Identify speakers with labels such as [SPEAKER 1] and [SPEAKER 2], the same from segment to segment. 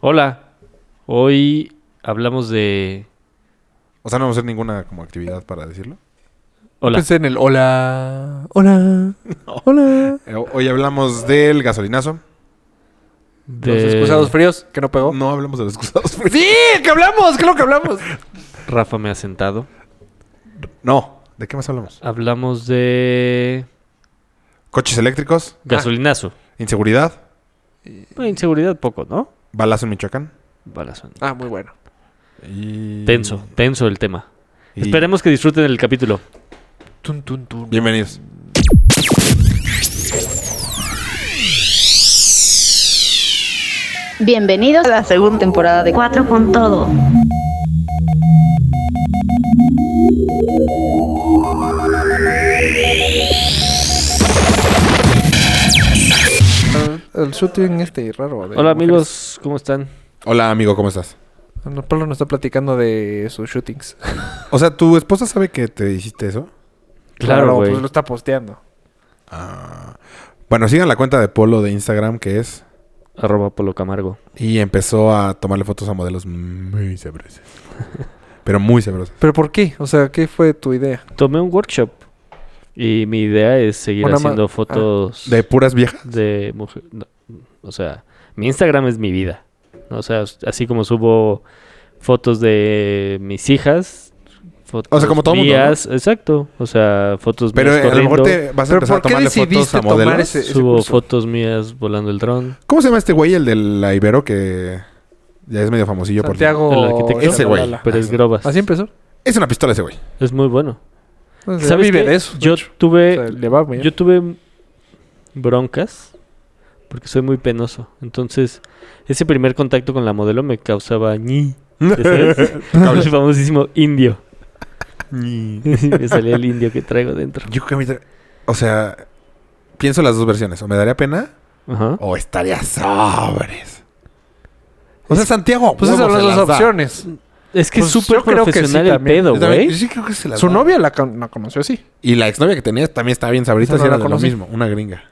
[SPEAKER 1] Hola, hoy hablamos de...
[SPEAKER 2] O sea, no vamos a hacer ninguna como actividad para decirlo.
[SPEAKER 1] Hola.
[SPEAKER 3] Pensé en el hola, hola, hola.
[SPEAKER 2] Eh, ho- hoy hablamos del gasolinazo.
[SPEAKER 3] Los
[SPEAKER 1] de
[SPEAKER 3] excusados fríos, que no pegó.
[SPEAKER 2] No hablamos de los excusados. fríos.
[SPEAKER 3] Sí, que hablamos, claro que hablamos.
[SPEAKER 1] Rafa me ha sentado.
[SPEAKER 2] No. ¿De qué más hablamos?
[SPEAKER 1] Hablamos de...
[SPEAKER 2] Coches eléctricos,
[SPEAKER 1] Gasolinazo.
[SPEAKER 2] Ah. inseguridad,
[SPEAKER 1] Bueno, inseguridad poco, ¿no?
[SPEAKER 2] balazo en Michoacán.
[SPEAKER 1] Balazo.
[SPEAKER 3] Ah, muy bueno.
[SPEAKER 2] Y...
[SPEAKER 1] Tenso, tenso el tema.
[SPEAKER 2] y-
[SPEAKER 1] Esperemos que disfruten el capítulo.
[SPEAKER 3] Tun, tun, tun.
[SPEAKER 2] Bienvenidos.
[SPEAKER 4] Bienvenidos a la segunda temporada de Cuatro con Todo.
[SPEAKER 3] Ah, El shooting este raro.
[SPEAKER 1] Hola
[SPEAKER 3] de mujeres. Ah,
[SPEAKER 1] amigos, ¿cómo están?
[SPEAKER 2] Hola, amigo, ¿cómo estás?
[SPEAKER 3] No, Pablo nos está platicando de sus shootings.
[SPEAKER 2] O sea, ¿tu esposa sabe que te hiciste eso?
[SPEAKER 1] Claro, güey.
[SPEAKER 3] pues lo está posteando.
[SPEAKER 2] Ah. Bueno, sigan la cuenta de Polo de Instagram que es...
[SPEAKER 1] Arroba Polo Camargo.
[SPEAKER 2] Y empezó a tomarle fotos a modelos muy sabrosas. Pero muy sabrosas.
[SPEAKER 3] ¿Pero por qué? O sea, ¿qué fue tu idea?
[SPEAKER 1] Tomé un workshop y mi idea es seguir
[SPEAKER 3] Una ma-
[SPEAKER 1] haciendo
[SPEAKER 3] ah.
[SPEAKER 1] fotos...
[SPEAKER 2] ¿De puras viejas?
[SPEAKER 1] de mujer. no, o sea, mi Instagram es mi vida. ¿no? O sea, así como subo fotos de mis hijas, fotos
[SPEAKER 2] O sea, como todo mundo, ¿no?
[SPEAKER 1] mías, exacto. O sea, fotos
[SPEAKER 2] Pero
[SPEAKER 1] mías
[SPEAKER 2] eh, a lo mejor
[SPEAKER 1] corriendo,
[SPEAKER 2] te vas a
[SPEAKER 3] ¿Pero
[SPEAKER 2] empezar a
[SPEAKER 3] por qué
[SPEAKER 2] tomarle fotos
[SPEAKER 3] decidiste
[SPEAKER 2] a
[SPEAKER 3] tomar
[SPEAKER 2] modelos.
[SPEAKER 3] ese- ese
[SPEAKER 1] subo
[SPEAKER 3] curso?
[SPEAKER 1] fotos mías volando el dron.
[SPEAKER 2] ¿Cómo se llama este güey? El de la Ibero que ya es medio famosillo por...
[SPEAKER 3] Santiago.
[SPEAKER 1] El arquitecto.
[SPEAKER 2] Ese güey.
[SPEAKER 3] Chalala.
[SPEAKER 1] Pero es grobas.
[SPEAKER 3] Oh, Así empezó.
[SPEAKER 2] Es una pistola ese güey.
[SPEAKER 1] Es muy bueno.
[SPEAKER 3] O sea,
[SPEAKER 1] ¿Sabes
[SPEAKER 3] vive
[SPEAKER 1] qué?
[SPEAKER 3] de eso.
[SPEAKER 1] Yo
[SPEAKER 3] de hecho. O
[SPEAKER 1] tuve,
[SPEAKER 3] sea, le va muy bien.
[SPEAKER 1] yo tuve broncas porque soy muy penoso. Entonces, ese primer contacto con la modelo me causaba ñi. ¿ya sabes? El famosísimo indio.
[SPEAKER 2] Ni-
[SPEAKER 1] me salía el indio que traigo dentro.
[SPEAKER 2] Yo creo que a mí te- O sea, pienso las dos versiones. O me daría pena
[SPEAKER 1] Ajá.
[SPEAKER 2] o estaría sobres. O sea, Santiago.
[SPEAKER 3] Pues
[SPEAKER 2] huevo,
[SPEAKER 3] esas
[SPEAKER 2] se
[SPEAKER 3] son las
[SPEAKER 2] da.
[SPEAKER 3] opciones.
[SPEAKER 1] Es que es
[SPEAKER 3] Pues
[SPEAKER 1] súper
[SPEAKER 3] yo creo que sí
[SPEAKER 1] profesional el
[SPEAKER 3] también.
[SPEAKER 1] pedo,
[SPEAKER 2] Yo también- yo
[SPEAKER 1] güey.
[SPEAKER 2] sí creo que se las
[SPEAKER 3] Su
[SPEAKER 2] da.
[SPEAKER 3] novia la, con- la conoció así.
[SPEAKER 2] Y la exnovia que tenías también estaba bien sabrita.
[SPEAKER 3] Esa
[SPEAKER 2] si
[SPEAKER 3] no la
[SPEAKER 2] era de lo
[SPEAKER 3] conocí.
[SPEAKER 2] mismo. Una gringa.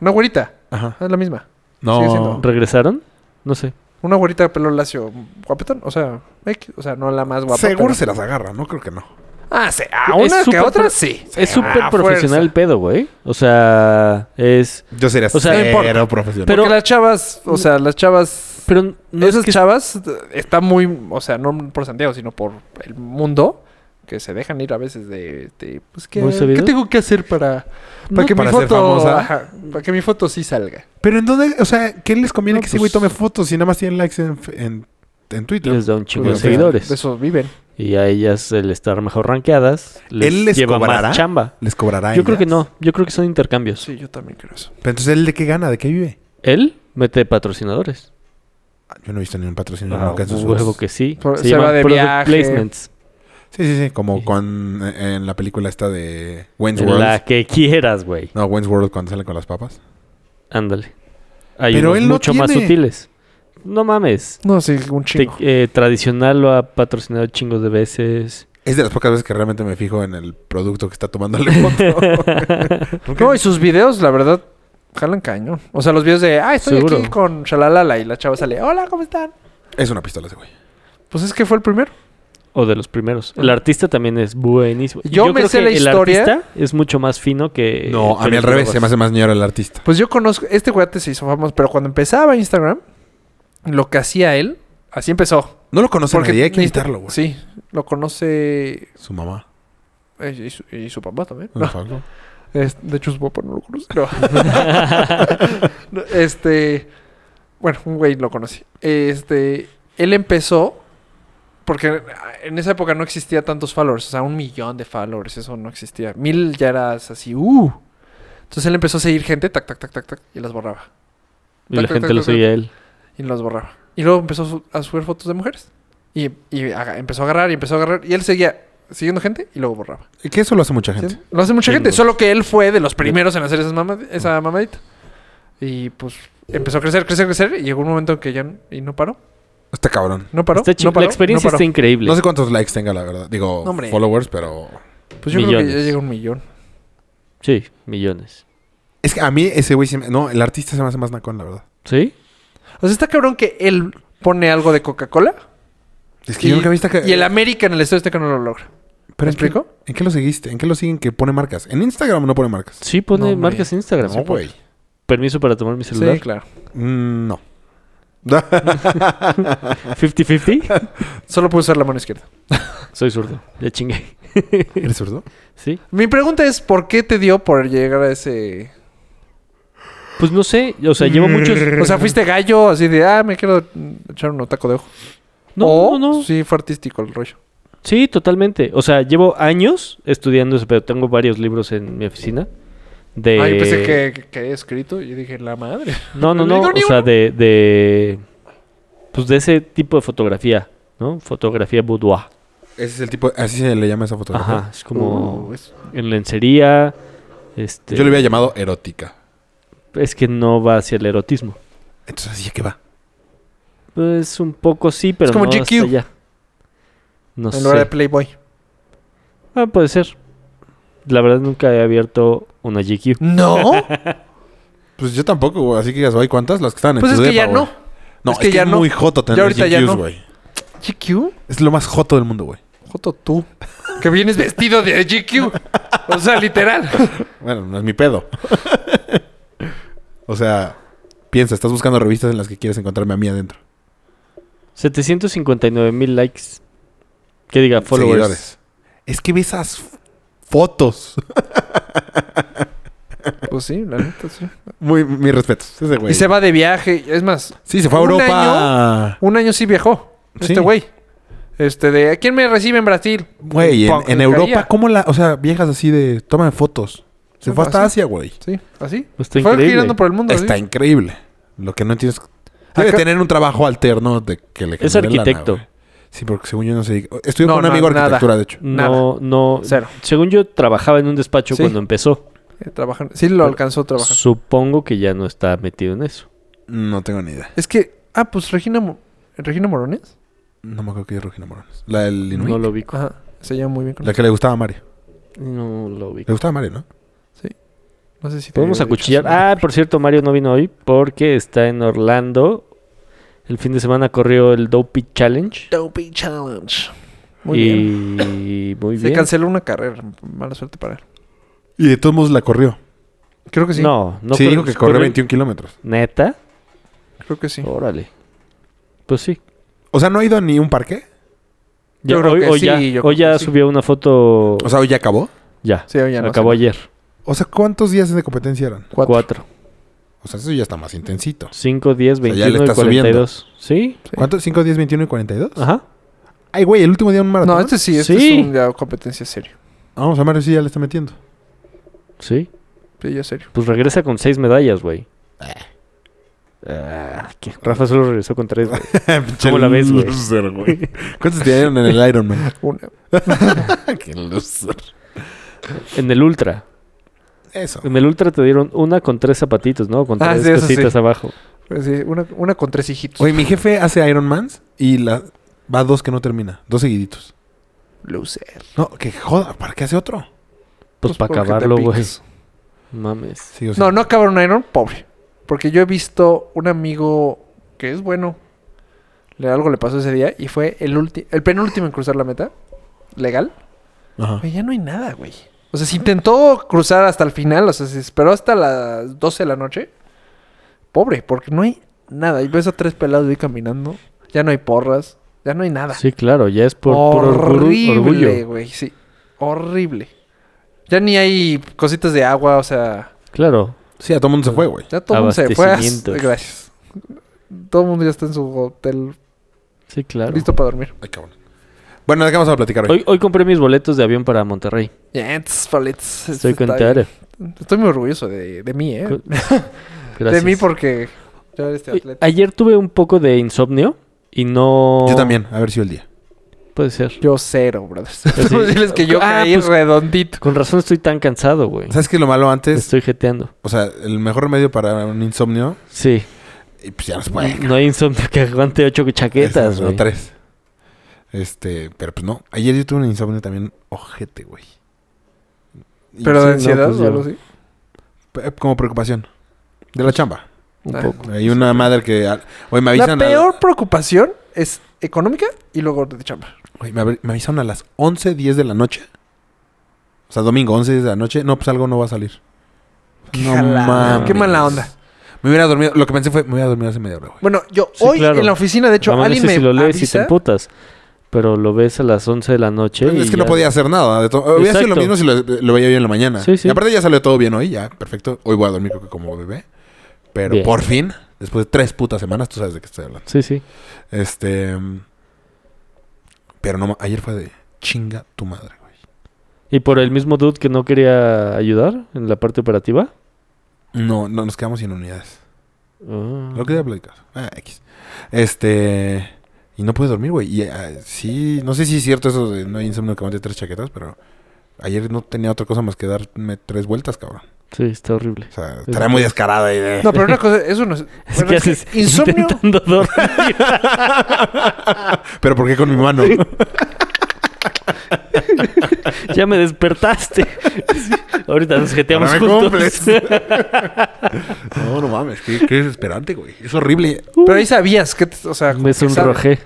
[SPEAKER 3] Una güerita.
[SPEAKER 2] Ajá.
[SPEAKER 3] Es la misma. Sigue
[SPEAKER 2] No.
[SPEAKER 3] siendo.
[SPEAKER 1] ¿Regresaron? No sé.
[SPEAKER 3] Una güerita de pelo lacio. Guapetón. O sea, X, o sea, no la más guapa.
[SPEAKER 2] Seguro
[SPEAKER 3] pero-
[SPEAKER 2] se las agarra. No creo que no.
[SPEAKER 3] Ah, sí. A
[SPEAKER 1] Es
[SPEAKER 3] una que
[SPEAKER 1] súper
[SPEAKER 3] a otra
[SPEAKER 1] pro-
[SPEAKER 3] sí.
[SPEAKER 1] es súper
[SPEAKER 3] a
[SPEAKER 1] profesional el
[SPEAKER 3] fuerza.
[SPEAKER 1] pedo, güey. O sea, es...
[SPEAKER 2] Yo sería
[SPEAKER 1] O sea, no
[SPEAKER 2] cero
[SPEAKER 3] importa.
[SPEAKER 2] profesional.
[SPEAKER 1] Pero-
[SPEAKER 3] Porque las chavas, o sea, las chavas.
[SPEAKER 1] Pero no es
[SPEAKER 3] esas
[SPEAKER 1] que...
[SPEAKER 3] chavas eh, están muy. O sea, no por Santiago, sino por el mundo. Que se dejan ir a veces de. de, pues, ¿qué,
[SPEAKER 1] ¿Muy sabido?
[SPEAKER 3] ¿Qué tengo que hacer para,
[SPEAKER 1] No,
[SPEAKER 3] para que
[SPEAKER 2] para
[SPEAKER 3] mi
[SPEAKER 2] ser
[SPEAKER 3] foto.
[SPEAKER 2] famosa.
[SPEAKER 3] ajá, para que mi foto sí salga.
[SPEAKER 2] Pero en dónde, o sea, ¿qué les conviene
[SPEAKER 1] No,
[SPEAKER 2] que ese
[SPEAKER 1] pues-
[SPEAKER 2] güey tome fotos si nada más tienen likes en, en, en Twitter?
[SPEAKER 1] Les da un chingo de
[SPEAKER 3] Pues,
[SPEAKER 1] seguidores.
[SPEAKER 3] De eso viven.
[SPEAKER 1] Y a ellas el estar mejor rankeadas les,
[SPEAKER 2] ¿Él les
[SPEAKER 1] lleva
[SPEAKER 2] cobrará?
[SPEAKER 1] más chamba.
[SPEAKER 2] ¿Les cobrará?
[SPEAKER 1] Yo creo
[SPEAKER 2] ellas?
[SPEAKER 1] que no. Yo creo que son intercambios.
[SPEAKER 3] Sí, yo también creo eso.
[SPEAKER 2] Pero entonces, ¿él de qué gana? ¿De qué vive?
[SPEAKER 1] Él mete patrocinadores.
[SPEAKER 2] Ah, Yo no he visto ni un patrocinio
[SPEAKER 1] Ah,
[SPEAKER 2] nunca en sus
[SPEAKER 1] huevo
[SPEAKER 2] fotos.
[SPEAKER 1] que sí.
[SPEAKER 3] Por-
[SPEAKER 1] se
[SPEAKER 3] se
[SPEAKER 1] llama
[SPEAKER 3] va de
[SPEAKER 1] Product
[SPEAKER 3] viaje.
[SPEAKER 1] Placements.
[SPEAKER 2] Sí, sí, sí. Como
[SPEAKER 1] Sí.
[SPEAKER 2] con, eh, en la película esta de Wayne's World.
[SPEAKER 1] La que quieras, güey.
[SPEAKER 2] No, Wayne's World cuando sale con las papas.
[SPEAKER 1] Ándale. Hay
[SPEAKER 2] Pero
[SPEAKER 1] unos
[SPEAKER 2] él no
[SPEAKER 1] mucho más
[SPEAKER 2] tiene.
[SPEAKER 1] sutiles. No mames.
[SPEAKER 3] No, sí, un
[SPEAKER 1] Te-
[SPEAKER 3] chingo.
[SPEAKER 1] eh, tradicional lo ha patrocinado chingos de veces.
[SPEAKER 2] Es de las pocas veces que realmente me fijo en el producto que está tomándole foto. Porque-
[SPEAKER 3] No, y sus videos, la verdad, jalan cañón. O sea, los videos de, ah, estoy
[SPEAKER 1] Seguro.
[SPEAKER 3] aquí con Shalalala y la chava sale, hola, ¿cómo están?
[SPEAKER 2] es una pistola ese güey.
[SPEAKER 3] Pues es que fue el primero.
[SPEAKER 1] O de los primeros. El artista también es buenísimo.
[SPEAKER 3] Yo me sé la historia.
[SPEAKER 1] El artista es mucho más fino que.
[SPEAKER 2] No, a
[SPEAKER 1] que
[SPEAKER 2] mí al
[SPEAKER 1] los
[SPEAKER 2] revés.
[SPEAKER 1] grabas.
[SPEAKER 2] Se me hace más señor el artista.
[SPEAKER 3] Pues yo conozco, este guate se hizo famoso, pero cuando empezaba Instagram, lo que hacía él, así empezó.
[SPEAKER 2] No lo conoce nadie. Hay que
[SPEAKER 3] necesita-
[SPEAKER 2] invitarlo, güey.
[SPEAKER 3] Sí, lo conoce
[SPEAKER 2] Su mamá.
[SPEAKER 3] eh, y su, y su papá también.
[SPEAKER 2] No,
[SPEAKER 3] No,
[SPEAKER 2] Pablo.
[SPEAKER 3] es- de hecho, su papá no lo conoce. No. No, este, bueno, un güey lo conocí. Este, él empezó porque en esa época no existía tantos followers, o sea, un millón de followers, eso no existía. Mil ya eras así, uh. Entonces él empezó a seguir gente, tac, tac, tac, tac, tac, y las borraba.
[SPEAKER 1] Y la
[SPEAKER 3] Tac, tac,
[SPEAKER 1] gente
[SPEAKER 3] tac,
[SPEAKER 1] lo
[SPEAKER 3] tac,
[SPEAKER 1] seguía a él.
[SPEAKER 3] Y los borraba. Y luego empezó a su- a subir fotos de mujeres. Y, y aga- empezó a agarrar y empezó a agarrar. Y él seguía siguiendo gente y luego borraba.
[SPEAKER 2] Que eso lo hace mucha
[SPEAKER 3] ¿Sí?
[SPEAKER 2] gente.
[SPEAKER 3] Lo hace mucha gente.
[SPEAKER 1] Chingos.
[SPEAKER 3] Solo que él fue de los primeros en hacer esas mamad- esa mamadita. Y pues empezó a crecer, crecer, crecer. Y llegó un momento en que ya n- y no paró.
[SPEAKER 2] Está cabrón.
[SPEAKER 3] No paró.
[SPEAKER 1] Está chi-
[SPEAKER 3] no paró,
[SPEAKER 1] la experiencia
[SPEAKER 3] no paró.
[SPEAKER 1] está increíble.
[SPEAKER 2] No sé cuántos likes tenga, la verdad. Digo,
[SPEAKER 3] No, hombre.
[SPEAKER 2] followers, pero...
[SPEAKER 3] Pues yo creo que
[SPEAKER 1] Millones.
[SPEAKER 3] ya llegó a un millón.
[SPEAKER 1] Sí, millones.
[SPEAKER 2] Es que a mí ese güey... se me- No, el artista se me hace más nacón, la verdad.
[SPEAKER 1] ¿Sí?
[SPEAKER 3] O sea, está cabrón que él pone algo de Coca-Cola.
[SPEAKER 2] Es que
[SPEAKER 3] y,
[SPEAKER 2] yo nunca vi esta... ca-
[SPEAKER 3] y el América en el Estadio Azteca no lo logra.
[SPEAKER 2] Pero
[SPEAKER 3] ¿Me
[SPEAKER 2] ¿en qué-
[SPEAKER 3] explico?
[SPEAKER 2] ¿En qué lo seguiste? ¿En qué lo siguen que pone marcas? En Instagram no pone marcas.
[SPEAKER 1] Sí, pone
[SPEAKER 3] hombre.
[SPEAKER 1] marcas en Instagram.
[SPEAKER 2] No, güey.
[SPEAKER 3] pues.
[SPEAKER 1] Permiso para tomar mi celular.
[SPEAKER 3] Sí, claro.
[SPEAKER 2] Mm, No.
[SPEAKER 1] 50-50.
[SPEAKER 3] Solo puedo usar la mano izquierda.
[SPEAKER 1] Soy zurdo. Ya chingué.
[SPEAKER 2] ¿Eres zurdo?
[SPEAKER 1] Sí.
[SPEAKER 3] Mi pregunta es, ¿por qué te dio por llegar a ese...?
[SPEAKER 1] Pues no sé. O sea, llevo muchos.
[SPEAKER 3] O sea, ¿fuiste gallo así de, ah, me quiero mm, echar un taco de ojo?
[SPEAKER 1] No,
[SPEAKER 3] o,
[SPEAKER 1] no, no.
[SPEAKER 3] sí fue artístico el rollo.
[SPEAKER 1] Sí, totalmente. O sea, llevo años estudiando eso, pero tengo varios libros en mi oficina. De...
[SPEAKER 3] Ah, yo pensé
[SPEAKER 2] Eh,
[SPEAKER 3] que, que, que había escrito y dije, la madre.
[SPEAKER 1] No, no,
[SPEAKER 3] No
[SPEAKER 1] no.
[SPEAKER 3] digo ni
[SPEAKER 1] O sea,
[SPEAKER 3] uno.
[SPEAKER 1] de, de. Pues de ese tipo de fotografía, ¿no? Fotografía boudoir.
[SPEAKER 2] Ese es el tipo... Así se le llama esa fotografía.
[SPEAKER 1] Ajá. Es como.
[SPEAKER 3] Uh, es-
[SPEAKER 1] En lencería. Este.
[SPEAKER 2] Yo le había llamado erótica.
[SPEAKER 1] Es que no va hacia el erotismo.
[SPEAKER 2] Entonces, ¿así a qué va?
[SPEAKER 1] Pues un poco sí, pero
[SPEAKER 3] Es como
[SPEAKER 1] no
[SPEAKER 3] GQ.
[SPEAKER 1] hasta allá. No
[SPEAKER 3] en
[SPEAKER 1] sé.
[SPEAKER 3] lugar de Playboy.
[SPEAKER 1] Ah, puede ser. La verdad nunca he abierto una GQ.
[SPEAKER 3] ¿No?
[SPEAKER 2] Pues yo tampoco, güey. Así que digas, güey, ¿cuántas? Las que están en
[SPEAKER 3] pues es
[SPEAKER 2] tu
[SPEAKER 3] que
[SPEAKER 2] depa,
[SPEAKER 3] ya
[SPEAKER 2] güey.
[SPEAKER 3] no.
[SPEAKER 2] No, es que, ya es no. muy joto tener
[SPEAKER 3] Ya ahorita ya
[SPEAKER 2] GQs,
[SPEAKER 3] no.
[SPEAKER 2] güey.
[SPEAKER 3] GQ,
[SPEAKER 2] Es lo más joto del mundo, güey.
[SPEAKER 3] Joto tú. Que vienes vestido de GQ. O sea, literal.
[SPEAKER 2] Bueno, no es mi pedo. o sea, piensa, estás buscando revistas en las que quieres encontrarme a mí adentro.
[SPEAKER 1] 759 mil likes. Que diga, followers.
[SPEAKER 2] Seguidores. Es que ve esas f- fotos.
[SPEAKER 3] Pues sí, la neta, sí.
[SPEAKER 2] Muy, mis respetos. Ese güey.
[SPEAKER 3] Y se va de viaje. Es más,
[SPEAKER 2] Sí, se fue a
[SPEAKER 3] un
[SPEAKER 2] Europa.
[SPEAKER 3] un año sí viajó.
[SPEAKER 2] Sí.
[SPEAKER 3] Este güey. Este de, ¿a quién me recibe en Brasil?
[SPEAKER 2] Güey, en,
[SPEAKER 3] Poco
[SPEAKER 2] en
[SPEAKER 3] le
[SPEAKER 2] Europa,
[SPEAKER 3] caía.
[SPEAKER 2] ¿cómo la...? O sea, viejas así de... Toma fotos. Se
[SPEAKER 3] Sí,
[SPEAKER 2] fue hasta
[SPEAKER 3] así.
[SPEAKER 2] Asia, güey.
[SPEAKER 3] Sí, así.
[SPEAKER 1] Está
[SPEAKER 3] Fue
[SPEAKER 1] increíble.
[SPEAKER 3] girando por el mundo.
[SPEAKER 2] Está
[SPEAKER 3] así.
[SPEAKER 2] increíble. Lo que no entiendo es... Debe
[SPEAKER 3] Acá-
[SPEAKER 2] tener un trabajo alterno de que le
[SPEAKER 1] Es
[SPEAKER 2] genere lana,
[SPEAKER 1] arquitecto.
[SPEAKER 2] güey. sí, porque según yo no sé... Estuve
[SPEAKER 3] No,
[SPEAKER 2] con un
[SPEAKER 3] no,
[SPEAKER 2] amigo de
[SPEAKER 3] nada.
[SPEAKER 2] arquitectura, de hecho.
[SPEAKER 1] No, no.
[SPEAKER 3] Cero.
[SPEAKER 1] Según yo trabajaba en un despacho
[SPEAKER 3] Sí.
[SPEAKER 1] cuando empezó.
[SPEAKER 3] Eh, trabajan- Sí lo alcanzó a trabajar.
[SPEAKER 1] Supongo que ya no está metido en eso.
[SPEAKER 2] No tengo ni idea.
[SPEAKER 3] Es que, ah, pues Regina, Mo- Regina Morones.
[SPEAKER 2] No me acuerdo que es Regina Morones. La del Inuit.
[SPEAKER 1] No lo ubico.
[SPEAKER 3] Ajá. Se llama muy bien con
[SPEAKER 2] La que le gustaba a Mario.
[SPEAKER 1] No lo
[SPEAKER 2] Le
[SPEAKER 1] ubico.
[SPEAKER 2] gustaba a Mario, ¿no?
[SPEAKER 3] No sé si te
[SPEAKER 1] Podemos
[SPEAKER 3] había dicho
[SPEAKER 1] acuchillar.
[SPEAKER 3] su nombre.
[SPEAKER 1] Ah, por cierto, Mario no vino hoy porque está en Orlando. El fin de semana corrió el Dopey Challenge.
[SPEAKER 3] Dopey Challenge. Muy
[SPEAKER 1] y
[SPEAKER 3] bien.
[SPEAKER 1] muy
[SPEAKER 3] Se
[SPEAKER 1] bien.
[SPEAKER 3] canceló una carrera. Mala suerte para él.
[SPEAKER 2] Y de todos modos la corrió.
[SPEAKER 3] Creo que pues sí.
[SPEAKER 1] No, no
[SPEAKER 2] sí,
[SPEAKER 1] corre-
[SPEAKER 2] dijo que corrió
[SPEAKER 1] corre-
[SPEAKER 2] 21 kilómetros.
[SPEAKER 1] ¿Neta?
[SPEAKER 3] Creo que sí.
[SPEAKER 1] Órale. Pues sí.
[SPEAKER 2] O sea, ¿no ha ido a ni un parque?
[SPEAKER 1] Ya,
[SPEAKER 3] Yo creo
[SPEAKER 1] hoy,
[SPEAKER 3] que
[SPEAKER 1] hoy
[SPEAKER 3] sí,
[SPEAKER 1] ya,
[SPEAKER 3] yo
[SPEAKER 1] hoy
[SPEAKER 3] creo
[SPEAKER 1] ya
[SPEAKER 3] que sí.
[SPEAKER 1] subió una foto.
[SPEAKER 2] O sea, ¿hoy ya acabó?
[SPEAKER 1] ya.
[SPEAKER 3] Sí, ya no
[SPEAKER 1] acabó
[SPEAKER 3] sé.
[SPEAKER 1] ayer.
[SPEAKER 2] O sea, ¿cuántos días de competencia eran?
[SPEAKER 3] Cuatro.
[SPEAKER 1] Cuatro.
[SPEAKER 2] O sea, eso ya está más intensito.
[SPEAKER 1] 5, 10,
[SPEAKER 2] sea, ya le
[SPEAKER 1] 21 y
[SPEAKER 2] está subiendo. Pues
[SPEAKER 1] 42. ¿Sí?
[SPEAKER 3] Sí.
[SPEAKER 2] ¿Cuántos? ¿5, 10, 21 y 42?
[SPEAKER 1] Ajá.
[SPEAKER 2] Ay, güey, el último día un maratón.
[SPEAKER 3] No, este sí, este
[SPEAKER 1] Sí.
[SPEAKER 3] es una competencia serio.
[SPEAKER 2] Vamos, a Mario sí ya le está metiendo.
[SPEAKER 1] Sí.
[SPEAKER 3] Sí, ya serio.
[SPEAKER 1] Pues regresa con seis medallas, güey. Ah, qué- Rafa solo regresó con tres. güey.
[SPEAKER 2] Pinche
[SPEAKER 1] ¿Cómo la ves, güey?
[SPEAKER 2] loser, güey? ¿Cuántos te dieron en el Iron Man?
[SPEAKER 3] Una.
[SPEAKER 2] Qué loser.
[SPEAKER 1] en el Ultra.
[SPEAKER 2] Eso.
[SPEAKER 1] En el Ultra te dieron una con tres zapatitos, ¿no? Con
[SPEAKER 3] Ah,
[SPEAKER 1] tres
[SPEAKER 3] sí, eso sí.
[SPEAKER 1] cositas abajo.
[SPEAKER 3] Pues sí, una, una con tres hijitos.
[SPEAKER 2] Oye, mi jefe hace Iron Mans y la... va dos que no termina. Dos seguiditos.
[SPEAKER 3] Loser.
[SPEAKER 2] No, que joda. ¿Para qué hace otro?
[SPEAKER 1] Pues, para
[SPEAKER 3] porque te
[SPEAKER 1] acabarlo, güey.
[SPEAKER 3] picas.
[SPEAKER 1] Mames.
[SPEAKER 2] Sí, o sea,
[SPEAKER 3] No, no acabaron Iron, pobre. Porque yo he visto un amigo que es bueno. Le, algo le pasó ese día y fue el, ulti- el penúltimo en cruzar la meta. Legal.
[SPEAKER 2] Ajá.
[SPEAKER 3] Güey, ya no hay nada, güey. O sea, se intentó cruzar hasta el final, o sea, se esperó hasta las 12 de la noche. Pobre, porque no hay nada. Y ves a tres pelados ahí caminando. Ya no hay porras. Ya no hay nada.
[SPEAKER 1] Sí, claro, ya es por puro orgullo.
[SPEAKER 3] horrible,
[SPEAKER 1] orgullo.
[SPEAKER 3] güey. Sí, horrible. Ya ni hay cositas de agua, o sea,
[SPEAKER 1] Claro.
[SPEAKER 2] Sí, a todo mundo se fue, güey.
[SPEAKER 3] ya todo el mundo se fue. a-
[SPEAKER 1] Abastecimientos.
[SPEAKER 3] Gracias. Todo el mundo ya está en su hotel
[SPEAKER 1] Sí, claro.
[SPEAKER 3] listo para dormir.
[SPEAKER 2] Ay, cabrón. Bueno, ¿de qué vamos a platicar hoy?
[SPEAKER 1] Hoy, hoy compré mis boletos de avión para Monterrey.
[SPEAKER 3] Ya, entonces, palets,
[SPEAKER 1] Estoy
[SPEAKER 3] está
[SPEAKER 1] con
[SPEAKER 3] bien.
[SPEAKER 1] Tare.
[SPEAKER 3] Estoy muy orgulloso de, de mí, ¿eh?
[SPEAKER 1] Co-
[SPEAKER 3] De
[SPEAKER 1] Gracias.
[SPEAKER 3] mí porque yo era este
[SPEAKER 1] Oye,
[SPEAKER 3] atleta.
[SPEAKER 1] Ayer tuve un poco de insomnio y no.
[SPEAKER 2] Yo también, a ver si el día.
[SPEAKER 1] Puede ser.
[SPEAKER 3] Yo cero, brothers.
[SPEAKER 1] sí.
[SPEAKER 3] Debo decirles que yo
[SPEAKER 1] Ah,
[SPEAKER 3] caí
[SPEAKER 1] pues-
[SPEAKER 3] redondito.
[SPEAKER 1] Con razón estoy tan cansado, güey.
[SPEAKER 2] ¿Sabes qué es lo malo
[SPEAKER 1] Me
[SPEAKER 2] antes?
[SPEAKER 1] Estoy jeteando.
[SPEAKER 2] O sea, el mejor remedio para un insomnio,
[SPEAKER 1] Sí.
[SPEAKER 2] y pues ya no se puede.
[SPEAKER 1] No hay insomnio que aguante ocho chaquetas,
[SPEAKER 2] Es- o
[SPEAKER 1] güey.
[SPEAKER 2] tres. Este, pero pues no. Ayer yo tuve un insomnio también ojete, güey. Y
[SPEAKER 3] Pero
[SPEAKER 1] sí,
[SPEAKER 3] de
[SPEAKER 1] no,
[SPEAKER 3] ansiedad
[SPEAKER 1] pues
[SPEAKER 3] o algo
[SPEAKER 1] yo-
[SPEAKER 3] así.
[SPEAKER 2] p- Como preocupación. eh, De la chamba.
[SPEAKER 1] un
[SPEAKER 3] Ah.
[SPEAKER 1] poco.
[SPEAKER 2] Hay una madre que... al- Oye, me
[SPEAKER 3] La
[SPEAKER 2] avisan... a-
[SPEAKER 3] peor preocupación es económica y luego de chamba.
[SPEAKER 2] Oye, me, abri- me avisaron a las 11.10 de la noche. O sea, domingo 11 de la noche. No, pues algo no va a salir.
[SPEAKER 3] Qué jalada, qué mala onda.
[SPEAKER 2] Me hubiera dormido. Lo que pensé fue, me hubiera dormido hace media hora, güey.
[SPEAKER 3] Bueno, yo
[SPEAKER 1] Sí,
[SPEAKER 3] hoy
[SPEAKER 1] claro.
[SPEAKER 3] en la oficina, de hecho,
[SPEAKER 1] Amanece
[SPEAKER 3] alguien me
[SPEAKER 1] si lo lees y te
[SPEAKER 3] avisa.
[SPEAKER 1] emputas. Pero lo ves a las 11 de la noche.
[SPEAKER 2] Pero
[SPEAKER 1] y
[SPEAKER 2] es que no
[SPEAKER 1] ya-
[SPEAKER 2] podía hacer nada. de to- Hubiera sido lo
[SPEAKER 1] Exacto.
[SPEAKER 2] mismo si lo, lo veía yo en la mañana.
[SPEAKER 1] Sí, sí.
[SPEAKER 2] Y aparte ya salió todo bien hoy, ya, perfecto. Hoy voy a dormir creo que como bebé. Pero
[SPEAKER 1] Bien.
[SPEAKER 2] por fin, después de tres putas semanas, tú sabes de qué estoy hablando.
[SPEAKER 1] Sí, sí.
[SPEAKER 2] Este. mm, Pero no, ma- ayer fue de chinga tu madre, güey.
[SPEAKER 1] Y por el mismo dude que no quería ayudar en la parte operativa.
[SPEAKER 2] No, no, nos quedamos sin unidades.
[SPEAKER 1] Ah.
[SPEAKER 2] Lo que ya platicado. Ah, X. Este. Y no pude dormir, güey. Y ah, sí, no sé si es cierto eso de no hay insomnio que aguante tres chaquetas, pero ayer no tenía otra cosa más que darme tres vueltas, cabrón.
[SPEAKER 1] Sí, está horrible.
[SPEAKER 2] O sea, estaría muy descarada y de.
[SPEAKER 3] No, pero una cosa, eso no es.
[SPEAKER 1] Es
[SPEAKER 3] bueno,
[SPEAKER 1] que
[SPEAKER 3] es que
[SPEAKER 1] haces
[SPEAKER 3] insomnio.
[SPEAKER 1] intentando dormir.
[SPEAKER 2] pero ¿por qué con mi mano?
[SPEAKER 1] ya me despertaste. Sí, Ahorita nos jeteamos
[SPEAKER 2] Ahora me
[SPEAKER 1] juntos.
[SPEAKER 2] cumples.
[SPEAKER 3] Ah,
[SPEAKER 2] no, no mames, qué, qué desesperante, güey. Es horrible.
[SPEAKER 3] Pero ahí sabías que. te- O sea, como
[SPEAKER 1] me
[SPEAKER 3] que sabes.
[SPEAKER 1] sonrojé.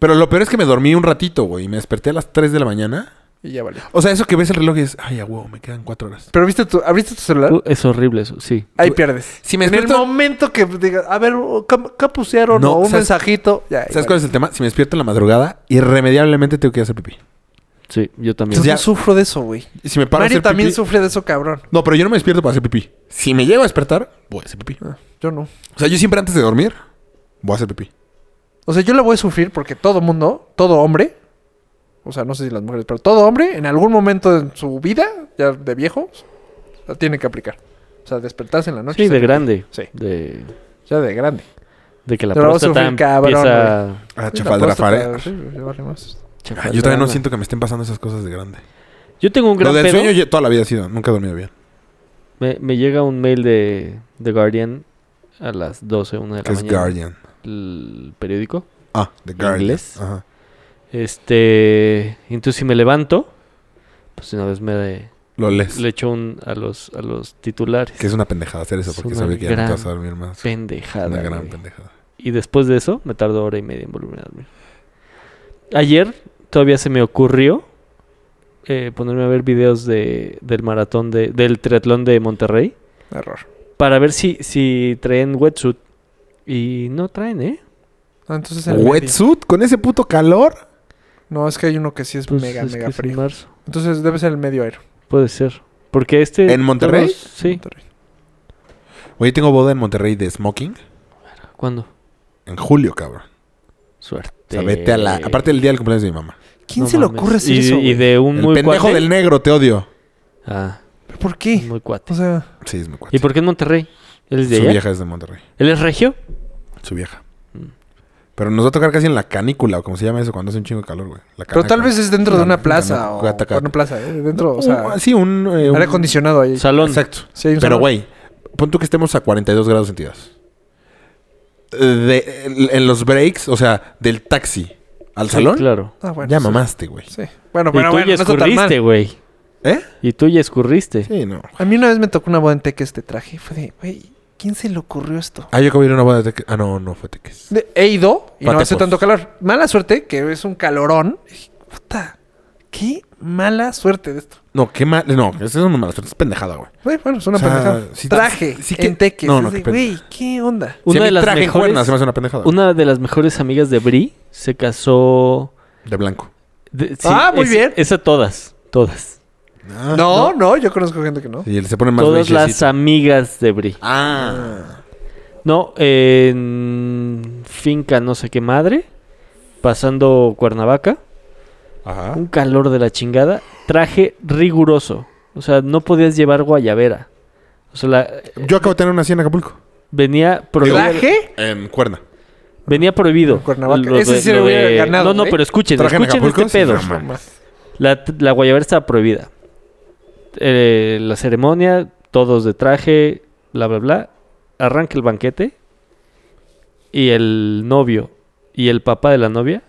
[SPEAKER 2] Pero lo peor es que me dormí un ratito, güey. Y me desperté a las 3 de la mañana.
[SPEAKER 3] Y ya vale.
[SPEAKER 2] O sea, eso que ves el reloj y es, ay, a huevo, me quedan 4 horas.
[SPEAKER 3] Pero viste tu, abriste tu celular,
[SPEAKER 1] Uh, es horrible eso, sí.
[SPEAKER 3] ahí pierdes.
[SPEAKER 2] Si me
[SPEAKER 3] en el
[SPEAKER 2] despierto-
[SPEAKER 3] momento que digas, a ver, oh, ¿qué qué pusieron?
[SPEAKER 2] No,
[SPEAKER 3] o un
[SPEAKER 2] ¿sabes-
[SPEAKER 3] mensajito. Ya, ahí
[SPEAKER 2] ¿Sabes cuál
[SPEAKER 3] vale.
[SPEAKER 2] es el tema? Si me despierto en la madrugada, irremediablemente tengo que ir a hacer pipí.
[SPEAKER 1] Sí, yo también.
[SPEAKER 3] Yo
[SPEAKER 2] Ya-
[SPEAKER 3] no sufro de eso, güey.
[SPEAKER 2] Y si me paro a
[SPEAKER 3] Mario
[SPEAKER 2] hacer
[SPEAKER 3] también
[SPEAKER 2] pipí...
[SPEAKER 3] sufre de eso, cabrón.
[SPEAKER 2] No, pero yo no me despierto para hacer pipí. Si me llego a despertar, voy a hacer pipí.
[SPEAKER 3] Yo no.
[SPEAKER 2] O sea, yo siempre antes de dormir, voy a hacer pipí.
[SPEAKER 3] O sea, yo la voy a sufrir porque todo mundo, todo hombre, o sea, no sé si las mujeres, pero todo hombre, en algún momento de su vida, ya de viejo, la tiene que aplicar. O sea, despertarse en la noche.
[SPEAKER 1] Sí, de
[SPEAKER 3] hacer
[SPEAKER 1] grande.
[SPEAKER 3] Sí.
[SPEAKER 1] De,
[SPEAKER 3] pipí. Ya de grande.
[SPEAKER 1] de que la
[SPEAKER 3] Te lo vas a
[SPEAKER 1] próstata
[SPEAKER 3] sufrir, cabrón,
[SPEAKER 1] empieza...
[SPEAKER 2] A
[SPEAKER 3] Sí, la
[SPEAKER 2] chafaldrafar,
[SPEAKER 3] próstata,
[SPEAKER 2] ¿eh?
[SPEAKER 3] sí, ya vale más.
[SPEAKER 2] Ay, Ah, Yo también no siento que me estén pasando esas cosas de grande.
[SPEAKER 1] Yo tengo un
[SPEAKER 2] Lo
[SPEAKER 1] gran
[SPEAKER 2] del
[SPEAKER 1] pedo.
[SPEAKER 2] sueño yo toda la vida ha sido. Nunca he dormido bien.
[SPEAKER 1] Me, me llega un mail de The Guardian a las 12, una de la
[SPEAKER 2] Que es
[SPEAKER 1] mañana.
[SPEAKER 2] Guardian.
[SPEAKER 1] El periódico.
[SPEAKER 2] Ah, The Guardian.
[SPEAKER 1] ¿Inglés?
[SPEAKER 2] Ajá.
[SPEAKER 1] Este... Entonces, si me levanto, pues una vez me
[SPEAKER 2] Lo lees.
[SPEAKER 1] le echo un a los, a los titulares.
[SPEAKER 2] Que es una pendejada hacer eso
[SPEAKER 1] Es
[SPEAKER 2] porque
[SPEAKER 1] una
[SPEAKER 2] sabía que ya no te
[SPEAKER 1] gran
[SPEAKER 2] vas a dormir más.
[SPEAKER 1] Pendejada,
[SPEAKER 2] Una gran
[SPEAKER 1] güey.
[SPEAKER 2] pendejada.
[SPEAKER 1] Y después de eso, me tardó hora y media en volverme a dormir. Ayer todavía se me ocurrió eh, ponerme a ver videos de, del maratón, de, del triatlón de Monterrey.
[SPEAKER 3] Error.
[SPEAKER 1] Para ver si, si traen wetsuit. Y no traen, ¿eh?
[SPEAKER 3] Ah, entonces en el medio.
[SPEAKER 2] ¿Wetsuit? ¿Con ese puto calor?
[SPEAKER 3] No, es que hay uno que sí es
[SPEAKER 1] Pues
[SPEAKER 3] mega,
[SPEAKER 1] es que
[SPEAKER 3] mega
[SPEAKER 1] es en
[SPEAKER 3] frío.
[SPEAKER 1] marzo.
[SPEAKER 3] Entonces debe ser el medio aero.
[SPEAKER 1] Puede ser. Porque este...
[SPEAKER 2] ¿En Monterrey?
[SPEAKER 1] todos- sí.
[SPEAKER 3] Monterrey.
[SPEAKER 2] Oye, tengo boda en Monterrey de smoking.
[SPEAKER 1] ¿Cuándo?
[SPEAKER 2] En julio, cabrón.
[SPEAKER 1] Suerte.
[SPEAKER 2] O sea, vete a la... Aparte el día del cumpleaños de mi mamá.
[SPEAKER 3] ¿Quién
[SPEAKER 1] No
[SPEAKER 3] se le
[SPEAKER 1] mames.
[SPEAKER 3] ocurre hacer
[SPEAKER 1] y,
[SPEAKER 3] eso?
[SPEAKER 1] Y
[SPEAKER 3] güey?
[SPEAKER 1] de un
[SPEAKER 2] El
[SPEAKER 1] muy
[SPEAKER 2] pendejo
[SPEAKER 1] cuate.
[SPEAKER 2] del negro, te odio.
[SPEAKER 1] Ah,
[SPEAKER 3] ¿Pero ¿Por qué?
[SPEAKER 1] muy cuate.
[SPEAKER 3] O sea,
[SPEAKER 2] Sí, es mi cuate.
[SPEAKER 1] ¿Y por qué en Monterrey? Él es de
[SPEAKER 2] Su
[SPEAKER 1] allá.
[SPEAKER 2] vieja es de Monterrey.
[SPEAKER 1] ¿Él es regio?
[SPEAKER 2] Su vieja.
[SPEAKER 1] Mm.
[SPEAKER 2] Pero nos va a tocar casi en la canícula, o como se llama eso, cuando hace un chingo de calor, güey. La
[SPEAKER 3] pero tal
[SPEAKER 2] canaca.
[SPEAKER 3] vez es dentro de
[SPEAKER 2] Una-
[SPEAKER 3] una
[SPEAKER 2] una
[SPEAKER 3] plaza o
[SPEAKER 2] cataca-
[SPEAKER 3] una plaza, ¿eh? dentro, o sea,
[SPEAKER 2] Un- sí, un... eh,
[SPEAKER 3] aire
[SPEAKER 2] un-
[SPEAKER 3] acondicionado ahí.
[SPEAKER 1] Salón.
[SPEAKER 2] Exacto.
[SPEAKER 3] Sí, hay un
[SPEAKER 2] Pero,
[SPEAKER 3] salón.
[SPEAKER 2] güey, pon tú que estemos a 42 grados centígrados. De- en- en los breaks, o sea, del taxi al
[SPEAKER 1] Sí,
[SPEAKER 2] salón,
[SPEAKER 1] Claro.
[SPEAKER 3] Ah, bueno,
[SPEAKER 2] ya
[SPEAKER 3] sí.
[SPEAKER 2] mamaste, güey.
[SPEAKER 3] Sí. Bueno,
[SPEAKER 1] y
[SPEAKER 3] pero
[SPEAKER 1] tú
[SPEAKER 3] bueno,
[SPEAKER 1] ya
[SPEAKER 3] no está tan
[SPEAKER 1] escurriste,
[SPEAKER 3] mal.
[SPEAKER 1] güey.
[SPEAKER 2] ¿Eh?
[SPEAKER 1] Y tú ya escurriste.
[SPEAKER 2] Sí, no.
[SPEAKER 3] A mí una vez me tocó una boda en Teques de traje. Fue de, güey, ¿quién se le ocurrió esto?
[SPEAKER 2] Ah, yo acabo de ir a una boda de teques. Ah, no, no fue teques.
[SPEAKER 3] De- he ido y no
[SPEAKER 2] Patepos.
[SPEAKER 3] hace tanto calor. Mala suerte, que es un calorón. Y dije, Puta, qué mala suerte de esto.
[SPEAKER 2] No, qué mal. No, eso es una mala suerte, Es pendejada, güey.
[SPEAKER 3] Güey, bueno, es una
[SPEAKER 2] O sea,
[SPEAKER 3] pendejada.
[SPEAKER 2] sí-
[SPEAKER 3] traje
[SPEAKER 2] sí que-
[SPEAKER 3] en Teques.
[SPEAKER 2] No,
[SPEAKER 3] Es
[SPEAKER 2] no,
[SPEAKER 3] de,
[SPEAKER 2] qué pena.
[SPEAKER 3] Güey, ¿qué onda?
[SPEAKER 1] Una
[SPEAKER 2] si a mí
[SPEAKER 1] de las
[SPEAKER 2] traje en
[SPEAKER 1] mejores-
[SPEAKER 2] cuernas se me hace una pendejada. güey.
[SPEAKER 1] Una de las mejores amigas de Bri se casó.
[SPEAKER 2] De blanco.
[SPEAKER 1] de-
[SPEAKER 3] Ah, muy
[SPEAKER 1] es-
[SPEAKER 3] bien.
[SPEAKER 1] Es a todas. Todas.
[SPEAKER 2] Ah,
[SPEAKER 3] no, no, yo conozco gente que no.
[SPEAKER 2] Y él se pone más
[SPEAKER 1] todas las
[SPEAKER 2] beigecito.
[SPEAKER 1] amigas de Bri.
[SPEAKER 2] Ah.
[SPEAKER 1] No, en finca no sé qué madre. Pasando Cuernavaca.
[SPEAKER 3] Ah.
[SPEAKER 2] Ajá.
[SPEAKER 1] Un calor de la chingada. Traje riguroso. O sea, no podías llevar guayabera. O sea, la-
[SPEAKER 2] Yo acabo de tener una cena en Acapulco.
[SPEAKER 1] venía prohibido.
[SPEAKER 3] ¿Traje?
[SPEAKER 2] En cuerna.
[SPEAKER 1] Venía prohibido.
[SPEAKER 3] En Cuernavaca.
[SPEAKER 1] Lo
[SPEAKER 3] Ese
[SPEAKER 1] de-
[SPEAKER 3] sí le
[SPEAKER 1] lo
[SPEAKER 3] hubiera
[SPEAKER 1] de-
[SPEAKER 3] ganado,
[SPEAKER 1] No, no,
[SPEAKER 3] ¿eh?
[SPEAKER 1] pero escuchen,
[SPEAKER 2] Traje en
[SPEAKER 1] escuchen
[SPEAKER 2] Acapulco,
[SPEAKER 1] este
[SPEAKER 2] sí,
[SPEAKER 1] pedo.
[SPEAKER 2] no mames.
[SPEAKER 1] La, t- la guayabera estaba prohibida. Eh, la ceremonia, todos de traje, bla, bla, bla. Arranca el banquete. Y el novio y el papá de la novia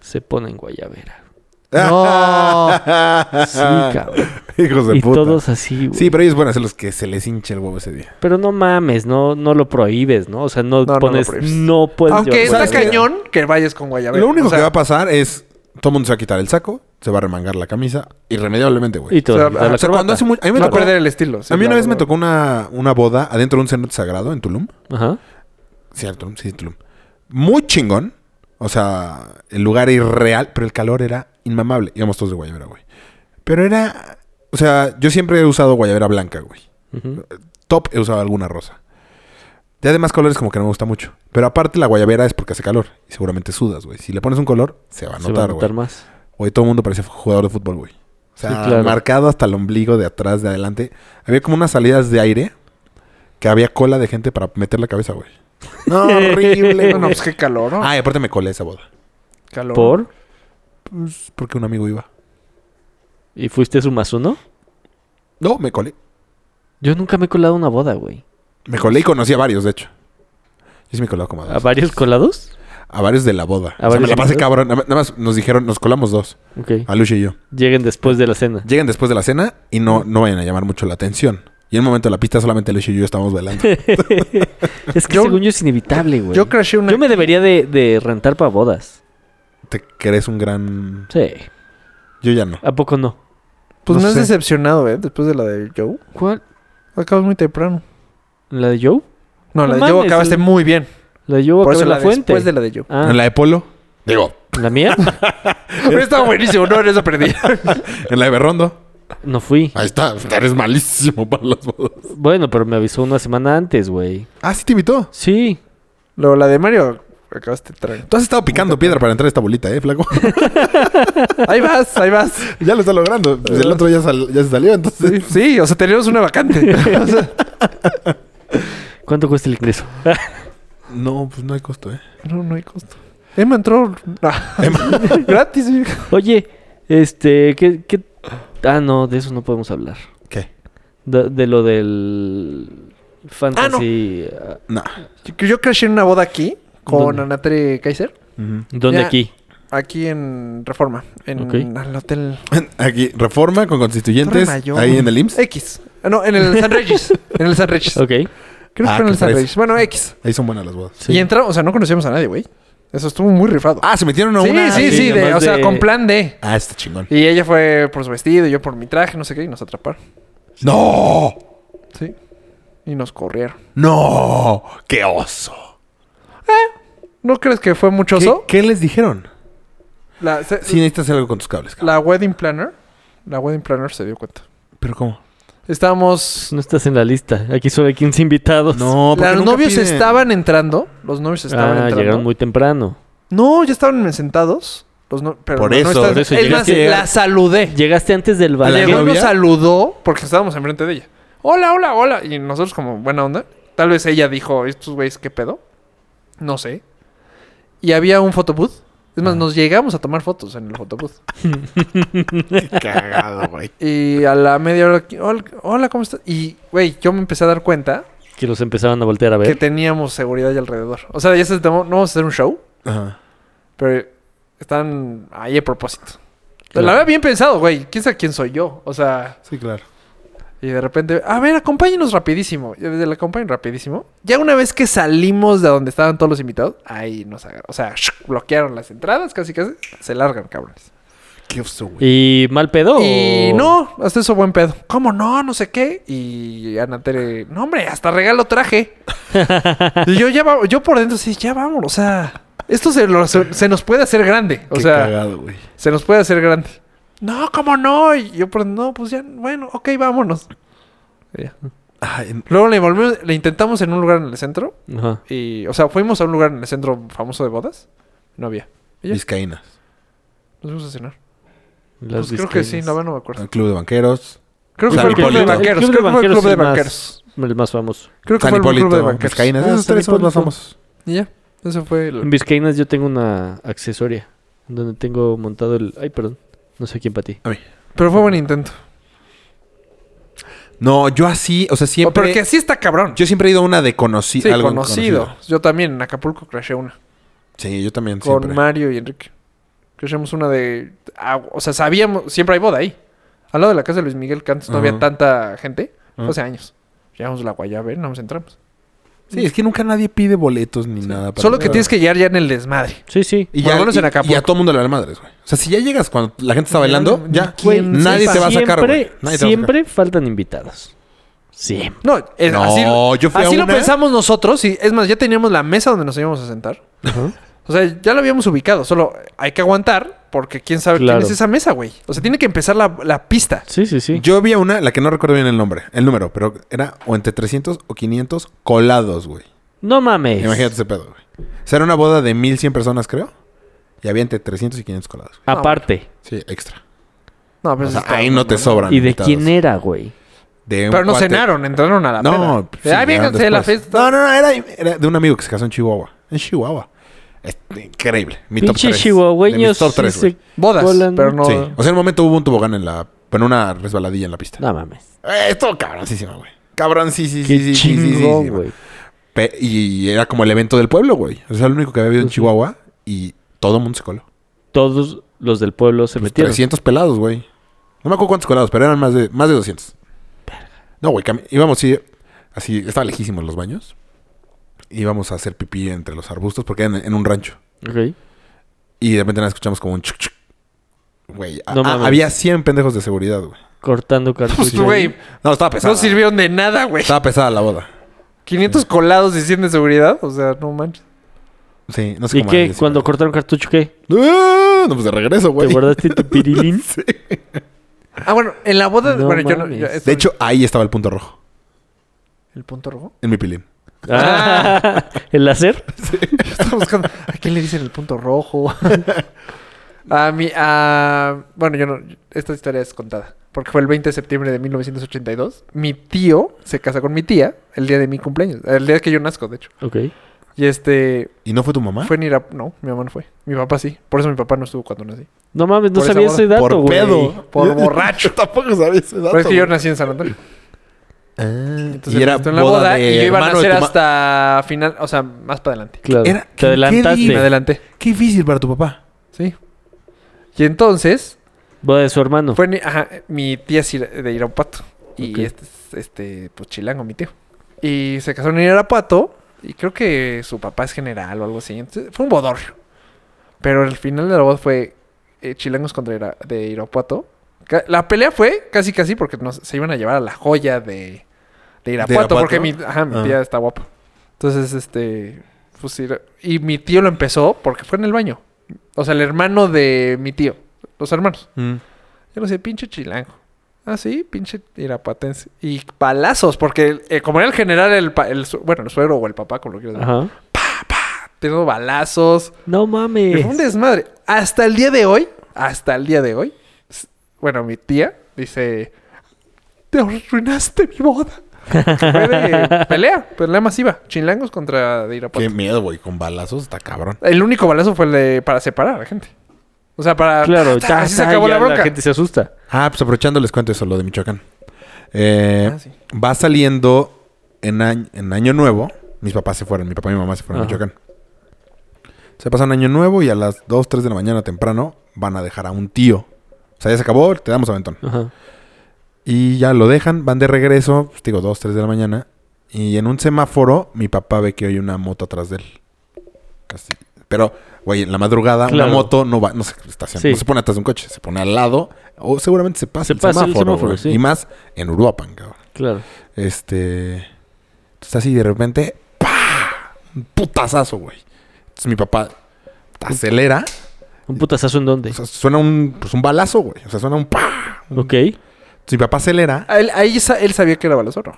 [SPEAKER 1] se ponen guayabera. No. Sí, cabrón.
[SPEAKER 2] Hijos de
[SPEAKER 1] Y
[SPEAKER 2] puta.
[SPEAKER 1] todos así, güey.
[SPEAKER 2] Sí, pero ellos van a ser los que se les hinche el huevo ese día.
[SPEAKER 1] Pero no mames, no, no lo prohíbes, ¿no? O sea, no,
[SPEAKER 3] No, no lo
[SPEAKER 1] pones.
[SPEAKER 3] prohíbes.
[SPEAKER 1] No, puedes.
[SPEAKER 3] Aunque
[SPEAKER 1] llevar
[SPEAKER 3] está
[SPEAKER 2] ¿sabes qué?
[SPEAKER 1] guayabera.
[SPEAKER 3] cañón que vayas con guayabera.
[SPEAKER 2] Lo único
[SPEAKER 3] O sea,
[SPEAKER 2] que va a pasar es... Todo el mundo se va a quitar el saco, se va a remangar la camisa, irremediablemente, güey.
[SPEAKER 1] Y todo.
[SPEAKER 3] O sea,
[SPEAKER 2] O sea, cuando hace mucho... A mí me
[SPEAKER 3] va a
[SPEAKER 2] tocó-
[SPEAKER 3] perder el estilo. sí,
[SPEAKER 2] a mí una
[SPEAKER 3] la
[SPEAKER 2] vez me
[SPEAKER 3] verdad.
[SPEAKER 2] tocó una, una boda adentro de un cenote sagrado en Tulum.
[SPEAKER 1] Ajá.
[SPEAKER 2] Sí, en Tulum, sí, en Tulum. Muy chingón. O sea, el lugar irreal, pero el calor era inmamable. Íbamos todos de guayabera, güey. Pero era... O sea, yo siempre he usado guayabera blanca, güey.
[SPEAKER 1] Ujú.
[SPEAKER 2] Top he usado alguna rosa. Ya de demás colores como que no me gusta mucho. Pero aparte la guayabera es porque hace calor. Y seguramente sudas, güey. Si le pones un color, se va a
[SPEAKER 1] Se va a
[SPEAKER 2] notar, güey.
[SPEAKER 1] notar más.
[SPEAKER 2] Hoy todo el mundo parecía jugador de fútbol, güey. O sea,
[SPEAKER 1] Sí, claro.
[SPEAKER 2] marcado hasta el ombligo, de atrás, de adelante. Había como unas salidas de aire que había cola de gente para meter la cabeza, güey. No, horrible.
[SPEAKER 3] No, no,
[SPEAKER 2] güey.
[SPEAKER 3] pues qué calor, ¿no?
[SPEAKER 2] Ah, y aparte me colé esa boda.
[SPEAKER 3] calor.
[SPEAKER 1] ¿Por?
[SPEAKER 2] Pues porque un amigo iba.
[SPEAKER 1] ¿Y fuiste su más uno?
[SPEAKER 2] No, me colé.
[SPEAKER 1] Yo nunca me he colado a una boda, güey.
[SPEAKER 2] Me colé y conocí a varios, de hecho. Yo sí me colé como a
[SPEAKER 1] ¿A
[SPEAKER 2] dos.
[SPEAKER 1] varios colados?
[SPEAKER 2] A varios de la boda.
[SPEAKER 1] ¿A
[SPEAKER 2] o sea, me
[SPEAKER 1] varios
[SPEAKER 2] la pasé
[SPEAKER 1] amigos?
[SPEAKER 2] cabrón. Nada nada más nos dijeron, nos colamos dos.
[SPEAKER 1] Ok.
[SPEAKER 2] A Lucio y yo.
[SPEAKER 1] Ah. Lleguen después de la cena.
[SPEAKER 2] Llegan después de la cena y no, no vayan a llamar mucho la atención. Y en un momento de la pista solamente Lucio y yo estábamos bailando.
[SPEAKER 1] es que
[SPEAKER 3] Yo-
[SPEAKER 1] según yo es inevitable, güey.
[SPEAKER 3] Yo crashé una.
[SPEAKER 1] Yo me debería de, de rentar para bodas.
[SPEAKER 2] Te crees un gran...
[SPEAKER 1] Sí.
[SPEAKER 2] Yo ya no.
[SPEAKER 1] ¿A poco no?
[SPEAKER 3] Pues
[SPEAKER 2] no
[SPEAKER 3] me has
[SPEAKER 2] sé.
[SPEAKER 3] decepcionado, ¿eh? Después de la de Joe.
[SPEAKER 1] ¿Cuál?
[SPEAKER 3] Acabas muy temprano.
[SPEAKER 1] ¿La de Joe? No
[SPEAKER 3] No, la de Joe
[SPEAKER 1] mames,
[SPEAKER 3] acabaste
[SPEAKER 1] el-
[SPEAKER 3] muy bien.
[SPEAKER 1] ¿La de Joe?
[SPEAKER 3] Por eso
[SPEAKER 1] acabé
[SPEAKER 3] la,
[SPEAKER 1] en fuente.
[SPEAKER 3] después de la de Joe.
[SPEAKER 1] Ah,
[SPEAKER 2] En la de Polo. Digo,
[SPEAKER 1] ¿la mía?
[SPEAKER 3] Pero estaba buenísimo, no, en eso perdí.
[SPEAKER 2] en la de Berrondo.
[SPEAKER 1] No fui.
[SPEAKER 2] Ahí está. Eres malísimo para las bodas.
[SPEAKER 1] Bueno, pero me avisó una semana antes, güey.
[SPEAKER 2] Ah, sí te invitó.
[SPEAKER 1] Sí.
[SPEAKER 3] Luego la de Mario, acabaste tranquilo.
[SPEAKER 2] Tú has estado picando piedra para entrar a esta bolita, ¿eh, flaco?
[SPEAKER 3] Ahí vas, ahí vas.
[SPEAKER 2] ya lo está logrando. Pues El otro ya, sal- ya se salió, entonces...
[SPEAKER 3] Sí, sí, o sea, teníamos una vacante. O sea,
[SPEAKER 1] ¿Cuánto cuesta el ingreso?
[SPEAKER 2] No, pues no hay costo, ¿eh?
[SPEAKER 3] no, no hay costo. Emma entró ah, gratis. güey.
[SPEAKER 1] Oye, este, ¿qué, qué? Ah, no, de eso no podemos hablar.
[SPEAKER 2] ¿Qué?
[SPEAKER 1] De, de lo del fantasy. ah,
[SPEAKER 2] No.
[SPEAKER 3] Yo, yo crashé en una boda aquí con
[SPEAKER 1] ¿Dónde?
[SPEAKER 3] Anatre Kaiser.
[SPEAKER 1] ¿Dónde
[SPEAKER 3] Ya.
[SPEAKER 1] aquí?
[SPEAKER 3] Aquí en Reforma, en
[SPEAKER 1] Ok.
[SPEAKER 3] el hotel
[SPEAKER 2] Aquí, reforma con constituyentes.
[SPEAKER 3] Torre Mayor.
[SPEAKER 2] Ahí en el IMSS.
[SPEAKER 3] X. Ah, No, en el San Regis. en el San Regis.
[SPEAKER 1] Ok.
[SPEAKER 3] Creo que
[SPEAKER 2] Ah,
[SPEAKER 3] fue en el
[SPEAKER 2] ¿qué
[SPEAKER 3] San
[SPEAKER 2] parece?
[SPEAKER 3] Regis. Bueno, X.
[SPEAKER 2] Ahí son buenas las bodas.
[SPEAKER 1] sí.
[SPEAKER 3] Y entramos, o sea, no conocíamos a nadie, güey. Eso estuvo muy rifado.
[SPEAKER 2] Ah, se metieron a
[SPEAKER 3] sí,
[SPEAKER 2] una.
[SPEAKER 3] sí,
[SPEAKER 1] sí,
[SPEAKER 3] sí, de-
[SPEAKER 1] nomás
[SPEAKER 3] o sea,
[SPEAKER 1] de-
[SPEAKER 3] con plan D.
[SPEAKER 2] Ah, está chingón.
[SPEAKER 3] Y ella fue por su vestido, yo por mi traje, no sé qué, y nos atraparon.
[SPEAKER 2] ¡No!
[SPEAKER 3] Sí. Y nos corrieron.
[SPEAKER 2] ¡No! ¡Qué oso!
[SPEAKER 3] ¿No crees que fue mucho
[SPEAKER 2] ¿Qué,
[SPEAKER 3] oso?
[SPEAKER 2] qué les dijeron?
[SPEAKER 3] La, se-
[SPEAKER 2] Sí, necesitas hacer algo con tus cables. cabrón.
[SPEAKER 3] la wedding planner, la wedding planner se dio cuenta.
[SPEAKER 2] ¿Pero cómo?
[SPEAKER 3] Estábamos...
[SPEAKER 1] pues No estás en la lista. Aquí solo hay 15 invitados.
[SPEAKER 2] No, porque
[SPEAKER 3] los
[SPEAKER 2] nunca
[SPEAKER 3] novios
[SPEAKER 2] piden.
[SPEAKER 3] estaban entrando, los novios estaban
[SPEAKER 1] ah,
[SPEAKER 3] entrando.
[SPEAKER 1] llegaron muy temprano.
[SPEAKER 3] No, ya estaban sentados. Los no- pero
[SPEAKER 2] Por
[SPEAKER 3] los
[SPEAKER 2] eso,
[SPEAKER 3] novios
[SPEAKER 2] por
[SPEAKER 1] eso
[SPEAKER 3] es más,
[SPEAKER 1] llegaste-
[SPEAKER 3] la saludé.
[SPEAKER 1] Llegaste antes del
[SPEAKER 2] la
[SPEAKER 1] balón.
[SPEAKER 3] Llegó y nos
[SPEAKER 2] novia?
[SPEAKER 3] saludó porque estábamos enfrente de ella. Hola, hola, hola. Y nosotros como buena onda. Tal vez ella dijo, estos güeyes, ¿qué pedo? No sé. Y había un photobooth. Es más, nos llegamos a tomar fotos en el photobooth.
[SPEAKER 2] Cagado, güey.
[SPEAKER 3] Y a la media hora, aquí, hola, hola, ¿cómo estás? Y, güey, yo me empecé a dar cuenta
[SPEAKER 1] Que los empezaban a voltear a
[SPEAKER 2] Pues.
[SPEAKER 3] que
[SPEAKER 1] ver.
[SPEAKER 3] teníamos seguridad ahí alrededor. O sea, ya se tomó, no vamos a hacer un show,
[SPEAKER 2] Ajá.
[SPEAKER 3] pero están ahí a propósito.
[SPEAKER 1] Claro.
[SPEAKER 3] La había bien pensado, güey, ¿quién sabe quién soy yo? O sea,
[SPEAKER 2] Sí, claro.
[SPEAKER 3] y de repente, a ver, acompáñenos rapidísimo. Y desde la acompañen rapidísimo. Ya una vez que salimos de donde estaban todos los invitados, ahí nos agarraron. O sea, bloquearon las entradas, casi casi, se largan, cabrones.
[SPEAKER 2] Qué oso, güey.
[SPEAKER 1] ¿Y mal
[SPEAKER 2] Oh.
[SPEAKER 1] pedo?
[SPEAKER 3] Y
[SPEAKER 1] o-
[SPEAKER 3] no, hasta eso buen pedo. ¿Cómo no? No sé qué. Y Ana Tere, no hombre, hasta regalo traje. y yo ya va- yo por dentro sí, ya vamos, o sea, esto se, lo- se- se nos puede hacer grande, o
[SPEAKER 2] Qué
[SPEAKER 3] sea,
[SPEAKER 2] cagado, güey.
[SPEAKER 3] se nos puede hacer grande. No, ¿cómo no? Y yo por dentro, no, pues ya, bueno, ok, vámonos. Y ya.
[SPEAKER 2] Ay,
[SPEAKER 3] Luego le volvimos, le intentamos en un lugar en el centro
[SPEAKER 1] Ajá.
[SPEAKER 3] y, o sea, fuimos a un lugar en el centro famoso de bodas. No había. Y ya,
[SPEAKER 2] Vizcaínas.
[SPEAKER 3] nos fuimos a cenar.
[SPEAKER 1] Las
[SPEAKER 3] Pues creo que
[SPEAKER 1] discriminas.
[SPEAKER 3] sí, no, no me acuerdo.
[SPEAKER 2] El club de banqueros.
[SPEAKER 3] Creo que
[SPEAKER 2] San
[SPEAKER 3] fue el club de
[SPEAKER 2] Hipólito.
[SPEAKER 3] banqueros.
[SPEAKER 1] El
[SPEAKER 3] Creo que fue el club de
[SPEAKER 1] es más-
[SPEAKER 3] banqueros.
[SPEAKER 1] El más famoso.
[SPEAKER 3] Creo que
[SPEAKER 2] San
[SPEAKER 3] fue el club de
[SPEAKER 2] Hipólito.
[SPEAKER 3] banqueros.
[SPEAKER 2] Vizcaínas.
[SPEAKER 1] Ah,
[SPEAKER 2] Esos
[SPEAKER 1] San
[SPEAKER 2] tres son los más
[SPEAKER 1] Hipólito.
[SPEAKER 2] famosos.
[SPEAKER 3] Y ya, eso fue
[SPEAKER 1] En
[SPEAKER 3] el...
[SPEAKER 1] Vizcaínas yo tengo una accesoria. Donde tengo montado el... Ay, perdón. No sé quién para ti.
[SPEAKER 3] Pero fue buen intento.
[SPEAKER 2] No, yo así, o sea, siempre.
[SPEAKER 3] Pero que sí está cabrón.
[SPEAKER 2] Yo siempre he ido a una de conocido.
[SPEAKER 3] sí, conocido. Yo también en Acapulco crashé una.
[SPEAKER 2] Sí, yo también
[SPEAKER 3] Con
[SPEAKER 2] siempre.
[SPEAKER 3] Mario y Enrique. Que echamos una de... ah, o sea, sabíamos... Siempre hay boda ahí. Al lado de la casa de Luis Miguel, que antes no
[SPEAKER 2] Ajá.
[SPEAKER 3] había tanta gente. Fue
[SPEAKER 2] Ajá.
[SPEAKER 3] Hace años. Llegamos a la guayabera, no nos entramos.
[SPEAKER 2] Sí, es que nunca nadie pide boletos ni nada. para
[SPEAKER 3] Solo que
[SPEAKER 2] nada.
[SPEAKER 3] tienes que llegar ya en el desmadre.
[SPEAKER 1] Sí, sí.
[SPEAKER 2] Y
[SPEAKER 3] por
[SPEAKER 2] ya,
[SPEAKER 3] lo menos
[SPEAKER 2] y-
[SPEAKER 3] en Acapulco.
[SPEAKER 2] y a todo mundo le vale madres, güey. O sea, si ya llegas cuando la gente está bailando, ya.
[SPEAKER 3] Güey,
[SPEAKER 2] nadie
[SPEAKER 3] sepa.
[SPEAKER 2] te va a sacar, güey.
[SPEAKER 1] Siempre,
[SPEAKER 2] Nadie te va a
[SPEAKER 1] siempre faltan invitados. Siempre.
[SPEAKER 3] No, es-
[SPEAKER 2] No,
[SPEAKER 3] así,
[SPEAKER 2] yo fui a
[SPEAKER 3] así lo
[SPEAKER 2] una-
[SPEAKER 3] pensamos nosotros. Y, es más, ya teníamos la mesa donde nos íbamos a sentar. O sea, ya lo habíamos ubicado. Solo hay que aguantar porque quién sabe
[SPEAKER 1] Claro.
[SPEAKER 3] quién es esa mesa, güey. O sea, tiene que empezar la, la pista.
[SPEAKER 1] Sí, sí, sí.
[SPEAKER 2] Yo vi a una, la que no recuerdo bien el nombre, el número, pero era o entre 300 o 500 colados, güey.
[SPEAKER 1] No mames.
[SPEAKER 2] Imagínate ese pedo, güey. O sea, era una boda de 1100 personas, creo. Y había entre 300 y 500 colados. güey.
[SPEAKER 1] Aparte.
[SPEAKER 2] Sí, extra.
[SPEAKER 3] No, pero
[SPEAKER 2] O
[SPEAKER 3] eso
[SPEAKER 2] sea,
[SPEAKER 3] Pues está
[SPEAKER 2] ahí
[SPEAKER 3] bueno,
[SPEAKER 2] no te sobran.
[SPEAKER 1] ¿Y de
[SPEAKER 2] invitados.
[SPEAKER 1] quién era, güey?
[SPEAKER 2] De un
[SPEAKER 3] Pero no
[SPEAKER 2] cuate-
[SPEAKER 3] cenaron, entraron a la
[SPEAKER 2] No, pues
[SPEAKER 3] peda.
[SPEAKER 2] sí, llegaron
[SPEAKER 3] Ay, vénganse de la
[SPEAKER 2] después.
[SPEAKER 3] fiesta.
[SPEAKER 2] No, no, no, era, era de un amigo que se casó en Chihuahua. En Chihuahua. Este, increíble. Mi top
[SPEAKER 1] Pinche
[SPEAKER 2] 3.
[SPEAKER 1] chihuahueños.
[SPEAKER 2] top 3,
[SPEAKER 1] sí
[SPEAKER 2] güey.
[SPEAKER 1] se
[SPEAKER 3] Bodas,
[SPEAKER 1] colan.
[SPEAKER 3] pero no.
[SPEAKER 2] Sí. O sea, en un momento hubo un tobogán en la... Bueno, una resbaladilla en la pista.
[SPEAKER 1] No mames.
[SPEAKER 2] Eh, estuvo cabroncísimo, güey. Cabrón, sí, sí,
[SPEAKER 1] Qué
[SPEAKER 2] sí, sí, sí, sí, sí,
[SPEAKER 1] chingón,
[SPEAKER 2] sí,
[SPEAKER 1] güey.
[SPEAKER 2] Pe- y era como el evento del pueblo, güey. O sea, lo único que había habido en Chihuahua y todo el mundo se coló.
[SPEAKER 1] Todos los del pueblo se metieron.
[SPEAKER 2] 300 pelados, güey. No me acuerdo cuántos colados, pero eran más de, más de 200. No, güey, cami- íbamos sí, así, estaba lejísimos los baños. Íbamos a hacer pipí entre los arbustos porque eran en, un rancho.
[SPEAKER 1] Ok.
[SPEAKER 2] Y de repente nada, escuchamos como un chuc, chuc. Güey, a-
[SPEAKER 1] No
[SPEAKER 2] a-
[SPEAKER 1] mames.
[SPEAKER 2] había 100 pendejos de seguridad, güey.
[SPEAKER 1] Cortando
[SPEAKER 3] Pues,
[SPEAKER 1] cartucho.
[SPEAKER 3] güey,
[SPEAKER 2] No, estaba pesada.
[SPEAKER 3] no sirvieron de nada, güey.
[SPEAKER 2] Estaba pesada la boda.
[SPEAKER 3] 500 colados y 100 de seguridad. O sea, no manches.
[SPEAKER 2] Sí, no sé
[SPEAKER 1] ¿Y
[SPEAKER 2] cómo
[SPEAKER 1] qué?
[SPEAKER 2] había
[SPEAKER 1] Cuando
[SPEAKER 2] sido.
[SPEAKER 1] cortaron cartucho, ¿qué?
[SPEAKER 2] ¡Ah! No, pues de regreso,
[SPEAKER 1] ¿Te
[SPEAKER 2] güey.
[SPEAKER 1] guardaste tu pirilín?
[SPEAKER 3] Ah, bueno, en la boda.
[SPEAKER 1] No
[SPEAKER 3] bueno, yo no.
[SPEAKER 1] mames.
[SPEAKER 3] yo-
[SPEAKER 2] De hecho, ahí estaba el punto rojo,
[SPEAKER 3] ¿El punto rojo?
[SPEAKER 2] en mi pilín.
[SPEAKER 1] Ah, ¿El láser?
[SPEAKER 3] Estaba buscando. ¿A quién le dicen el punto rojo? a mí. A... Bueno, yo no. Esta historia es contada. Porque fue el 20 de septiembre de 1982. Mi tío se casa con mi tía el día de mi cumpleaños. El día que yo nazco, de hecho.
[SPEAKER 1] Ok.
[SPEAKER 3] Y este.
[SPEAKER 2] ¿Y no fue tu mamá?
[SPEAKER 3] Fue en Irap. No, mi mamá no fue. Mi papá sí. Por eso mi papá no estuvo cuando nací.
[SPEAKER 1] No mames, no
[SPEAKER 3] Por esa
[SPEAKER 1] sabía
[SPEAKER 3] boda.
[SPEAKER 1] ese dato,
[SPEAKER 2] por
[SPEAKER 1] güey.
[SPEAKER 2] pedo.
[SPEAKER 3] Por borracho.
[SPEAKER 2] Tampoco sabía ese dato.
[SPEAKER 3] Pero es que yo
[SPEAKER 2] güey.
[SPEAKER 3] nací en San Antonio.
[SPEAKER 2] Ah,
[SPEAKER 3] Entonces y en la boda, y yo iba a nacer hasta final. O sea, más para adelante.
[SPEAKER 1] Claro.
[SPEAKER 2] Era-
[SPEAKER 1] Te
[SPEAKER 2] ¿qué- qué
[SPEAKER 3] Me
[SPEAKER 2] dime?
[SPEAKER 1] adelantaste.
[SPEAKER 3] adelanté.
[SPEAKER 2] Qué difícil para tu papá.
[SPEAKER 3] Sí. Y entonces.
[SPEAKER 1] Boda de su hermano.
[SPEAKER 3] Fue ni- ajá, mi tía es ira- de Irapuato. Y
[SPEAKER 1] Ok.
[SPEAKER 3] este, es, este, pues chilango, mi tío. Y se casó en Irapuato. Y creo que su papá es general o algo así. Entonces, fue un bodorrio. Pero el final de la voz fue eh, chilangos contra Ira- de Irapuato. Ca- La pelea fue casi casi porque nos, se iban a llevar a la joya de, de Irapuato.
[SPEAKER 2] Irapuato?
[SPEAKER 3] Porque mi, ajá, mi
[SPEAKER 2] Ah.
[SPEAKER 3] tía está guapa. Entonces, este. pues, Ira- y mi tío lo empezó porque fue en el baño. O sea, el hermano de mi tío. Los hermanos. Yo no sé, pinche chilango. Ah, sí, pinche irapatense. Y palazos, porque eh, como era el general, el, pa- el su- bueno, el suegro o el papá, como lo quieras decir,
[SPEAKER 1] Ajá.
[SPEAKER 3] teniendo balazos.
[SPEAKER 1] No
[SPEAKER 3] Y fue un
[SPEAKER 1] mames.
[SPEAKER 3] desmadre. Hasta el día de hoy, hasta el día de hoy, s- bueno, mi tía dice: Te arruinaste mi boda. Fue de pelea, pelea masiva. Chilangos contra de Irapuato.
[SPEAKER 2] Qué miedo, güey. Con balazos está cabrón.
[SPEAKER 3] El único balazo fue el de para separar a la gente. O sea, para.
[SPEAKER 1] Claro,
[SPEAKER 3] ta, ta,
[SPEAKER 1] ta,
[SPEAKER 3] así se
[SPEAKER 1] ta,
[SPEAKER 3] acabó
[SPEAKER 1] ya
[SPEAKER 3] la bronca.
[SPEAKER 1] gente se asusta.
[SPEAKER 2] Ah, pues aprovechando les cuento eso, lo de Michoacán. Eh,
[SPEAKER 3] Ah, sí.
[SPEAKER 2] Va saliendo en año, en año Nuevo. Mis papás se fueron, mi papá y mi mamá se fueron
[SPEAKER 1] Ajá.
[SPEAKER 2] a Michoacán. Se pasa un Año Nuevo y a las 2, 3 de la mañana temprano van a dejar a un tío. O sea, ya se acabó, te damos aventón.
[SPEAKER 1] Ajá.
[SPEAKER 2] Y ya lo dejan, van de regreso, pues, digo, 2, 3 de la mañana. Y en un semáforo, mi papá ve que hay una moto atrás de él. Casi. Pero, güey, en la madrugada,
[SPEAKER 1] Claro.
[SPEAKER 2] una moto no va, no se estaciona,
[SPEAKER 1] Sí.
[SPEAKER 2] no se pone atrás de un coche, se pone al lado, o seguramente se pasa
[SPEAKER 1] Se
[SPEAKER 2] el
[SPEAKER 1] pasa el
[SPEAKER 2] semáforo.
[SPEAKER 1] semáforo,
[SPEAKER 2] güey.
[SPEAKER 1] sí.
[SPEAKER 2] Y más en Uruapan, cabrón.
[SPEAKER 1] Claro.
[SPEAKER 2] Este. Está así de repente. ¡Pah! Un putazazo, güey. Entonces mi papá acelera.
[SPEAKER 1] ¿Un putazazo en dónde?
[SPEAKER 2] O sea, suena un, pues, un balazo, güey. O sea, suena un ¡pah!
[SPEAKER 1] Ok.
[SPEAKER 2] Entonces mi papá acelera.
[SPEAKER 3] A Ah, Él, ahí sa- él sabía que era balazo, ¿no?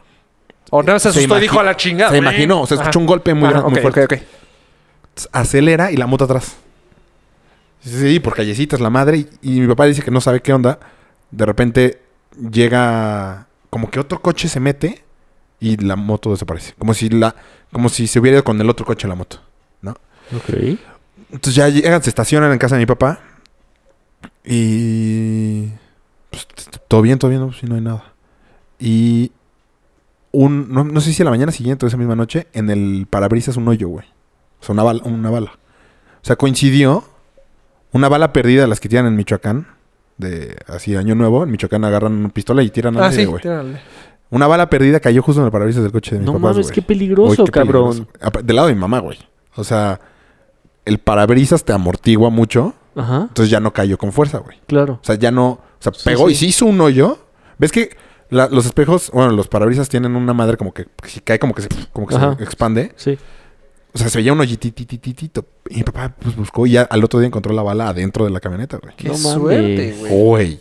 [SPEAKER 3] O no se
[SPEAKER 2] Se
[SPEAKER 3] asustó y
[SPEAKER 2] imagi-
[SPEAKER 3] dijo a la chingada.
[SPEAKER 2] Se imaginó, o sea, escuchó un golpe muy,
[SPEAKER 3] Ajá,
[SPEAKER 2] gran- muy
[SPEAKER 3] ok,
[SPEAKER 2] fuerte.
[SPEAKER 3] ok, ok.
[SPEAKER 2] Entonces, Acelera y la moto atrás. Sí, sí, por callecitas, la madre. Y, y mi papá dice que no sabe qué onda. De repente llega como que otro coche se mete y la moto desaparece. Como si la, como si se hubiera ido con el otro coche la moto.
[SPEAKER 1] Ok.
[SPEAKER 2] Entonces ya llegan, se estacionan en casa de mi papá. Y. pues, t- t- todo bien, todo bien, no, Pues, si no hay nada. Y. Un, no, no sé si a la mañana siguiente o esa misma noche, en el parabrisas un hoyo, güey. O sea, una bala. Una bala. O sea, coincidió Una bala perdida, las que tiran en Michoacán, de así año nuevo, en Michoacán agarran una pistola y tiran a
[SPEAKER 3] Ah, sí,
[SPEAKER 2] alguien, güey.
[SPEAKER 3] tírale.
[SPEAKER 2] Una bala perdida cayó justo en el parabrisas del coche de mi
[SPEAKER 1] No
[SPEAKER 2] papá.
[SPEAKER 1] mames, qué peligroso, cabrón.
[SPEAKER 2] Del lado de mi mamá, güey. O sea, el parabrisas te amortigua mucho,
[SPEAKER 1] Ajá,
[SPEAKER 2] entonces ya no cayó con fuerza, güey.
[SPEAKER 1] claro.
[SPEAKER 2] O sea, ya no. O sea, pegó
[SPEAKER 1] sí.
[SPEAKER 2] y sí hizo un hoyo. ¿Ves que la- los espejos, bueno, los parabrisas tienen una madre como que si cae, como que se, como que se
[SPEAKER 1] Ajá.
[SPEAKER 2] expande?
[SPEAKER 1] Sí.
[SPEAKER 2] O sea, se veía un hoyititititito. Y mi papá pues, buscó y ya al otro día encontró la bala adentro de la camioneta, güey.
[SPEAKER 3] Qué
[SPEAKER 1] No mames.
[SPEAKER 3] suerte, güey.
[SPEAKER 2] Güey.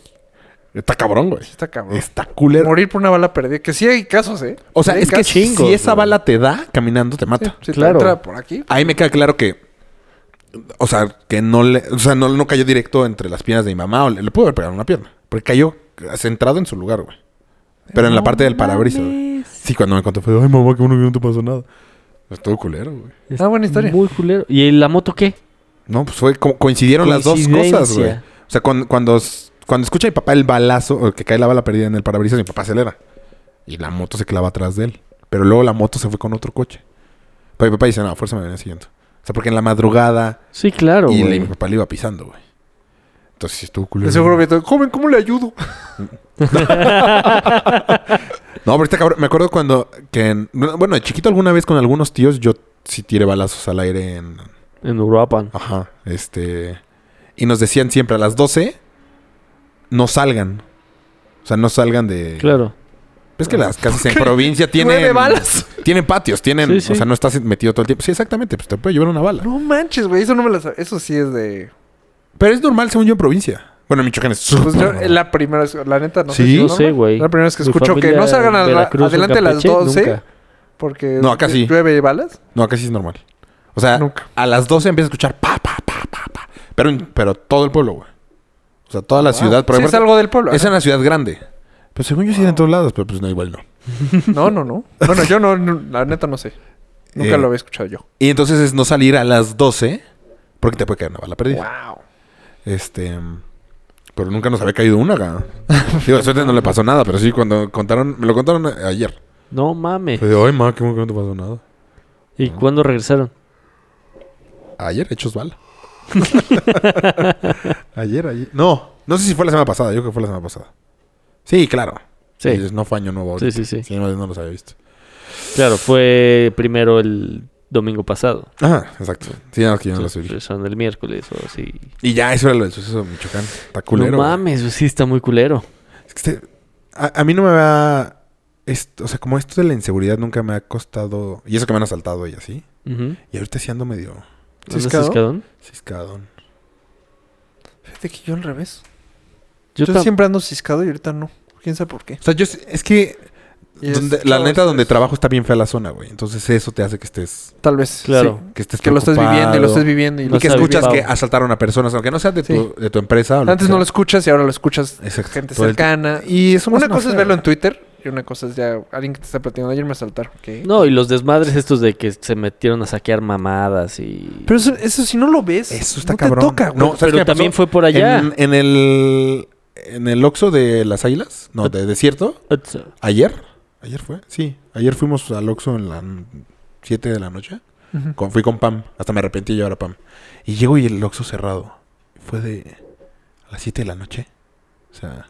[SPEAKER 2] Está cabrón, güey.
[SPEAKER 3] Está cabrón.
[SPEAKER 2] Está cooler.
[SPEAKER 3] Morir por una bala perdida. Que sí hay casos, ¿eh?
[SPEAKER 2] O sea,
[SPEAKER 3] Sí hay
[SPEAKER 2] es que
[SPEAKER 3] casos.
[SPEAKER 1] chingos,
[SPEAKER 2] si esa
[SPEAKER 1] güey.
[SPEAKER 2] bala te da, caminando te
[SPEAKER 3] Sí,
[SPEAKER 2] mata.
[SPEAKER 3] si te
[SPEAKER 1] Claro.
[SPEAKER 3] entra por aquí.
[SPEAKER 2] Ahí me queda claro que. O sea, que no le. O sea, no, no cayó directo entre las piernas de mi mamá. O le, le pudo haber pegado en una pierna. Porque cayó centrado en su lugar, güey. Pero en la parte del parabrisas, güey. Sí, cuando me contó fue, ay, mamá, que bueno que no te pasó nada. Estuvo culero, güey.
[SPEAKER 3] Ah, buena historia.
[SPEAKER 1] Muy culero. ¿Y la moto qué?
[SPEAKER 2] No, pues fue como coincidieron las dos cosas, güey.
[SPEAKER 1] Coincidencia.
[SPEAKER 2] O sea, cuando, cuando, s- cuando escucha a mi papá el balazo, o que cae la bala perdida en el parabrisas, mi papá acelera. Y la moto se clava atrás de él. Pero luego la moto se fue con otro coche. Pero mi papá dice, no, fuerza me venía siguiendo. O sea, porque en la madrugada
[SPEAKER 1] Sí, claro,
[SPEAKER 2] y le-
[SPEAKER 1] güey.
[SPEAKER 2] mi papá le iba pisando, güey. Entonces sí estuvo culero.
[SPEAKER 3] De seguro que todo, joven, ¿cómo le ayudo?
[SPEAKER 2] No, pero está cabrón. Me acuerdo cuando. Que en- bueno, de chiquito alguna vez con algunos tíos, yo sí tiré balazos al aire en.
[SPEAKER 1] En Uruapan.
[SPEAKER 3] Ah,
[SPEAKER 2] Ajá. Este. Y nos decían siempre a las 12. No salgan. O sea, no salgan de.
[SPEAKER 1] Claro.
[SPEAKER 2] Es que las casas en provincia tienen.
[SPEAKER 3] Nueve balas.
[SPEAKER 2] Tienen patios, tienen.
[SPEAKER 1] Sí, sí.
[SPEAKER 2] O sea, no estás metido todo el tiempo. Sí, exactamente. Pues te puede llevar una bala.
[SPEAKER 3] No manches, güey. Eso no me lo sabía. Eso sí es de.
[SPEAKER 2] Pero es normal, según yo, en provincia. Bueno, en Michoacán es.
[SPEAKER 3] Pues yo,
[SPEAKER 2] súper
[SPEAKER 3] eh, la primera vez, la neta, no
[SPEAKER 2] Sí.
[SPEAKER 3] si es
[SPEAKER 1] No sé,
[SPEAKER 3] normal.
[SPEAKER 1] güey.
[SPEAKER 3] La primera vez que
[SPEAKER 1] Mi
[SPEAKER 3] escucho que
[SPEAKER 1] familia
[SPEAKER 3] no salgan
[SPEAKER 1] en
[SPEAKER 3] a la-
[SPEAKER 1] Veracruz o
[SPEAKER 3] adelante a las ¿eh?
[SPEAKER 1] Campeche,
[SPEAKER 3] 12.
[SPEAKER 1] nunca.
[SPEAKER 3] Porque
[SPEAKER 2] No, acá sí.
[SPEAKER 3] llueve balas.
[SPEAKER 2] No, acá sí es normal. O sea,
[SPEAKER 3] Nunca.
[SPEAKER 2] a las 12 empieza a escuchar pa, pa, pa, pa, pa. Pero, en- pero todo el pueblo, güey. O sea, toda la ciudad. Pero
[SPEAKER 3] Ah, Sí, es
[SPEAKER 2] aparte,
[SPEAKER 3] algo del pueblo.
[SPEAKER 2] es
[SPEAKER 3] ajá.
[SPEAKER 2] una ciudad grande. Pero según yo sí en todos lados, pero pues no, igual no.
[SPEAKER 3] No, no, no. Bueno, yo no, no, la neta no sé. Nunca
[SPEAKER 2] Eh.
[SPEAKER 3] lo había escuchado yo.
[SPEAKER 2] Y entonces es no salir a las 12 porque te puede caer una bala perdida.
[SPEAKER 3] Wow.
[SPEAKER 2] Este... Pero nunca nos había caído una, acá. Digo, de suerte no le pasó nada, pero sí cuando contaron... Me lo contaron ayer.
[SPEAKER 1] No mames.
[SPEAKER 3] Pues,
[SPEAKER 2] Fue de, ay, ma, qué bueno que no te pasó nada.
[SPEAKER 1] ¿Y cuándo regresaron?
[SPEAKER 2] Ayer, hechos bala. ayer, ayer. No, no sé si fue la semana pasada. Yo creo que fue la semana pasada. Sí, claro.
[SPEAKER 1] Sí.
[SPEAKER 2] Y No fue año nuevo.
[SPEAKER 1] Sí,
[SPEAKER 2] ahorita.
[SPEAKER 1] sí, sí.
[SPEAKER 2] no, no los había visto.
[SPEAKER 1] Claro, fue primero el domingo pasado.
[SPEAKER 2] Ajá, exacto. Sí, nada más que yo no los vi.
[SPEAKER 1] Regresaron pues, el miércoles o así.
[SPEAKER 2] Y ya, eso era lo del suceso de Michoacán. Está culero.
[SPEAKER 1] no
[SPEAKER 2] güey.
[SPEAKER 1] mames, güey, sí está muy culero.
[SPEAKER 2] Es que este- a, a mí no me va... esto- o sea, como esto de la inseguridad nunca me ha costado... Y eso que me han asaltado y así.
[SPEAKER 1] Ujú.
[SPEAKER 2] Y ahorita sí ando medio...
[SPEAKER 1] ¿Andas
[SPEAKER 3] ¿Ciscado?
[SPEAKER 1] ciscadón?
[SPEAKER 2] Ciscadón.
[SPEAKER 3] Fíjate que yo al revés.
[SPEAKER 1] Yo,
[SPEAKER 3] Yo,
[SPEAKER 1] tam-
[SPEAKER 3] siempre ando ciscado y ahorita no. Quién sabe por qué. Este,
[SPEAKER 2] O sea, yo... Es que...
[SPEAKER 3] Y
[SPEAKER 2] donde-
[SPEAKER 3] es-
[SPEAKER 2] la
[SPEAKER 3] no,
[SPEAKER 2] neta,
[SPEAKER 3] es-
[SPEAKER 2] donde trabajo está bien fea la zona, güey. Entonces eso te hace que estés...
[SPEAKER 3] Tal vez.
[SPEAKER 1] Claro.
[SPEAKER 3] sí.
[SPEAKER 2] que estés
[SPEAKER 3] Que lo estás viviendo y lo
[SPEAKER 2] preocupado.
[SPEAKER 3] estás viviendo. Y
[SPEAKER 1] No
[SPEAKER 2] y que
[SPEAKER 1] está
[SPEAKER 2] escuchas que
[SPEAKER 1] viviendo.
[SPEAKER 2] asaltaron a personas, aunque no sea de,
[SPEAKER 3] Sí.
[SPEAKER 2] tu, de tu empresa. o
[SPEAKER 3] Antes
[SPEAKER 2] que
[SPEAKER 3] no lo
[SPEAKER 2] sea.
[SPEAKER 3] escuchas y ahora lo escuchas
[SPEAKER 2] Exacto.
[SPEAKER 3] gente
[SPEAKER 2] Todo el
[SPEAKER 3] cercana.
[SPEAKER 2] Y eso
[SPEAKER 3] una cosa es verlo en Twitter y una cosa es ya alguien que te está platicando. Ayer me asaltaron. ¿qué?
[SPEAKER 1] No, y los desmadres estos de que se metieron a saquear mamadas y...
[SPEAKER 3] Pero eso, eso si no lo ves.
[SPEAKER 2] Eso está
[SPEAKER 3] no
[SPEAKER 2] cabrón.
[SPEAKER 3] Te toca, güey.
[SPEAKER 2] No, ¿sabes qué me
[SPEAKER 1] Pero también
[SPEAKER 2] pasó?
[SPEAKER 1] fue por allá.
[SPEAKER 2] En, en el en el Oxxo de las Águilas, no, de Desierto,
[SPEAKER 1] Otso.
[SPEAKER 2] ayer, ayer fue, sí, ayer fuimos al Oxxo en las 7 de la noche.
[SPEAKER 3] Ujú.
[SPEAKER 2] Con- fui con Pam, hasta me arrepentí de llevar a Pam. Y llego y el Oxxo cerrado. Fue de a las 7 de la noche. O sea,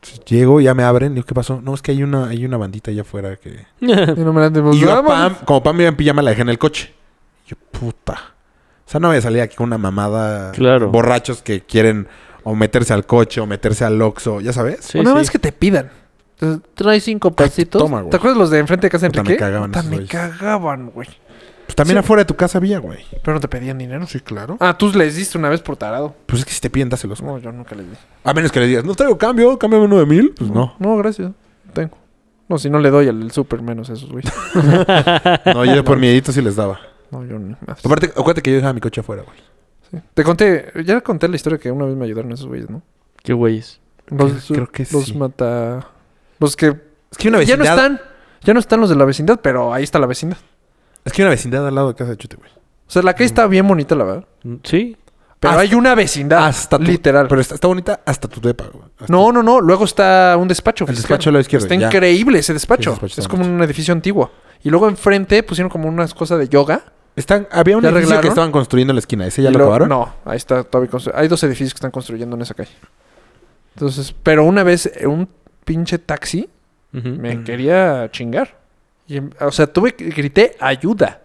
[SPEAKER 2] entonces llego, ya me abren, digo, ¿qué pasó? No, es que hay una hay una bandita allá afuera que
[SPEAKER 3] Y no me la
[SPEAKER 2] Y yo a
[SPEAKER 3] Vamos.
[SPEAKER 2] Pam, como Pam iba en pijama, la dejé en el coche. Yo, puta. O sea, no voy a salir aquí con una mamada.
[SPEAKER 1] Claro.
[SPEAKER 2] Borrachos que quieren o meterse al coche o meterse al Oxxo, ¿ya sabes?
[SPEAKER 1] Sí,
[SPEAKER 3] una
[SPEAKER 1] sí.
[SPEAKER 3] vez que te pidan. Entonces, traes cinco pasitos.
[SPEAKER 2] toma, güey.
[SPEAKER 3] ¿Te acuerdas los de enfrente de casa de
[SPEAKER 2] Puta, me
[SPEAKER 3] Enrique?
[SPEAKER 2] cagaban
[SPEAKER 3] Puta,
[SPEAKER 2] esos
[SPEAKER 3] me
[SPEAKER 2] güeyes.
[SPEAKER 3] cagaban, güey.
[SPEAKER 2] Pues también
[SPEAKER 3] Sí.
[SPEAKER 2] afuera de tu casa había, güey.
[SPEAKER 3] Pero no te pedían dinero.
[SPEAKER 2] Sí, claro.
[SPEAKER 3] Ah, tú les diste una vez por tarado.
[SPEAKER 2] Pues es que si te piden, dáselos. güey.
[SPEAKER 3] No, yo nunca les di.
[SPEAKER 2] A menos que le digas, no traigo cambio, cámbiame uno de mil. Pues no.
[SPEAKER 3] No, gracias. Tengo. No, si no le doy al del súper menos a esos, güey.
[SPEAKER 2] No, yo por miedito sí les daba.
[SPEAKER 3] No, yo ni más.
[SPEAKER 2] Aparte, acuérdate que yo dejaba mi coche afuera, güey.
[SPEAKER 3] Sí. Te conté, ya conté la historia que una vez me ayudaron esos güeyes, ¿no?
[SPEAKER 1] Qué güeyes.
[SPEAKER 3] Los,
[SPEAKER 2] creo que
[SPEAKER 3] los
[SPEAKER 2] sí.
[SPEAKER 3] mata. Los que.
[SPEAKER 2] Es que una
[SPEAKER 3] Ya
[SPEAKER 2] vecindad.
[SPEAKER 3] no están. Ya no están los de la vecindad, pero ahí está la vecindad.
[SPEAKER 2] Es que una vecindad al lado de casa de Chute, güey.
[SPEAKER 3] O sea, la calle está bien bonita, la verdad.
[SPEAKER 1] Sí,
[SPEAKER 3] Pero
[SPEAKER 2] Mm. Hasta-
[SPEAKER 3] hay una vecindad.
[SPEAKER 2] Hasta tu-
[SPEAKER 3] Ah, literal.
[SPEAKER 2] Pero está, está bonita hasta tu depa, güey. Hasta-
[SPEAKER 3] No, no, no. Luego está un despacho.
[SPEAKER 2] El
[SPEAKER 3] fiscal.
[SPEAKER 2] despacho a la izquierda,
[SPEAKER 3] Está
[SPEAKER 2] ya.
[SPEAKER 3] increíble ese
[SPEAKER 2] Sí, ese
[SPEAKER 3] despacho.
[SPEAKER 2] despacho está
[SPEAKER 3] es como
[SPEAKER 2] bonito.
[SPEAKER 3] un edificio antiguo. Y luego enfrente pusieron como unas cosas de yoga.
[SPEAKER 2] Están, había un
[SPEAKER 3] ¿Ya
[SPEAKER 2] edificio que
[SPEAKER 3] arreglaron?
[SPEAKER 2] estaban construyendo en la esquina. ¿Ese ya
[SPEAKER 3] Y
[SPEAKER 2] lo, acabaron?
[SPEAKER 3] No, ahí está todavía constru- Hay dos edificios que están construyendo en esa calle. Entonces, pero una vez eh, un pinche taxi
[SPEAKER 1] Ujú.
[SPEAKER 3] me
[SPEAKER 2] Mm.
[SPEAKER 3] quería chingar. Y, em- o sea, tuve que- grité ayuda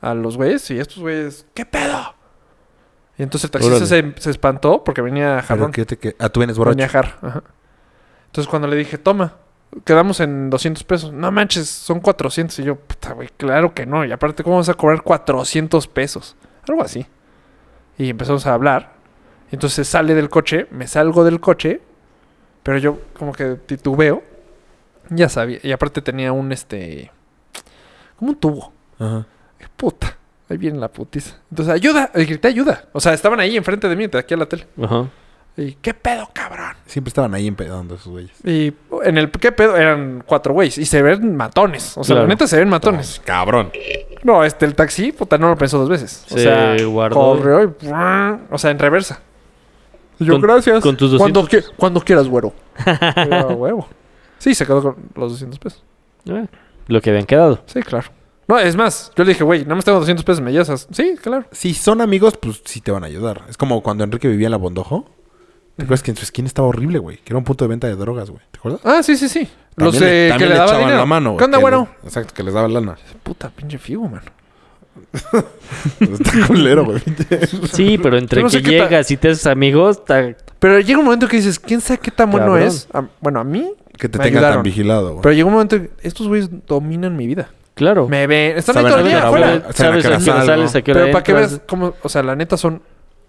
[SPEAKER 3] a los güeyes y estos güeyes, ¿qué pedo? Y entonces el taxista se, se espantó porque venía
[SPEAKER 2] Pero
[SPEAKER 3] jarrón.
[SPEAKER 2] que te que... Ah, tú vienes borracho.
[SPEAKER 3] Venía jar. ajá. Entonces cuando le dije, toma, quedamos en 200 pesos. No manches, son 400. Y yo, puta, güey, claro que no. Y aparte, ¿cómo vas a cobrar 400 pesos? Algo así. Y empezamos a hablar. Y Entonces sale del coche, me salgo del coche, pero yo como que titubeo. Ya sabía. Y aparte tenía un, este, como un tubo.
[SPEAKER 2] Ajá.
[SPEAKER 3] Puta, ahí viene la putiza. Entonces, ayuda, y grité ayuda. O sea, estaban ahí enfrente de mí, de aquí a la tele.
[SPEAKER 1] Ajá.
[SPEAKER 3] Y, ¿qué pedo, cabrón?
[SPEAKER 2] Siempre estaban ahí empedando esos güeyes.
[SPEAKER 3] Y en el qué pedo eran cuatro güeyes y se ven matones. O sea,
[SPEAKER 1] Claro.
[SPEAKER 3] la neta se ven matones.
[SPEAKER 2] Cabrón.
[SPEAKER 3] No, este el taxi, puta, no lo pensó dos veces. O
[SPEAKER 1] Se
[SPEAKER 3] sea,
[SPEAKER 1] guardó.
[SPEAKER 3] corrió y ¡buah! o sea, en reversa. Y yo,
[SPEAKER 1] Con-
[SPEAKER 3] gracias.
[SPEAKER 1] con tus
[SPEAKER 3] Cuando,
[SPEAKER 1] 200
[SPEAKER 3] qui- cuando quieras, güero. Y yo, "A huevo. Sí, se quedó con los 200 pesos.
[SPEAKER 1] Eh, lo que habían quedado.
[SPEAKER 3] Sí, claro. No, es más, yo le dije, güey, no me tengo 200 pesos, me llevas. a- Sí, claro.
[SPEAKER 2] Si son amigos, pues sí te van a ayudar. Es como cuando Enrique vivía en la Bondojo. ¿Te acuerdas que en su esquina estaba horrible, güey? Que era un punto de venta de drogas, güey. ¿Te acuerdas?
[SPEAKER 3] Ah, sí, sí, sí. Los
[SPEAKER 2] También
[SPEAKER 3] eh, que
[SPEAKER 2] también
[SPEAKER 3] le daban
[SPEAKER 2] echaban
[SPEAKER 3] dinero.
[SPEAKER 2] la mano, güey.
[SPEAKER 3] ¿Qué onda,
[SPEAKER 2] que
[SPEAKER 3] güero?
[SPEAKER 2] le- Exacto, que les daba lana.
[SPEAKER 3] Puta, pinche figo, mano.
[SPEAKER 2] Está culero, güey.
[SPEAKER 1] Sí, pero entre
[SPEAKER 3] Yo no sé
[SPEAKER 1] que
[SPEAKER 3] qué ta-
[SPEAKER 1] llegas y te haces amigos, ta-
[SPEAKER 3] Pero llega un momento que dices, ¿quién sabe qué tan bueno
[SPEAKER 1] Cabrón.
[SPEAKER 3] es? A- bueno, a mí
[SPEAKER 2] Que te
[SPEAKER 3] Me
[SPEAKER 2] tengan tan
[SPEAKER 3] ayudaron.
[SPEAKER 2] vigilado, güey.
[SPEAKER 3] Pero llegó un momento que estos güeyes dominan mi vida.
[SPEAKER 1] claro.
[SPEAKER 3] Me ven, están ahí
[SPEAKER 2] Saben
[SPEAKER 3] todo el
[SPEAKER 2] a qué
[SPEAKER 3] día
[SPEAKER 2] hora
[SPEAKER 3] afuera.
[SPEAKER 2] voy,
[SPEAKER 1] Sabes a qué hora
[SPEAKER 2] salgo.
[SPEAKER 1] sales, a qué hora
[SPEAKER 3] Pero para que
[SPEAKER 1] entras.
[SPEAKER 3] veas cómo, o sea, la neta son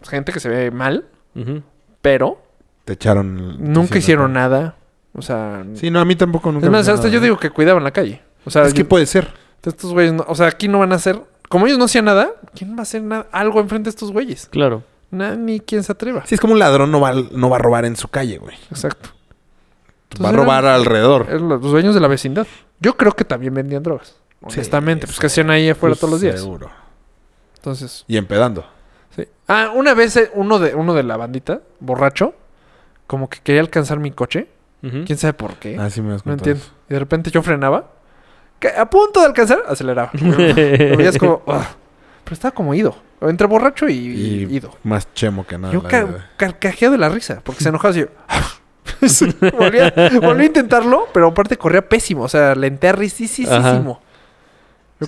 [SPEAKER 3] gente que se ve mal,
[SPEAKER 1] Ujú.
[SPEAKER 3] pero
[SPEAKER 2] Te echaron.
[SPEAKER 3] nunca
[SPEAKER 2] diciendo-
[SPEAKER 3] hicieron nada. O sea,
[SPEAKER 2] Sí, no, a mí tampoco nunca.
[SPEAKER 3] es
[SPEAKER 2] me
[SPEAKER 3] más,
[SPEAKER 2] hicieron
[SPEAKER 3] hasta
[SPEAKER 2] nada.
[SPEAKER 3] yo digo que cuidaban la calle. O sea,
[SPEAKER 2] Es que
[SPEAKER 3] yo-
[SPEAKER 2] puede ser.
[SPEAKER 3] estos güeyes, no- o sea, aquí no van a hacer, como ellos no hacían nada, ¿quién va a hacer nada, algo enfrente de estos güeyes?
[SPEAKER 1] Claro.
[SPEAKER 3] Na- ni quien se atreva.
[SPEAKER 2] Sí, es como un ladrón no va, al- no va a robar en su calle, güey.
[SPEAKER 3] Exacto.
[SPEAKER 2] Va a
[SPEAKER 3] eran-
[SPEAKER 2] robar alrededor.
[SPEAKER 3] Eran los dueños de la vecindad. Yo creo que también vendían drogas.
[SPEAKER 2] Sí,
[SPEAKER 3] Honestamente, pues que
[SPEAKER 2] sí.
[SPEAKER 3] hacían ahí afuera
[SPEAKER 2] Pues,
[SPEAKER 3] todos los días.
[SPEAKER 2] Seguro.
[SPEAKER 3] Entonces,
[SPEAKER 2] Y empedando.
[SPEAKER 3] Sí. Ah, una vez eh, uno de, uno de la bandita, borracho, como que quería alcanzar mi coche.
[SPEAKER 1] Ujú.
[SPEAKER 3] ¿Quién sabe por qué?
[SPEAKER 2] Ah, sí me das
[SPEAKER 3] no
[SPEAKER 2] cuenta de
[SPEAKER 3] entiendo. Y de repente yo frenaba. que a punto de alcanzar, aceleraba. Lo veías como... "Ugh". Pero estaba como ido. Entre borracho y,
[SPEAKER 2] Y-
[SPEAKER 3] y ido.
[SPEAKER 2] eso. Más chemo que nada.
[SPEAKER 3] yo
[SPEAKER 2] la
[SPEAKER 3] ca-
[SPEAKER 2] verdad.
[SPEAKER 3] carcajeado de la risa, porque se enojaba así. yo, Sí, volví, a, volví a intentarlo, pero aparte corría pésimo. O sea, lentea risísimo. Yo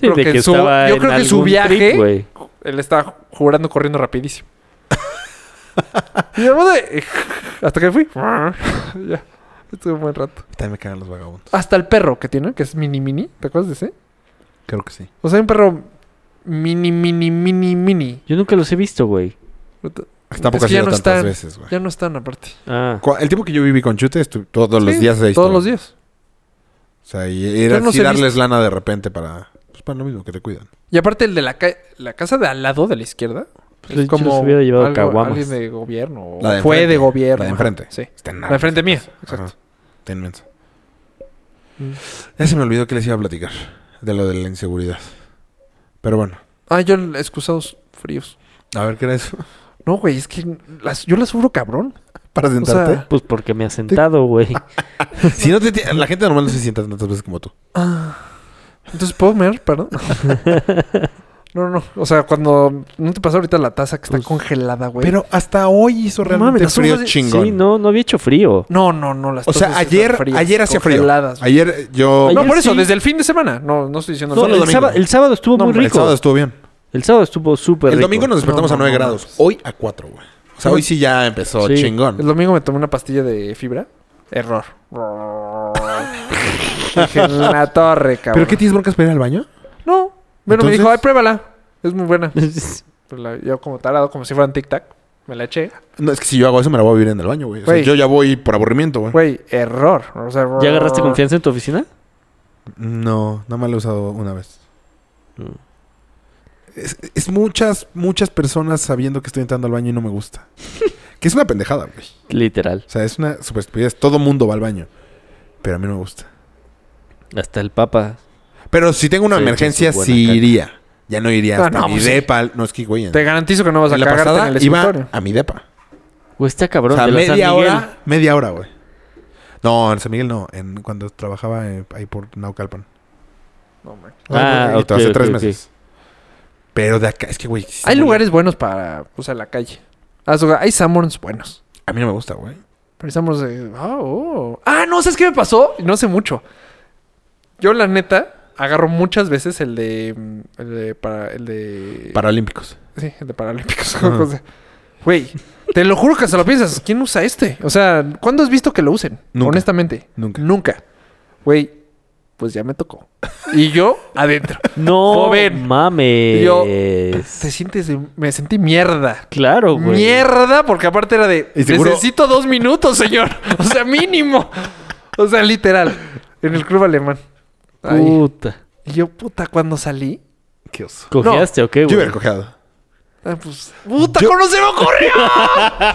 [SPEAKER 1] Sí,
[SPEAKER 3] creo
[SPEAKER 1] de
[SPEAKER 3] que,
[SPEAKER 1] que
[SPEAKER 3] su,
[SPEAKER 1] estaba
[SPEAKER 3] yo
[SPEAKER 1] en
[SPEAKER 3] creo que su
[SPEAKER 1] algún
[SPEAKER 3] viaje...
[SPEAKER 1] trip, güey.
[SPEAKER 3] Él estaba jurando corriendo rapidísimo. y además de... Hasta que fui. ya. Estuve un buen rato.
[SPEAKER 2] También me cagan los vagabundos.
[SPEAKER 3] Hasta el perro que tiene, que es mini mini. ¿Te acuerdas de ese?
[SPEAKER 2] Creo que sí.
[SPEAKER 3] O sea, hay un perro mini mini mini mini.
[SPEAKER 1] Yo nunca los he visto, güey.
[SPEAKER 2] Tampoco
[SPEAKER 3] que
[SPEAKER 2] ha
[SPEAKER 3] ya
[SPEAKER 2] sido
[SPEAKER 3] no
[SPEAKER 2] tantas
[SPEAKER 3] están-
[SPEAKER 2] veces, güey.
[SPEAKER 3] Ya no están aparte.
[SPEAKER 1] Ah.
[SPEAKER 2] Cu- El tiempo que yo viví con Chute, estu- todos los
[SPEAKER 3] Sí,
[SPEAKER 2] días ahí
[SPEAKER 3] Todos
[SPEAKER 2] estaba.
[SPEAKER 3] los días.
[SPEAKER 2] O sea, y era
[SPEAKER 3] Yo no
[SPEAKER 2] así
[SPEAKER 3] sé
[SPEAKER 2] darles lana de repente para... Pues para lo mismo, que te cuidan.
[SPEAKER 3] Y aparte el de la, ca- la casa de al lado de la izquierda.
[SPEAKER 1] Pues yo les hubiera llevado caguamas.
[SPEAKER 3] alguien de gobierno. o
[SPEAKER 2] La de
[SPEAKER 3] fue
[SPEAKER 2] enfrente,
[SPEAKER 3] de gobierno.
[SPEAKER 2] la de
[SPEAKER 3] ajá.
[SPEAKER 2] enfrente.
[SPEAKER 3] Sí.
[SPEAKER 2] Está en
[SPEAKER 3] La de frente mía. Exacto.
[SPEAKER 2] Ajá. Está inmenso.
[SPEAKER 3] Mm.
[SPEAKER 2] Ya se me olvidó que les iba a platicar. De lo de la inseguridad. Pero bueno.
[SPEAKER 3] Ah, yo excusados fríos.
[SPEAKER 2] A ver, ¿qué era eso?
[SPEAKER 3] No, güey, es que las, yo las sufro cabrón.
[SPEAKER 2] Para
[SPEAKER 3] sea,
[SPEAKER 2] sentarte.
[SPEAKER 1] Pues porque me ha sentado, güey.
[SPEAKER 2] Si no te ti- la gente normal no se sienta tantas veces como tú.
[SPEAKER 3] Ah. Entonces, ¿puedo mear? Perdón. no, no. O sea, cuando... ¿No te pasa ahorita la taza que está congelada, güey?
[SPEAKER 2] Pero hasta hoy hizo
[SPEAKER 3] No
[SPEAKER 2] realmente
[SPEAKER 3] mames, las
[SPEAKER 2] frío
[SPEAKER 3] hojas de-
[SPEAKER 2] chingón.
[SPEAKER 1] Sí, no, no había hecho frío.
[SPEAKER 3] No, no, no. Las
[SPEAKER 2] O sea,
[SPEAKER 3] tazas
[SPEAKER 2] ayer,
[SPEAKER 3] están frías,
[SPEAKER 2] ayer hacía frío.
[SPEAKER 3] congeladas.
[SPEAKER 2] Ayer eh, yo...
[SPEAKER 1] Ayer
[SPEAKER 3] No, por eso,
[SPEAKER 1] sí.
[SPEAKER 3] desde el fin de semana. No, no estoy diciendo...
[SPEAKER 1] No,
[SPEAKER 2] solo
[SPEAKER 1] el,
[SPEAKER 2] domingo.
[SPEAKER 1] sábado, el sábado estuvo
[SPEAKER 3] No,
[SPEAKER 1] muy
[SPEAKER 3] hombre,
[SPEAKER 2] El
[SPEAKER 1] rico.
[SPEAKER 2] sábado estuvo bien.
[SPEAKER 1] El sábado estuvo súper
[SPEAKER 2] el
[SPEAKER 1] rico.
[SPEAKER 2] domingo nos despertamos
[SPEAKER 3] No,
[SPEAKER 2] a 9
[SPEAKER 3] no, no,
[SPEAKER 2] grados.
[SPEAKER 3] pues.
[SPEAKER 2] Hoy a 4, güey. O sea, hoy sí ya empezó
[SPEAKER 1] Sí.
[SPEAKER 2] chingón.
[SPEAKER 3] El domingo me tomé una pastilla de fibra. Error. Dije, en la torre, cabrón.
[SPEAKER 2] ¿Pero qué tienes broncas para ir al baño?
[SPEAKER 3] No. Bueno, me
[SPEAKER 2] Entonces-
[SPEAKER 3] dijo, ay, pruébala. Es muy buena. Pero la- yo como tarado, como si fuera un tic-tac, me la eché.
[SPEAKER 2] No, es que si yo hago eso me la voy a vivir en el baño, güey. O sea,
[SPEAKER 3] Güey.
[SPEAKER 2] yo ya voy por aburrimiento, güey.
[SPEAKER 3] Güey, error. O sea,
[SPEAKER 1] ¿Ya agarraste confianza en tu oficina?
[SPEAKER 2] No, nada más lo he usado una vez.
[SPEAKER 1] Mm.
[SPEAKER 2] Es, es muchas, muchas personas sabiendo que estoy entrando al baño y no me gusta. que es una pendejada, güey.
[SPEAKER 1] Literal.
[SPEAKER 2] O sea, es una super estupidez. Todo mundo va al baño. Pero a mí no me gusta.
[SPEAKER 1] Hasta el papa.
[SPEAKER 2] Pero si tengo una
[SPEAKER 1] Sí,
[SPEAKER 2] emergencia,
[SPEAKER 1] es buena
[SPEAKER 2] sí
[SPEAKER 1] caca.
[SPEAKER 2] iría. Ya no iría
[SPEAKER 3] Ah,
[SPEAKER 2] hasta
[SPEAKER 3] no,
[SPEAKER 2] mi
[SPEAKER 3] pues sí.
[SPEAKER 2] depa. No, es que, güey. En,
[SPEAKER 3] Te garantizo que no vas a
[SPEAKER 2] en la
[SPEAKER 3] cagarte
[SPEAKER 2] pasada
[SPEAKER 3] en el
[SPEAKER 2] iba
[SPEAKER 3] escritorio.
[SPEAKER 2] a mi depa.
[SPEAKER 1] O está
[SPEAKER 2] O
[SPEAKER 1] cabrón.
[SPEAKER 2] sea,
[SPEAKER 1] de la San
[SPEAKER 2] media
[SPEAKER 1] Miguel.
[SPEAKER 2] hora. Media hora, güey. No, en San Miguel no. En, cuando trabajaba eh, ahí por Naucalpan.
[SPEAKER 3] No, man.
[SPEAKER 1] Ah,
[SPEAKER 2] Ah,
[SPEAKER 1] ok,
[SPEAKER 2] hace
[SPEAKER 1] ok,
[SPEAKER 2] tres
[SPEAKER 1] ok.
[SPEAKER 2] meses. Pero de acá, es que, güey. sí
[SPEAKER 3] Hay
[SPEAKER 2] está
[SPEAKER 3] lugares buenos para usar la calle. Ah, su- Hay Samurns buenos.
[SPEAKER 2] bien. A mí no me gusta, güey.
[SPEAKER 3] Pero hay Samurns de... ah, oh. Ah, no, ¿sabes qué me pasó? No sé mucho. Yo, la neta, agarro muchas veces el de... mm, El de... Para, el de...
[SPEAKER 2] Paralímpicos.
[SPEAKER 3] Sí, el de Paralímpicos. o sea, Güey, te lo juro que se lo piensas. ¿Quién usa este? O sea, ¿cuándo has visto que lo usen?
[SPEAKER 2] Nunca.
[SPEAKER 3] Honestamente.
[SPEAKER 2] Nunca.
[SPEAKER 3] Nunca. Güey, pues ya me tocó. Y yo adentro.
[SPEAKER 1] No
[SPEAKER 3] Joven.
[SPEAKER 1] mames.
[SPEAKER 3] Yo- Te sientes... de- Me sentí mierda.
[SPEAKER 1] Claro, güey.
[SPEAKER 3] Mierda, porque aparte era de...
[SPEAKER 2] Y seguro-
[SPEAKER 3] Necesito dos minutos, señor. O sea, mínimo. O sea, literal. En el club alemán. Ahí.
[SPEAKER 1] Uh. Puta.
[SPEAKER 3] Y yo, puta, cuando salí...
[SPEAKER 2] Qué oso.
[SPEAKER 1] ¿Cojeaste o qué,
[SPEAKER 2] Yo hubiera
[SPEAKER 1] güey?
[SPEAKER 2] cojeado.
[SPEAKER 3] ah, pues, puta,
[SPEAKER 2] Yo-
[SPEAKER 3] ¿cómo se me ocurrió?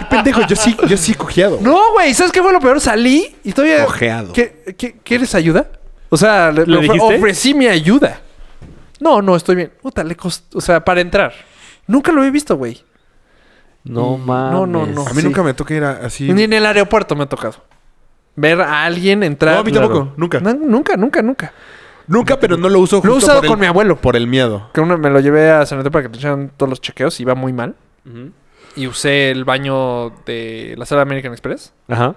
[SPEAKER 2] Qué pendejo, yo sí, yo sí he cojeado.
[SPEAKER 3] No, güey, ¿sabes qué fue lo peor? Salí y todavía.
[SPEAKER 2] Cojeado.
[SPEAKER 3] ¿Qué- qué- ¿Quieres ayuda? O sea, le,
[SPEAKER 1] ¿Le
[SPEAKER 3] le ofre-
[SPEAKER 1] dijiste?
[SPEAKER 3] ofrecí mi ayuda. No, no, estoy bien. Puta, le costó. O sea, para entrar. Nunca lo he visto, güey.
[SPEAKER 1] No mames.
[SPEAKER 3] No, no, no.
[SPEAKER 2] A mí
[SPEAKER 3] Sí.
[SPEAKER 2] nunca me toca ir a- así.
[SPEAKER 3] Ni en el aeropuerto me ha tocado. Ver a alguien entrar.
[SPEAKER 2] No, a mí
[SPEAKER 1] Claro.
[SPEAKER 2] tampoco, nunca.
[SPEAKER 3] No, nunca, nunca, nunca.
[SPEAKER 2] Nunca, pero no lo uso
[SPEAKER 3] Lo he
[SPEAKER 2] justo
[SPEAKER 3] usado
[SPEAKER 2] por el-
[SPEAKER 3] con mi abuelo.
[SPEAKER 2] Por el miedo.
[SPEAKER 3] Que uno me lo llevé a San Antonio para que te echaran todos los chequeos. Iba muy mal.
[SPEAKER 1] Ujú.
[SPEAKER 3] Y usé el baño de la sala American Express.
[SPEAKER 1] Ajá.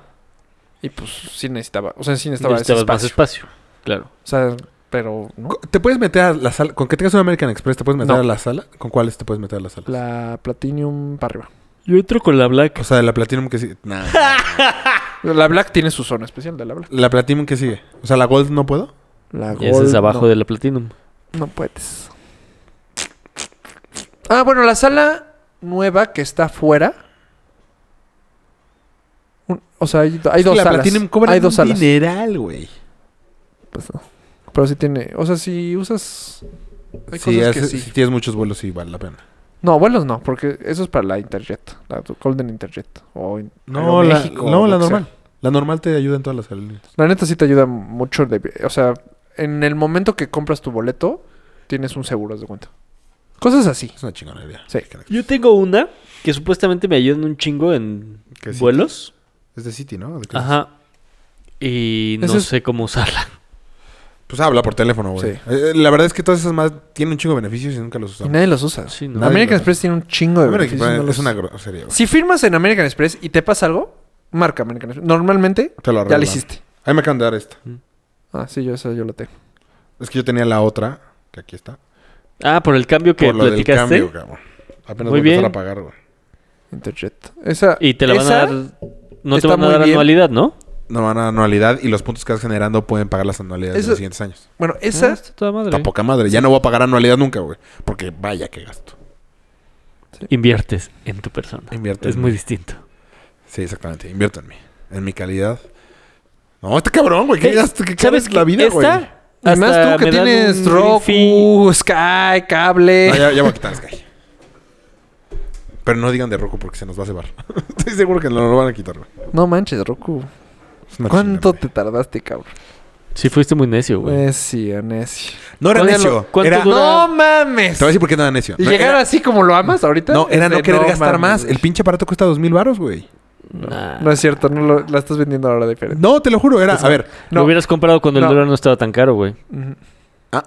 [SPEAKER 3] Y pues sí necesitaba. O sea, sí necesitaba, ese
[SPEAKER 1] Necesitabas más
[SPEAKER 3] espacio.
[SPEAKER 1] espacio. Claro.
[SPEAKER 3] O sea, pero no.
[SPEAKER 2] Co- ¿Te puedes meter a la sala? ¿Con que tengas un American Express te puedes meter
[SPEAKER 3] No.
[SPEAKER 2] a la sala? ¿Con cuáles te puedes meter a la sala?
[SPEAKER 3] La Platinum para arriba.
[SPEAKER 1] Yo entro con la
[SPEAKER 2] O
[SPEAKER 1] black.
[SPEAKER 2] sea, de la Platinum que sigue. Nah.
[SPEAKER 3] La Black tiene su zona especial de la Black.
[SPEAKER 2] la Platinum que sigue. O sea, la Gold no puedo.
[SPEAKER 3] La
[SPEAKER 1] Y ese es abajo de la platinum.
[SPEAKER 3] no, no puedes. Ah, bueno, la sala nueva que está afuera. Un- o sea, hay, hay
[SPEAKER 2] Es que
[SPEAKER 3] dos
[SPEAKER 2] la
[SPEAKER 3] salas.
[SPEAKER 2] Platinum cobra
[SPEAKER 3] hay dos
[SPEAKER 2] un
[SPEAKER 3] salas.
[SPEAKER 2] dineral, güey.
[SPEAKER 3] Pues no. Pero sí tiene. O sea, si usas. Hay
[SPEAKER 2] Sí,
[SPEAKER 3] cosas que
[SPEAKER 2] hace-
[SPEAKER 3] sí.
[SPEAKER 2] si tienes muchos vuelos, sí vale la pena.
[SPEAKER 3] No, vuelos no, porque eso es para la Interjet. La Golden Interjet. O in-
[SPEAKER 2] No, la,
[SPEAKER 3] Aeroméxico,
[SPEAKER 2] no,
[SPEAKER 3] lo
[SPEAKER 2] la
[SPEAKER 3] que sea.
[SPEAKER 2] normal. La normal te ayuda en todas las salas.
[SPEAKER 3] La neta sí te ayuda mucho. de- o sea, en el momento que compras tu boleto, tienes un seguro haz de cuenta. Cosas así.
[SPEAKER 2] Es una chingonería.
[SPEAKER 3] Sí.
[SPEAKER 1] Yo tengo una que supuestamente me ayuda en un chingo en
[SPEAKER 2] ¿Qué sí?
[SPEAKER 1] vuelos.
[SPEAKER 2] Es de City, ¿no? ¿De qué es?
[SPEAKER 1] Ajá. Y no
[SPEAKER 3] Ese es-
[SPEAKER 1] sé cómo usarla.
[SPEAKER 2] Pues habla por teléfono, güey.
[SPEAKER 3] Sí.
[SPEAKER 2] Eh, eh, la verdad es que todas esas más tienen un chingo de beneficios y nunca los
[SPEAKER 3] Y
[SPEAKER 2] usamos.
[SPEAKER 3] nadie los usa.
[SPEAKER 1] Sí, no.
[SPEAKER 2] Nadie
[SPEAKER 3] American
[SPEAKER 2] los-
[SPEAKER 3] Express tiene un chingo de
[SPEAKER 2] American
[SPEAKER 3] beneficios,
[SPEAKER 2] Express
[SPEAKER 3] no los-
[SPEAKER 2] es una grosería, güey.
[SPEAKER 3] Si firmas en American Express y te pasa algo, marca American Express. Normalmente
[SPEAKER 2] Te lo
[SPEAKER 3] ya
[SPEAKER 2] arreglan.
[SPEAKER 3] lo hiciste.
[SPEAKER 2] Ahí me acaban de dar esta.
[SPEAKER 3] Ah, sí, yo esa yo la tengo.
[SPEAKER 2] Es que yo tenía la otra, que aquí está.
[SPEAKER 1] Ah, por el cambio que
[SPEAKER 2] por lo del
[SPEAKER 1] platicaste.
[SPEAKER 2] cambio, cabrón. Apenas
[SPEAKER 1] Muy
[SPEAKER 2] voy a empezar
[SPEAKER 1] bien.
[SPEAKER 2] a pagar, güey.
[SPEAKER 3] Interjet. Esa
[SPEAKER 1] y te la van a
[SPEAKER 3] esa-
[SPEAKER 1] dar. No te
[SPEAKER 3] está
[SPEAKER 1] van a
[SPEAKER 3] muy
[SPEAKER 1] dar
[SPEAKER 3] bien.
[SPEAKER 1] anualidad, ¿no?
[SPEAKER 2] No van a anualidad y los puntos que vas generando pueden pagar las anualidades
[SPEAKER 3] Eso-
[SPEAKER 2] de los siguientes años.
[SPEAKER 3] Bueno,
[SPEAKER 1] Ah,
[SPEAKER 3] esa
[SPEAKER 1] está toda madre.
[SPEAKER 2] Está poca madre. Ya no voy a pagar anualidad nunca, güey. Porque vaya que gasto.
[SPEAKER 1] Inviertes en tu persona.
[SPEAKER 2] Invierte
[SPEAKER 1] Es
[SPEAKER 2] en
[SPEAKER 1] muy
[SPEAKER 2] mí.
[SPEAKER 1] distinto.
[SPEAKER 2] Sí, exactamente. Invierto en mí. En mi calidad. No, está cabrón, güey. ¿Qué
[SPEAKER 1] Eh,
[SPEAKER 2] gasto? ¿Qué
[SPEAKER 1] ¿Sabes
[SPEAKER 2] ¿Sabes la
[SPEAKER 1] qué?
[SPEAKER 2] vida, güey?
[SPEAKER 1] Esta, hasta
[SPEAKER 2] No,
[SPEAKER 3] Además tú
[SPEAKER 1] me
[SPEAKER 3] que
[SPEAKER 1] dan
[SPEAKER 3] tienes
[SPEAKER 1] un Greenfee.
[SPEAKER 3] Roku, Sky, cable.
[SPEAKER 2] Ah, ya, ya voy a quitar Sky. Pero no digan de Roku porque se nos va a cebar. Estoy seguro que no lo van a quitar, güey.
[SPEAKER 3] No manches, Roku.
[SPEAKER 2] Es una
[SPEAKER 3] ¿Cuánto
[SPEAKER 2] chingadera.
[SPEAKER 3] te tardaste, cabrón?
[SPEAKER 1] Sí, fuiste muy necio, güey.
[SPEAKER 3] Pues sí, necio.
[SPEAKER 2] No era
[SPEAKER 1] ¿Cuánto-
[SPEAKER 2] necio.
[SPEAKER 1] cuánto
[SPEAKER 2] Era...
[SPEAKER 1] dura-
[SPEAKER 2] No.
[SPEAKER 3] No mames.
[SPEAKER 2] Te voy a decir por qué no era necio.
[SPEAKER 3] Y
[SPEAKER 2] No,
[SPEAKER 3] llegar
[SPEAKER 2] era-
[SPEAKER 3] así como lo amas ahorita.
[SPEAKER 2] No, era
[SPEAKER 3] es
[SPEAKER 2] no
[SPEAKER 3] de,
[SPEAKER 2] querer gastar
[SPEAKER 3] mames.
[SPEAKER 2] más. El pinche aparato cuesta dos mil baros, güey.
[SPEAKER 1] Nah.
[SPEAKER 3] No es cierto, no lo- la estás vendiendo ahora diferente.
[SPEAKER 2] No, te lo juro,
[SPEAKER 3] Pues,
[SPEAKER 2] era. A ver,
[SPEAKER 1] Lo
[SPEAKER 3] No.
[SPEAKER 1] hubieras comprado cuando el
[SPEAKER 3] No.
[SPEAKER 1] dólar no estaba tan caro, güey.
[SPEAKER 3] Ujú.
[SPEAKER 2] Ah.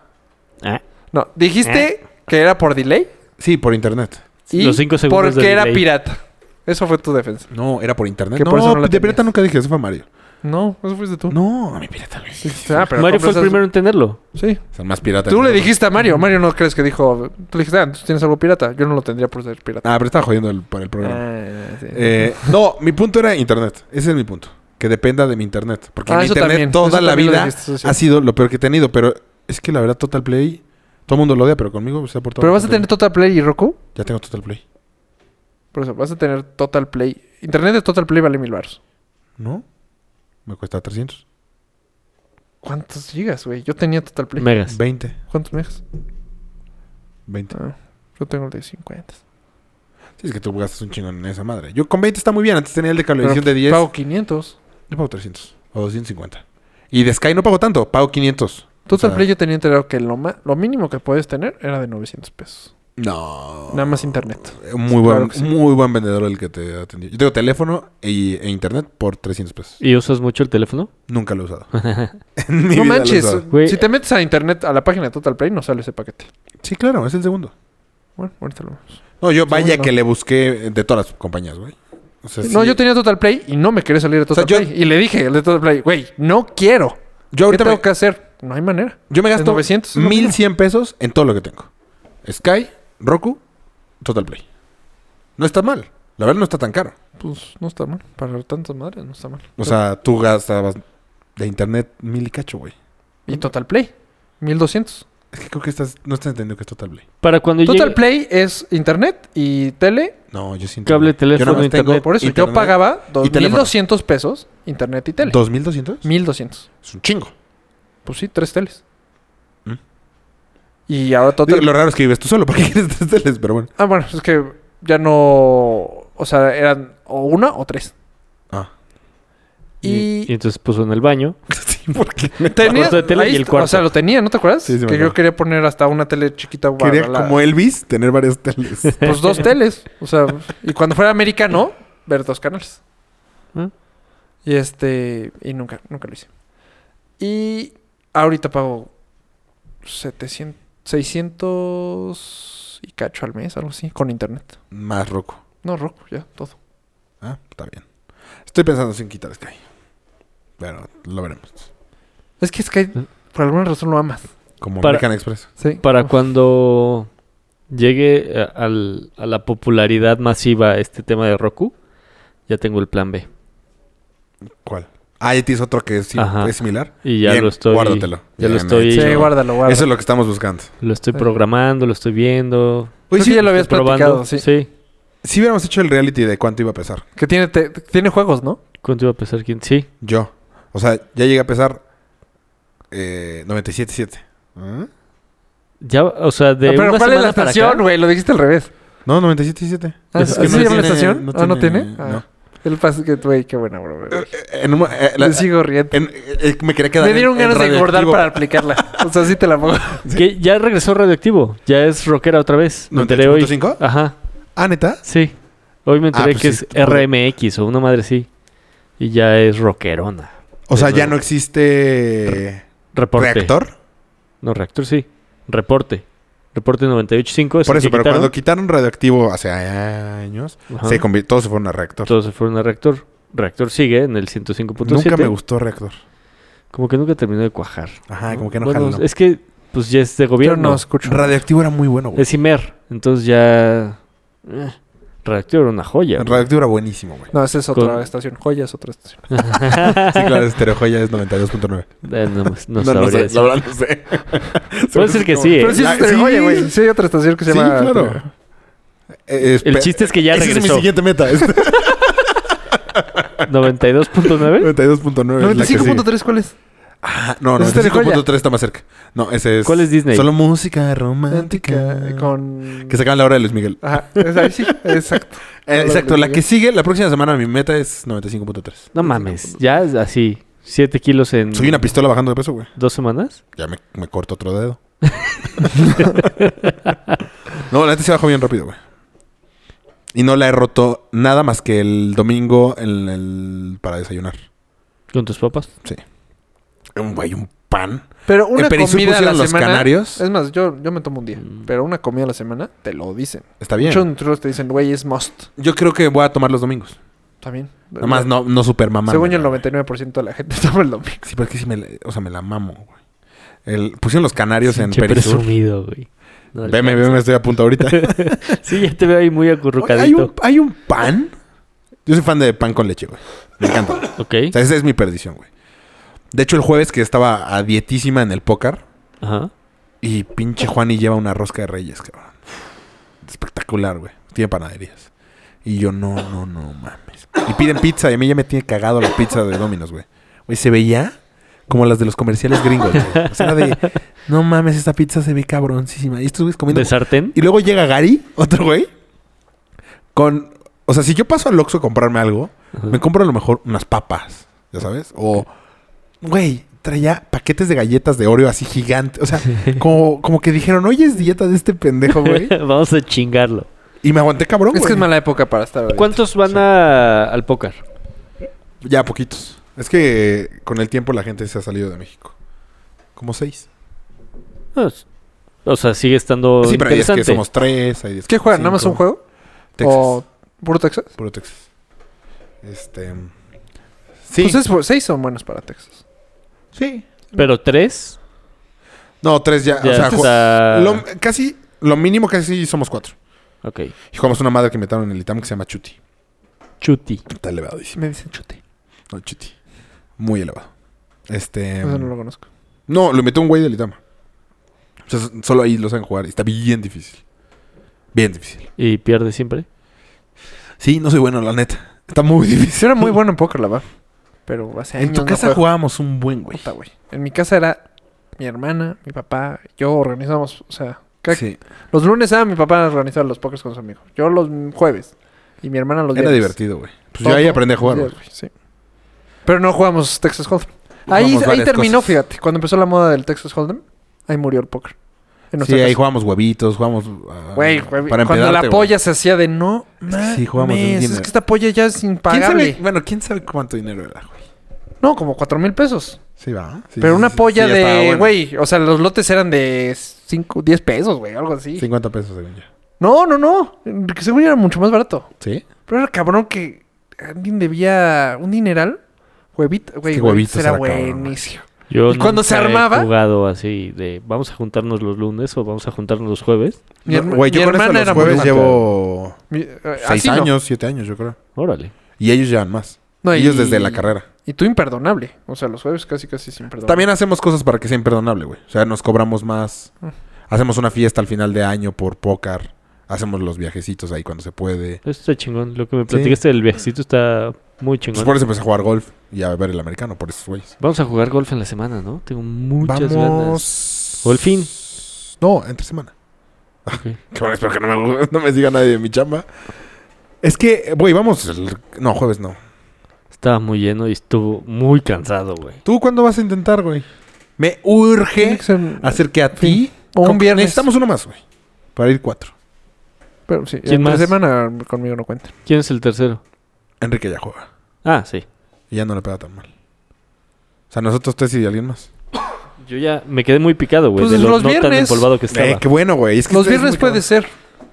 [SPEAKER 1] Ah.
[SPEAKER 3] No, dijiste que era por delay
[SPEAKER 2] sí, por internet.
[SPEAKER 3] y
[SPEAKER 1] ¿Eh? Los cinco segundos
[SPEAKER 3] porque
[SPEAKER 1] de
[SPEAKER 3] era
[SPEAKER 1] delay.
[SPEAKER 3] pirata. Eso fue tu defensa.
[SPEAKER 2] No, era por internet.
[SPEAKER 3] Que
[SPEAKER 2] no,
[SPEAKER 3] por eso no la
[SPEAKER 2] de pirata
[SPEAKER 3] tenías.
[SPEAKER 2] nunca dije, eso fue Mario.
[SPEAKER 3] No, eso fuiste tú.
[SPEAKER 2] No, a mi pirata, güey.
[SPEAKER 3] Dijiste, ah, pero
[SPEAKER 1] Mario fue el
[SPEAKER 3] compras-
[SPEAKER 1] primero en tenerlo.
[SPEAKER 3] Sí.
[SPEAKER 2] O sea, más pirata.
[SPEAKER 3] Tú le dijiste a Mario. Mario no crees que dijo. Tú le dijiste, ah, tú tienes algo pirata. Yo no lo tendría por ser pirata.
[SPEAKER 2] Ah, pero estaba jodiendo el, por el programa.
[SPEAKER 3] Ah, sí.
[SPEAKER 2] Eh, no, mi punto era internet. Ese es mi punto. Que dependa de mi internet. Porque
[SPEAKER 3] Ah,
[SPEAKER 2] mi
[SPEAKER 3] eso
[SPEAKER 2] internet
[SPEAKER 3] también,
[SPEAKER 2] toda
[SPEAKER 3] eso
[SPEAKER 2] la
[SPEAKER 3] también lo
[SPEAKER 2] vida
[SPEAKER 3] dijiste, eso es
[SPEAKER 2] ha
[SPEAKER 3] cierto.
[SPEAKER 2] sido lo peor que he tenido. Pero es que la verdad, Total Play, todo el mundo lo odia, pero conmigo se ha portado.
[SPEAKER 3] pero vas a tener
[SPEAKER 2] bastante
[SPEAKER 3] Total Play y Roku.
[SPEAKER 2] bien. Ya tengo Total Play.
[SPEAKER 3] Por eso, vas a tener Total Play. Internet de Total Play vale mil baros.
[SPEAKER 2] ¿No? Me cuesta 300.
[SPEAKER 3] ¿Cuántos gigas, güey? Yo tenía Total Play.
[SPEAKER 1] Megas.
[SPEAKER 2] 20.
[SPEAKER 3] ¿Cuántos megas?
[SPEAKER 2] 20.
[SPEAKER 3] Ah, yo tengo el de 50.
[SPEAKER 2] Sí, es que tú gastas un chingón en esa madre. Yo con 20 está muy bien. Antes tenía el de cablevisión de
[SPEAKER 3] Pero
[SPEAKER 2] 10.
[SPEAKER 3] Pago 500.
[SPEAKER 2] Yo pago 300 o 250. Y de Sky no pago tanto, pago 500.
[SPEAKER 3] Total
[SPEAKER 2] O sea,
[SPEAKER 3] Play yo tenía enterado que lo, ma- lo mínimo que puedes tener era de 900 pesos.
[SPEAKER 2] No.
[SPEAKER 3] Nada más internet.
[SPEAKER 2] Muy buen,
[SPEAKER 3] Claro que sí.
[SPEAKER 2] muy buen vendedor el que te atendió. Yo tengo teléfono e, e internet por 300 pesos.
[SPEAKER 1] ¿Y usas mucho el teléfono?
[SPEAKER 2] Nunca lo he usado. En mi
[SPEAKER 3] no
[SPEAKER 2] vida lo he
[SPEAKER 3] manches.
[SPEAKER 2] usado.
[SPEAKER 1] Güey.
[SPEAKER 3] Si te metes a internet, a la página de Total Play, no sale ese paquete.
[SPEAKER 2] Sí, claro, es el segundo.
[SPEAKER 3] Bueno, ahorita lo vemos.
[SPEAKER 2] No, yo vaya
[SPEAKER 3] bueno.
[SPEAKER 2] que le busqué de todas las compañías, güey. O sea,
[SPEAKER 3] No,
[SPEAKER 2] Pues sí.
[SPEAKER 3] yo tenía Total Play y no me quería salir de Total
[SPEAKER 2] sea, yo-
[SPEAKER 3] Play. Y le dije al de Total Play, güey, no quiero.
[SPEAKER 2] Yo ahorita
[SPEAKER 3] ¿Qué
[SPEAKER 2] me-
[SPEAKER 3] tengo que hacer? No hay manera.
[SPEAKER 2] Yo me
[SPEAKER 3] Es
[SPEAKER 2] gasto
[SPEAKER 3] 900, es lo
[SPEAKER 2] 1100 pesos en todo lo que tengo. Sky, Roku, Total Play. No está mal. La verdad no está tan caro.
[SPEAKER 3] Pues no está mal. Para tantas madres no está mal.
[SPEAKER 2] O sea, tú gastabas de internet mil y cacho, güey.
[SPEAKER 3] Y Total Play, 1200.
[SPEAKER 2] Es que creo que estás, no estás entendiendo que es Total Play.
[SPEAKER 1] Para cuando
[SPEAKER 3] Total
[SPEAKER 1] llegue...
[SPEAKER 3] Play es internet y tele.
[SPEAKER 2] No, yo sí.
[SPEAKER 1] Cable, teléfono, internet.
[SPEAKER 3] Por eso yo
[SPEAKER 2] Eh, internet
[SPEAKER 3] pagaba
[SPEAKER 2] y teléfono.
[SPEAKER 3] 2200 pesos internet y tele.
[SPEAKER 2] ¿2200?
[SPEAKER 3] 1200.
[SPEAKER 2] Es un chingo.
[SPEAKER 3] Pues sí, tres teles.
[SPEAKER 2] Mm.
[SPEAKER 3] Y ahora
[SPEAKER 2] Digo,
[SPEAKER 3] Total
[SPEAKER 2] lo raro es que vives tú solo porque quieres tres teles, pero bueno.
[SPEAKER 3] Ah, bueno, es que ya no. O sea, eran o una o tres.
[SPEAKER 2] Ah.
[SPEAKER 1] Y, y
[SPEAKER 3] Y.
[SPEAKER 1] entonces puso en el baño.
[SPEAKER 2] sí, porque
[SPEAKER 3] Tenía,
[SPEAKER 1] cuarto de tele
[SPEAKER 3] ahí
[SPEAKER 1] y el
[SPEAKER 3] est-
[SPEAKER 1] cuarto.
[SPEAKER 3] O sea, lo tenía, ¿no te acuerdas?
[SPEAKER 2] Sí, sí, me
[SPEAKER 3] que
[SPEAKER 2] acuerdo.
[SPEAKER 3] yo quería poner hasta una tele chiquita. guau,
[SPEAKER 2] quería
[SPEAKER 3] la-
[SPEAKER 2] como Elvis tener varias teles.
[SPEAKER 3] Pues dos teles. O sea, y cuando fuera americano, ver dos canales.
[SPEAKER 1] ¿Mm?
[SPEAKER 3] Y este. Y nunca, nunca lo hice. Y ahorita pago 700, 600 y cacho al mes, algo así, con internet.
[SPEAKER 2] Más Roku.
[SPEAKER 3] No, Roku, ya, todo.
[SPEAKER 2] Ah, está bien. Estoy pensando sin quitar Sky. Pero lo veremos.
[SPEAKER 3] Es que Sky,
[SPEAKER 1] ¿Eh?
[SPEAKER 3] por alguna razón lo amas.
[SPEAKER 2] Como
[SPEAKER 1] Para-
[SPEAKER 2] American Express.
[SPEAKER 3] Sí.
[SPEAKER 1] Para cuando llegue a, al- a la popularidad masiva este tema de Roku, ya tengo el plan B.
[SPEAKER 2] ¿Cuál? Ah, ya tienes otro que es, sim-
[SPEAKER 1] Ajá.
[SPEAKER 2] es similar.
[SPEAKER 1] Y ya
[SPEAKER 2] Bien,
[SPEAKER 1] lo estoy...
[SPEAKER 2] Guárdatelo.
[SPEAKER 1] Ya lo
[SPEAKER 2] Bien
[SPEAKER 1] estoy...
[SPEAKER 3] Sí,
[SPEAKER 2] hecho.
[SPEAKER 3] guárdalo, guárdalo.
[SPEAKER 2] Eso es lo que estamos buscando.
[SPEAKER 1] Lo estoy
[SPEAKER 3] Sí.
[SPEAKER 1] programando, lo estoy viendo.
[SPEAKER 3] Creo
[SPEAKER 2] Oye,
[SPEAKER 3] que
[SPEAKER 2] si,
[SPEAKER 3] ya lo habías
[SPEAKER 1] estoy
[SPEAKER 3] platicado, sí.
[SPEAKER 1] sí.
[SPEAKER 2] si hubiéramos hecho el reality de cuánto iba a pesar.
[SPEAKER 3] Que tiene, te- tiene juegos, ¿no?
[SPEAKER 1] ¿Cuánto iba a pesar quién? Sí.
[SPEAKER 2] Yo. O sea, ya llegué a pesar eh, 97.7. ¿Ah?
[SPEAKER 1] Ya, o sea, de
[SPEAKER 3] Ah, pero
[SPEAKER 1] una
[SPEAKER 3] ¿cuál es
[SPEAKER 1] semana
[SPEAKER 3] la
[SPEAKER 1] para acá-
[SPEAKER 3] estación, güey? Lo dijiste al revés.
[SPEAKER 2] No, 97.7.
[SPEAKER 3] Ah,
[SPEAKER 1] Pues es que
[SPEAKER 3] ¿Así
[SPEAKER 1] no
[SPEAKER 3] se llama la
[SPEAKER 2] tiene-
[SPEAKER 3] estación?
[SPEAKER 2] no
[SPEAKER 3] ah, ¿no
[SPEAKER 2] tiene-
[SPEAKER 3] tiene?
[SPEAKER 2] no.
[SPEAKER 3] Ah. El pase que, güey, qué buena broma. güey.
[SPEAKER 2] En un mo- eh, la-
[SPEAKER 3] Me sigo riendo.
[SPEAKER 2] en- eh, me quería quedar
[SPEAKER 3] Me dieron
[SPEAKER 2] en- en
[SPEAKER 3] ganas de engordar
[SPEAKER 2] radioactivo.
[SPEAKER 3] para aplicarla. O sea, sí te la pongo.
[SPEAKER 1] Que ya regresó radioactivo. Ya es rockera otra vez. Me enteré hoy.
[SPEAKER 2] 98.5?
[SPEAKER 1] Ajá,
[SPEAKER 2] Ah, ¿neta?
[SPEAKER 1] sí. Hoy me enteré
[SPEAKER 2] pues
[SPEAKER 1] que
[SPEAKER 2] sí,
[SPEAKER 1] es RMX o una madre sí. Y ya es rockerona.
[SPEAKER 2] O sea,
[SPEAKER 1] Es
[SPEAKER 2] ya
[SPEAKER 1] nuevo.
[SPEAKER 2] no existe...
[SPEAKER 1] Reporte.
[SPEAKER 2] ¿Reactor?
[SPEAKER 1] No, reactor sí. Reporte. Reporte 98.5. es
[SPEAKER 2] Por
[SPEAKER 1] el
[SPEAKER 2] eso,
[SPEAKER 1] que
[SPEAKER 2] pero
[SPEAKER 1] quitaron.
[SPEAKER 2] cuando quitaron radioactivo hace años,
[SPEAKER 1] Ajá.
[SPEAKER 2] se convi- todos se fueron a reactor.
[SPEAKER 1] Todos se fueron a reactor. Reactor sigue en el 105.7.
[SPEAKER 2] Nunca me gustó reactor.
[SPEAKER 1] Como que nunca terminó de cuajar.
[SPEAKER 2] Ajá, como que no
[SPEAKER 1] Bueno,
[SPEAKER 2] jaló.
[SPEAKER 1] Es que, pues ya es de
[SPEAKER 3] Yo
[SPEAKER 1] gobierno.
[SPEAKER 3] no escucho.
[SPEAKER 2] Radioactivo era muy bueno, güey.
[SPEAKER 1] Es Imer. Entonces ya. eh, Reactor era una joya. güey.
[SPEAKER 2] Radioactivo era buenísimo, güey.
[SPEAKER 3] No, esa es otra
[SPEAKER 1] Con-
[SPEAKER 3] estación. Joya es otra estación.
[SPEAKER 2] Sí, claro, Estereojoya es 92.9.
[SPEAKER 1] Eh, no, pues, no
[SPEAKER 2] No, no
[SPEAKER 1] sabría
[SPEAKER 2] sé,
[SPEAKER 1] decir.
[SPEAKER 2] la verdad no sé.
[SPEAKER 1] Puede ser que sí, ¿eh?
[SPEAKER 3] Pero sí es
[SPEAKER 2] La-
[SPEAKER 3] Estereojoya,
[SPEAKER 2] sí.
[SPEAKER 3] güey. Sí hay otra estación que se
[SPEAKER 2] Sí,
[SPEAKER 3] llama...
[SPEAKER 2] claro. Eh, espe-
[SPEAKER 1] El chiste es que ya
[SPEAKER 2] Esa es mi
[SPEAKER 1] regresó. ¿Eh?
[SPEAKER 2] siguiente meta. es
[SPEAKER 1] 92.9.
[SPEAKER 2] 92.9. es la que sigue.
[SPEAKER 3] 95.3, ¿cuál es?
[SPEAKER 2] Ah, no, no,
[SPEAKER 3] Ese es Estereojoya.
[SPEAKER 2] 95.3 está más cerca. No, ese es...
[SPEAKER 1] ¿Cuál es Disney?
[SPEAKER 2] Solo música romántica.
[SPEAKER 3] eh, Con...
[SPEAKER 2] Que sacaban la hora de Luis Miguel.
[SPEAKER 3] Ajá, es ahí sí, exacto.
[SPEAKER 2] Eh,
[SPEAKER 3] de
[SPEAKER 2] exacto,
[SPEAKER 3] Luis
[SPEAKER 2] la
[SPEAKER 3] Miguel.
[SPEAKER 2] que sigue, la próxima semana mi meta es 95.3.
[SPEAKER 1] No mames. Ya es así. 7 kilos en
[SPEAKER 2] Soy una pistola bajando de peso, güey.
[SPEAKER 1] dos semanas.
[SPEAKER 2] Ya me, me corto otro dedo. no, la neta se bajó bien rápido, güey. Y no la he roto nada más que el domingo en el- para desayunar.
[SPEAKER 1] Con tus papas.
[SPEAKER 2] Un güey, un pan.
[SPEAKER 3] Pero una
[SPEAKER 2] En Perisur
[SPEAKER 3] comida a la
[SPEAKER 2] pusieron los
[SPEAKER 3] semana...
[SPEAKER 2] canarios.
[SPEAKER 3] Es más, yo, yo me tomo un día.
[SPEAKER 1] Mm.
[SPEAKER 3] Pero una comida a la semana, te lo dicen.
[SPEAKER 2] Está bien.
[SPEAKER 3] Muchos nutriólogos te dicen, güey, es must.
[SPEAKER 2] Yo creo que voy a tomar los domingos.
[SPEAKER 3] También.
[SPEAKER 2] Nada más no, no super mamá.
[SPEAKER 3] Según yo, el 99% de la gente toma el domingo.
[SPEAKER 2] Sí, porque sí me, la- o sea, me la mamo, güey. El, pusieron los canarios en
[SPEAKER 1] Pinche
[SPEAKER 2] Perisur.
[SPEAKER 1] presumido, güey. No,
[SPEAKER 2] Veme, veme, estoy a punto ahorita.
[SPEAKER 1] Sí, ya te veo ahí muy
[SPEAKER 2] ¿Hay un,
[SPEAKER 1] acurrucadito.
[SPEAKER 2] hay un pan. Yo soy fan de pan con leche, güey. Me encanta.
[SPEAKER 1] Ok.
[SPEAKER 2] O sea, esa es mi perdición, güey. De hecho, el jueves que estaba a dietísima en el póker
[SPEAKER 1] Ajá.
[SPEAKER 2] y pinche Juani lleva una rosca de reyes, cabrón. Espectacular, güey. Tiene panaderías. Y yo, no, no, no mames. Y piden pizza y a mí ya me tiene cagado la pizza de Dominos, güey. Güey, se veía como las de los comerciales gringos, güey. O sea, de, no mames, esta pizza se ve cabroncísima. Y estos güeyes comiendo
[SPEAKER 1] ¿De sartén?
[SPEAKER 2] y luego llega Gary, otro güey, con... O sea, si yo paso al Oxxo a comprarme algo,
[SPEAKER 1] Ajá.
[SPEAKER 2] me compro a lo mejor unas papas, ya sabes. O, güey, traía paquetes de galletas de Oreo así gigantes. O sea, como, como que dijeron, oye, es dieta de este pendejo, güey.
[SPEAKER 1] Vamos a chingarlo.
[SPEAKER 2] Y me aguanté cabrón,
[SPEAKER 3] Es que
[SPEAKER 2] güey.
[SPEAKER 3] es mala época para estar. ahorita.
[SPEAKER 1] ¿Cuántos van a- al póker?
[SPEAKER 2] Ya, poquitos. Es que con el tiempo la gente se ha salido de México. Como seis.
[SPEAKER 1] Ah, es- O sea, sigue
[SPEAKER 3] Oh,
[SPEAKER 1] estando
[SPEAKER 2] Sí, pero hay días
[SPEAKER 1] interesante.
[SPEAKER 2] que somos tres. Hay días
[SPEAKER 3] ¿Qué
[SPEAKER 2] que
[SPEAKER 3] juegan? ¿Nada más
[SPEAKER 2] cinco.
[SPEAKER 3] un juego?
[SPEAKER 2] Texas.
[SPEAKER 3] ¿O puro Texas?
[SPEAKER 2] Puro Texas. Este. Sí.
[SPEAKER 3] Pues es- seis son buenos para Texas.
[SPEAKER 2] sí.
[SPEAKER 1] Pero tres.
[SPEAKER 2] No, tres ya.
[SPEAKER 1] Ya
[SPEAKER 2] Ah, o sea, ju-
[SPEAKER 1] está-
[SPEAKER 2] lo- casi, lo mínimo casi somos cuatro.
[SPEAKER 1] Ok.
[SPEAKER 2] Y jugamos una madre que metieron en el ITAM que se llama Chuti.
[SPEAKER 1] Chuti.
[SPEAKER 2] Está elevadísimo.
[SPEAKER 3] Me dicen chute.
[SPEAKER 2] No, Chuti. Muy elevado. Este.
[SPEAKER 3] Eso no lo conozco.
[SPEAKER 2] No, lo metió un güey del Itama. O sea, s- solo ahí lo saben jugar. y Está bien difícil. Bien difícil.
[SPEAKER 1] Y pierde siempre.
[SPEAKER 2] Sí, no soy bueno, la neta. Está muy difícil.
[SPEAKER 3] Sí, era muy bueno en póker, la verdad. Pero hace años.
[SPEAKER 2] En tu
[SPEAKER 3] no
[SPEAKER 2] casa
[SPEAKER 3] juego.
[SPEAKER 2] jugábamos un buen güey.
[SPEAKER 3] Puta, güey. En mi casa era mi hermana, mi papá, yo organizamos, o sea, cada-
[SPEAKER 2] Sí.
[SPEAKER 3] los lunes ah, mi papá organizaba los pokers con su amigo. Yo los jueves y mi hermana los
[SPEAKER 2] Era
[SPEAKER 3] viernes.
[SPEAKER 2] divertido, güey. Pues yo ahí
[SPEAKER 3] Todo
[SPEAKER 2] aprendí a jugar,
[SPEAKER 3] los
[SPEAKER 2] güey.
[SPEAKER 3] días, güey, sí. Pero no jugamos Texas Hold'em. Ahí,
[SPEAKER 2] Jugamos
[SPEAKER 3] ahí
[SPEAKER 2] varias
[SPEAKER 3] terminó,
[SPEAKER 2] cosas.
[SPEAKER 3] fíjate, cuando empezó la moda del Texas Hold'em, ahí murió el póker. En
[SPEAKER 2] Sí,
[SPEAKER 3] nuestra
[SPEAKER 2] ahí
[SPEAKER 3] casa.
[SPEAKER 2] jugamos huevitos, jugamos. ah,
[SPEAKER 3] Güey, güey,
[SPEAKER 2] para
[SPEAKER 3] cuando la
[SPEAKER 2] empedarte, güey.
[SPEAKER 3] polla se hacía de no,
[SPEAKER 2] que sí, jugamos un
[SPEAKER 3] mames, es
[SPEAKER 2] dinero.
[SPEAKER 3] que esta polla ya es
[SPEAKER 2] ¿Quién
[SPEAKER 3] impagable.
[SPEAKER 2] sabe, bueno, quién sabe cuánto dinero era, güey.
[SPEAKER 3] No, como cuatro mil pesos.
[SPEAKER 2] Sí, va. Sí,
[SPEAKER 3] Pero
[SPEAKER 2] sí,
[SPEAKER 3] una
[SPEAKER 2] sí,
[SPEAKER 3] polla
[SPEAKER 2] sí, ya estaba
[SPEAKER 3] de,
[SPEAKER 2] bueno.
[SPEAKER 3] güey, o sea, los lotes eran de 5, 10 pesos, güey, algo así.
[SPEAKER 2] 50 pesos, según yo.
[SPEAKER 3] No, no, no, que según yo era mucho más barato.
[SPEAKER 2] ¿Sí?
[SPEAKER 3] Pero era cabrón que alguien debía un dineral. Huevito, güey,
[SPEAKER 2] que
[SPEAKER 3] huevitos
[SPEAKER 2] huevitos
[SPEAKER 3] era,
[SPEAKER 2] era cabrón,
[SPEAKER 3] buenísimo.
[SPEAKER 1] Yo
[SPEAKER 3] ¿Y cuando se
[SPEAKER 1] nunca he
[SPEAKER 3] armaba?
[SPEAKER 1] jugado así de vamos a juntarnos los lunes o vamos a juntarnos los jueves.
[SPEAKER 3] Mi,
[SPEAKER 2] No,
[SPEAKER 3] herma-
[SPEAKER 2] Güey,
[SPEAKER 3] mi
[SPEAKER 2] yo con eso
[SPEAKER 3] hermana
[SPEAKER 2] los
[SPEAKER 3] era muy
[SPEAKER 2] jueves
[SPEAKER 3] buena.
[SPEAKER 2] llevo
[SPEAKER 3] Mi- eh,
[SPEAKER 2] 6
[SPEAKER 3] así no.
[SPEAKER 2] años, 7 años, yo creo.
[SPEAKER 1] Órale.
[SPEAKER 2] Y ellos llevan más.
[SPEAKER 3] No,
[SPEAKER 2] ellos
[SPEAKER 3] y-
[SPEAKER 2] desde la carrera.
[SPEAKER 3] Y tú imperdonable. O sea, los jueves casi, casi sin perdón.
[SPEAKER 2] También hacemos cosas para que sea imperdonable, güey. O sea, nos cobramos más.
[SPEAKER 3] Mm.
[SPEAKER 2] Hacemos una fiesta al final de año por pócar. Hacemos los viajecitos ahí cuando se puede.
[SPEAKER 1] Esto está chingón. Lo que me platicaste del viajecito está muy
[SPEAKER 2] Pues
[SPEAKER 1] chingón.
[SPEAKER 2] por eso empecé a jugar golf y a beber el americano, por esos güeyes.
[SPEAKER 1] Vamos a jugar golf en la semana, ¿no? Tengo muchas ganas.
[SPEAKER 2] Vamos.
[SPEAKER 1] ¿O el fin?
[SPEAKER 2] No, entre semana.
[SPEAKER 1] Ok.
[SPEAKER 2] Qué bueno, espero que no me, no me diga nadie de mi chamba. Es que, güey, vamos. el- No, jueves no.
[SPEAKER 1] Estaba muy lleno y estuvo muy cansado, güey.
[SPEAKER 2] ¿Tú cuándo vas a intentar, güey? Me urge
[SPEAKER 3] Tiene que ser-
[SPEAKER 2] hacer que a ti.
[SPEAKER 3] O un
[SPEAKER 2] Con-
[SPEAKER 3] viernes.
[SPEAKER 2] Ah, Necesitamos uno más, güey. Para ir cuatro.
[SPEAKER 3] Pero sí,
[SPEAKER 1] ¿Quién
[SPEAKER 3] en la
[SPEAKER 1] más?
[SPEAKER 3] semana conmigo no cuenta.
[SPEAKER 1] ¿Quién es el tercero?
[SPEAKER 2] Enrique ya juega.
[SPEAKER 1] Ah, sí.
[SPEAKER 2] Y ya no le pega tan mal. O sea, nosotros tres y alguien más.
[SPEAKER 1] Yo ya me quedé muy picado, güey.
[SPEAKER 3] Pues
[SPEAKER 1] de lo
[SPEAKER 3] los
[SPEAKER 1] no tan
[SPEAKER 3] viernes.
[SPEAKER 1] empolvado que estaba.
[SPEAKER 2] Eh, qué bueno, güey. Es que
[SPEAKER 3] Los
[SPEAKER 2] ustedes
[SPEAKER 3] viernes eh.
[SPEAKER 2] muy cabrón.
[SPEAKER 3] puede ser.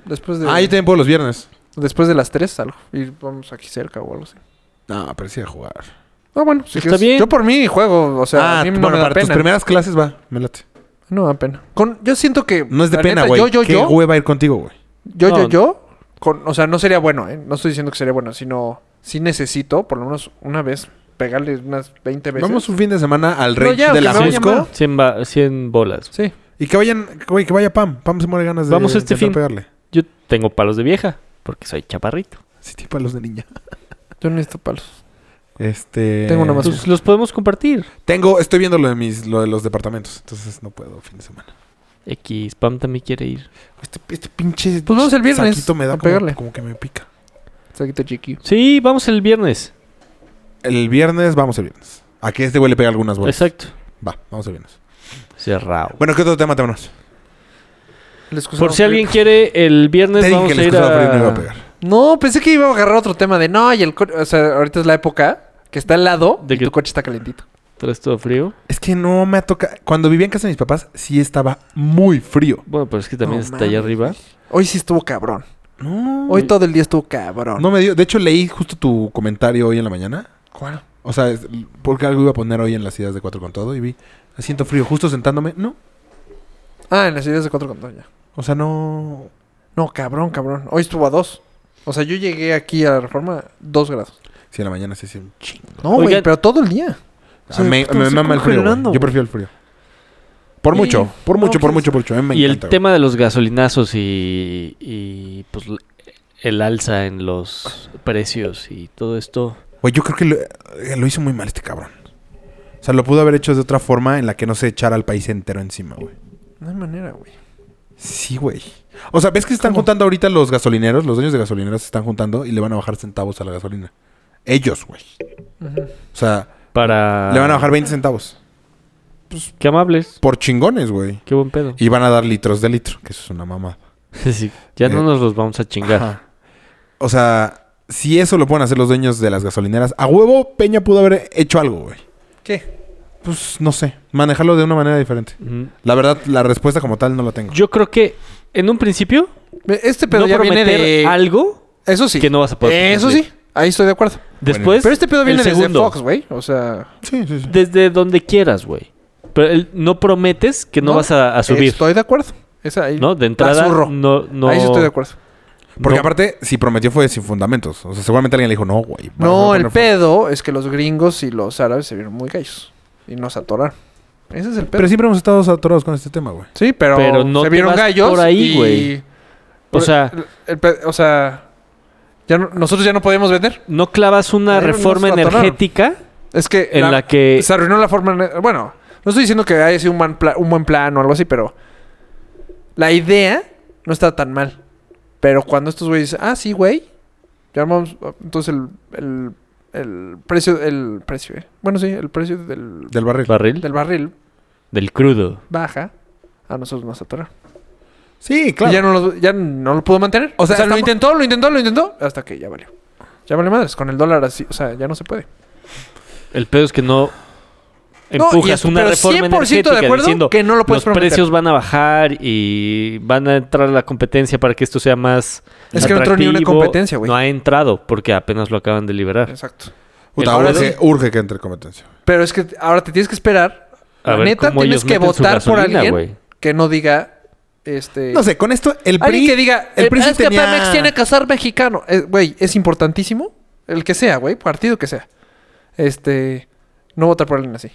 [SPEAKER 3] Después de,
[SPEAKER 2] Ah, yo también puedo los viernes.
[SPEAKER 3] después de las 3 algo. Y vamos aquí cerca o algo así.
[SPEAKER 2] No, pero sí a jugar.
[SPEAKER 3] Ah, bueno, si
[SPEAKER 1] Está
[SPEAKER 3] quieres.
[SPEAKER 1] bien.
[SPEAKER 3] Yo por mí juego, o sea,
[SPEAKER 2] ah,
[SPEAKER 3] a mí no
[SPEAKER 2] bueno,
[SPEAKER 3] me da
[SPEAKER 2] para tus
[SPEAKER 3] pena.
[SPEAKER 2] primeras clases va. Me late.
[SPEAKER 3] No me da pena. Con, yo siento que.
[SPEAKER 2] No es de
[SPEAKER 3] la
[SPEAKER 2] pena,
[SPEAKER 3] neta,
[SPEAKER 2] güey.
[SPEAKER 3] Yo, yo,
[SPEAKER 2] Qué
[SPEAKER 3] yo.
[SPEAKER 2] hueva ir contigo, güey.
[SPEAKER 3] Yo, yo,
[SPEAKER 1] No.
[SPEAKER 3] yo. Con, o sea, no sería bueno, ¿eh? No estoy diciendo que sería bueno, sino. Sí necesito, por lo menos una vez, pegarle unas 20 veces.
[SPEAKER 2] Vamos un fin de semana al rey
[SPEAKER 3] ya,
[SPEAKER 2] de
[SPEAKER 3] que
[SPEAKER 2] la
[SPEAKER 3] me vaya
[SPEAKER 2] Jusco.
[SPEAKER 3] mal.
[SPEAKER 1] 100, ba- 100 bolas.
[SPEAKER 3] Sí.
[SPEAKER 2] Y que vayan, güey, que vaya Pam. Pam se muere ganas de
[SPEAKER 1] Vamos este
[SPEAKER 2] intentar
[SPEAKER 1] fin.
[SPEAKER 2] pegarle.
[SPEAKER 1] Yo tengo palos de vieja porque soy chaparrito.
[SPEAKER 2] Sí, tipo a los de niña.
[SPEAKER 3] Yo necesito palos.
[SPEAKER 2] Este.
[SPEAKER 3] Tengo una más.
[SPEAKER 1] Pues los podemos compartir.
[SPEAKER 2] Tengo, estoy viendo lo de mis, lo de los departamentos. Entonces no puedo fin de semana.
[SPEAKER 1] X, Pam también quiere ir.
[SPEAKER 2] Este, este pinche.
[SPEAKER 3] Pues vamos el viernes
[SPEAKER 2] saquito me da
[SPEAKER 3] a
[SPEAKER 2] como-
[SPEAKER 3] pegarle.
[SPEAKER 2] como que me pica.
[SPEAKER 3] Saquito chiqui.
[SPEAKER 1] Sí, vamos el viernes.
[SPEAKER 2] El viernes, vamos el viernes. A que este güey le pega algunas bolas.
[SPEAKER 1] Exacto.
[SPEAKER 2] Va, vamos el viernes.
[SPEAKER 1] Cerrado.
[SPEAKER 2] Bueno, ¿qué otro tema tenemos?
[SPEAKER 3] La excusa
[SPEAKER 1] Por
[SPEAKER 3] no
[SPEAKER 1] si
[SPEAKER 3] fue-
[SPEAKER 1] alguien quiere, el viernes
[SPEAKER 2] Te dije
[SPEAKER 1] vamos
[SPEAKER 2] que
[SPEAKER 1] a
[SPEAKER 2] la
[SPEAKER 1] ir
[SPEAKER 2] excusa no iba a
[SPEAKER 1] a...
[SPEAKER 2] pegar.
[SPEAKER 3] No, pensé que iba a agarrar otro tema de no, y el coche. O sea, ahorita es la época que está al lado
[SPEAKER 1] De
[SPEAKER 3] y
[SPEAKER 1] que-
[SPEAKER 3] tu coche está calentito.
[SPEAKER 1] ¿Traes todo frío?
[SPEAKER 2] Es que no me ha tocado. Cuando vivía en casa de mis papás, sí estaba muy frío.
[SPEAKER 1] Bueno, pero es que también
[SPEAKER 3] No
[SPEAKER 1] está allá
[SPEAKER 3] mames.
[SPEAKER 1] arriba.
[SPEAKER 3] Hoy sí estuvo cabrón.
[SPEAKER 2] No.
[SPEAKER 3] Hoy todo el día estuvo cabrón.
[SPEAKER 2] No me dio. De hecho, leí justo tu comentario hoy en la mañana.
[SPEAKER 3] ¿Cuál?
[SPEAKER 2] O sea, es- porque algo iba a poner hoy en las ideas de cuatro con todo y vi. Siento frío, justo sentándome. No.
[SPEAKER 3] Ah, en las ideas de cuatro con Toño.
[SPEAKER 2] O sea, no.
[SPEAKER 3] No, cabrón, cabrón. Hoy estuvo a dos. O sea, yo llegué aquí a la reforma dos grados.
[SPEAKER 2] Sí, en la mañana sí, sí. un chingo.
[SPEAKER 3] No, güey,
[SPEAKER 1] Oigan.
[SPEAKER 3] pero todo el día.
[SPEAKER 2] Ah, me me mama el frío. güey. Yo prefiero el frío. Por
[SPEAKER 3] Sí.
[SPEAKER 2] mucho, por mucho,
[SPEAKER 3] No,
[SPEAKER 2] por
[SPEAKER 3] sí.
[SPEAKER 2] mucho, por mucho. A mí me
[SPEAKER 1] y
[SPEAKER 2] encanta.
[SPEAKER 1] el
[SPEAKER 2] güey.
[SPEAKER 1] tema de los gasolinazos y, y, pues l- el alza en los precios y todo esto.
[SPEAKER 2] Güey, yo creo que lo, eh, lo hizo muy mal este cabrón. O sea, lo pudo haber hecho de otra forma en la que no se echara al país entero encima, güey.
[SPEAKER 3] No hay manera, güey.
[SPEAKER 2] Sí, güey. O sea, ¿ves que se están
[SPEAKER 3] ¿Cómo?
[SPEAKER 2] juntando ahorita los gasolineros? Los dueños de gasolineras se están juntando y le van a bajar centavos a la gasolina. Ellos, güey. O sea,
[SPEAKER 1] Para...
[SPEAKER 2] le van a bajar 20 centavos.
[SPEAKER 1] Qué amables.
[SPEAKER 2] Por chingones, güey.
[SPEAKER 1] Qué buen pedo.
[SPEAKER 2] Y van a dar litros de litro, que eso es una mamada.
[SPEAKER 1] Sí, ya no
[SPEAKER 2] Eh,
[SPEAKER 1] nos los vamos a chingar.
[SPEAKER 2] Ajá. O sea, si eso lo pueden hacer los dueños de las gasolineras, a huevo Peña pudo haber hecho algo, güey.
[SPEAKER 3] ¿Qué?
[SPEAKER 2] Pues no sé, manejarlo de una manera diferente.
[SPEAKER 1] Mm.
[SPEAKER 2] La verdad, la respuesta como tal no la tengo.
[SPEAKER 1] Yo creo que en un principio
[SPEAKER 3] Ve, Este pedo
[SPEAKER 1] no
[SPEAKER 3] ya viene
[SPEAKER 1] prometer
[SPEAKER 3] de.
[SPEAKER 1] algo
[SPEAKER 3] Eso sí.
[SPEAKER 1] que no vas a poder
[SPEAKER 3] Eso
[SPEAKER 1] cumplir.
[SPEAKER 3] sí. Ahí estoy de acuerdo.
[SPEAKER 1] después.
[SPEAKER 3] Pero este pedo
[SPEAKER 1] el
[SPEAKER 3] viene desde
[SPEAKER 1] segundo,
[SPEAKER 3] Fox, güey. O sea.
[SPEAKER 2] Sí, sí, sí.
[SPEAKER 1] Desde donde quieras, güey. Pero el- no prometes que no,
[SPEAKER 3] No,
[SPEAKER 1] vas a, a subir,
[SPEAKER 3] Estoy de acuerdo. Esa ahí.
[SPEAKER 1] ¿no? De entrada
[SPEAKER 3] zurro.
[SPEAKER 1] no no
[SPEAKER 3] Ahí sí estoy de acuerdo.
[SPEAKER 2] Porque
[SPEAKER 1] no-
[SPEAKER 2] aparte, si prometió fue sin fundamentos. O sea, seguramente alguien le dijo, no, güey. vamos
[SPEAKER 3] No,
[SPEAKER 2] a
[SPEAKER 3] el
[SPEAKER 2] poner-
[SPEAKER 3] pedo es que los gringos y los árabes se vieron muy gallos. Y nos atoraron. Ese es el pedo.
[SPEAKER 2] Pero siempre hemos estado atorados con este tema, güey.
[SPEAKER 3] sí, pero,
[SPEAKER 1] Pero no
[SPEAKER 3] se
[SPEAKER 1] te
[SPEAKER 3] vieron
[SPEAKER 1] vas
[SPEAKER 3] gallos.
[SPEAKER 1] por ahí,
[SPEAKER 3] y-
[SPEAKER 1] güey. O sea,
[SPEAKER 3] El- el pe- o sea, ya no- nosotros ya no podemos vender.
[SPEAKER 1] no clavas una
[SPEAKER 3] Pero nos
[SPEAKER 1] reforma
[SPEAKER 3] atoraron.
[SPEAKER 1] energética
[SPEAKER 3] Es que
[SPEAKER 1] en la, que
[SPEAKER 3] se arruinó la forma. en- e-, Bueno, no estoy diciendo que haya sido un, buen pla- un buen plan o algo así, pero la idea no está tan mal. Pero cuando estos güeyes dicen, ah, sí, güey, ya vamos- Entonces el, el, el precio, el precio, eh. bueno, sí, el precio del,
[SPEAKER 2] Del barril.
[SPEAKER 1] barril
[SPEAKER 3] del barril
[SPEAKER 1] del crudo.
[SPEAKER 3] baja. A nosotros nos atoraron.
[SPEAKER 2] Sí,
[SPEAKER 3] Y ya
[SPEAKER 2] claro.
[SPEAKER 3] no, lo, ya no lo pudo mantener. O
[SPEAKER 2] O
[SPEAKER 3] sea,
[SPEAKER 2] sea,
[SPEAKER 3] lo
[SPEAKER 2] estamos-
[SPEAKER 3] intentó, lo intentó, lo intentó. Hasta que ya valió. Ya vale madres. Con el dólar así. O sea, ya no se puede.
[SPEAKER 1] El pedo es que no
[SPEAKER 3] No, y
[SPEAKER 1] empujas
[SPEAKER 3] esto-
[SPEAKER 1] una
[SPEAKER 3] pero
[SPEAKER 1] reforma
[SPEAKER 3] 100%
[SPEAKER 1] energética
[SPEAKER 3] de acuerdo
[SPEAKER 1] diciendo
[SPEAKER 3] que no lo puedes
[SPEAKER 1] los
[SPEAKER 3] prometer.
[SPEAKER 1] precios van a bajar y van a entrar a la competencia para que esto sea más
[SPEAKER 3] Es que no entró ni una
[SPEAKER 1] atractivo.
[SPEAKER 3] competencia, güey.
[SPEAKER 1] No ha entrado porque apenas lo acaban de
[SPEAKER 2] Ah.
[SPEAKER 1] liberar.
[SPEAKER 3] Exacto.
[SPEAKER 2] Puta,
[SPEAKER 1] el barril-
[SPEAKER 2] urge, urge que entre competencia.
[SPEAKER 3] Pero es que ahora te tienes que esperar.
[SPEAKER 1] A
[SPEAKER 3] la
[SPEAKER 1] ver
[SPEAKER 3] neta,
[SPEAKER 1] cómo
[SPEAKER 3] tienes
[SPEAKER 1] ellos
[SPEAKER 3] que
[SPEAKER 1] meten su
[SPEAKER 3] votar por
[SPEAKER 1] gasolina,
[SPEAKER 3] alguien
[SPEAKER 1] güey.
[SPEAKER 3] que no diga. Este.
[SPEAKER 2] No sé, con esto el PRI...
[SPEAKER 3] alguien que diga.
[SPEAKER 2] el
[SPEAKER 3] El
[SPEAKER 2] PRI sí
[SPEAKER 3] es que
[SPEAKER 2] tenía-
[SPEAKER 3] Pemex tiene que ser mexicano. Eh, Güey, es importantísimo. El que sea, güey. Partido que sea. Este. No votar por alguien así.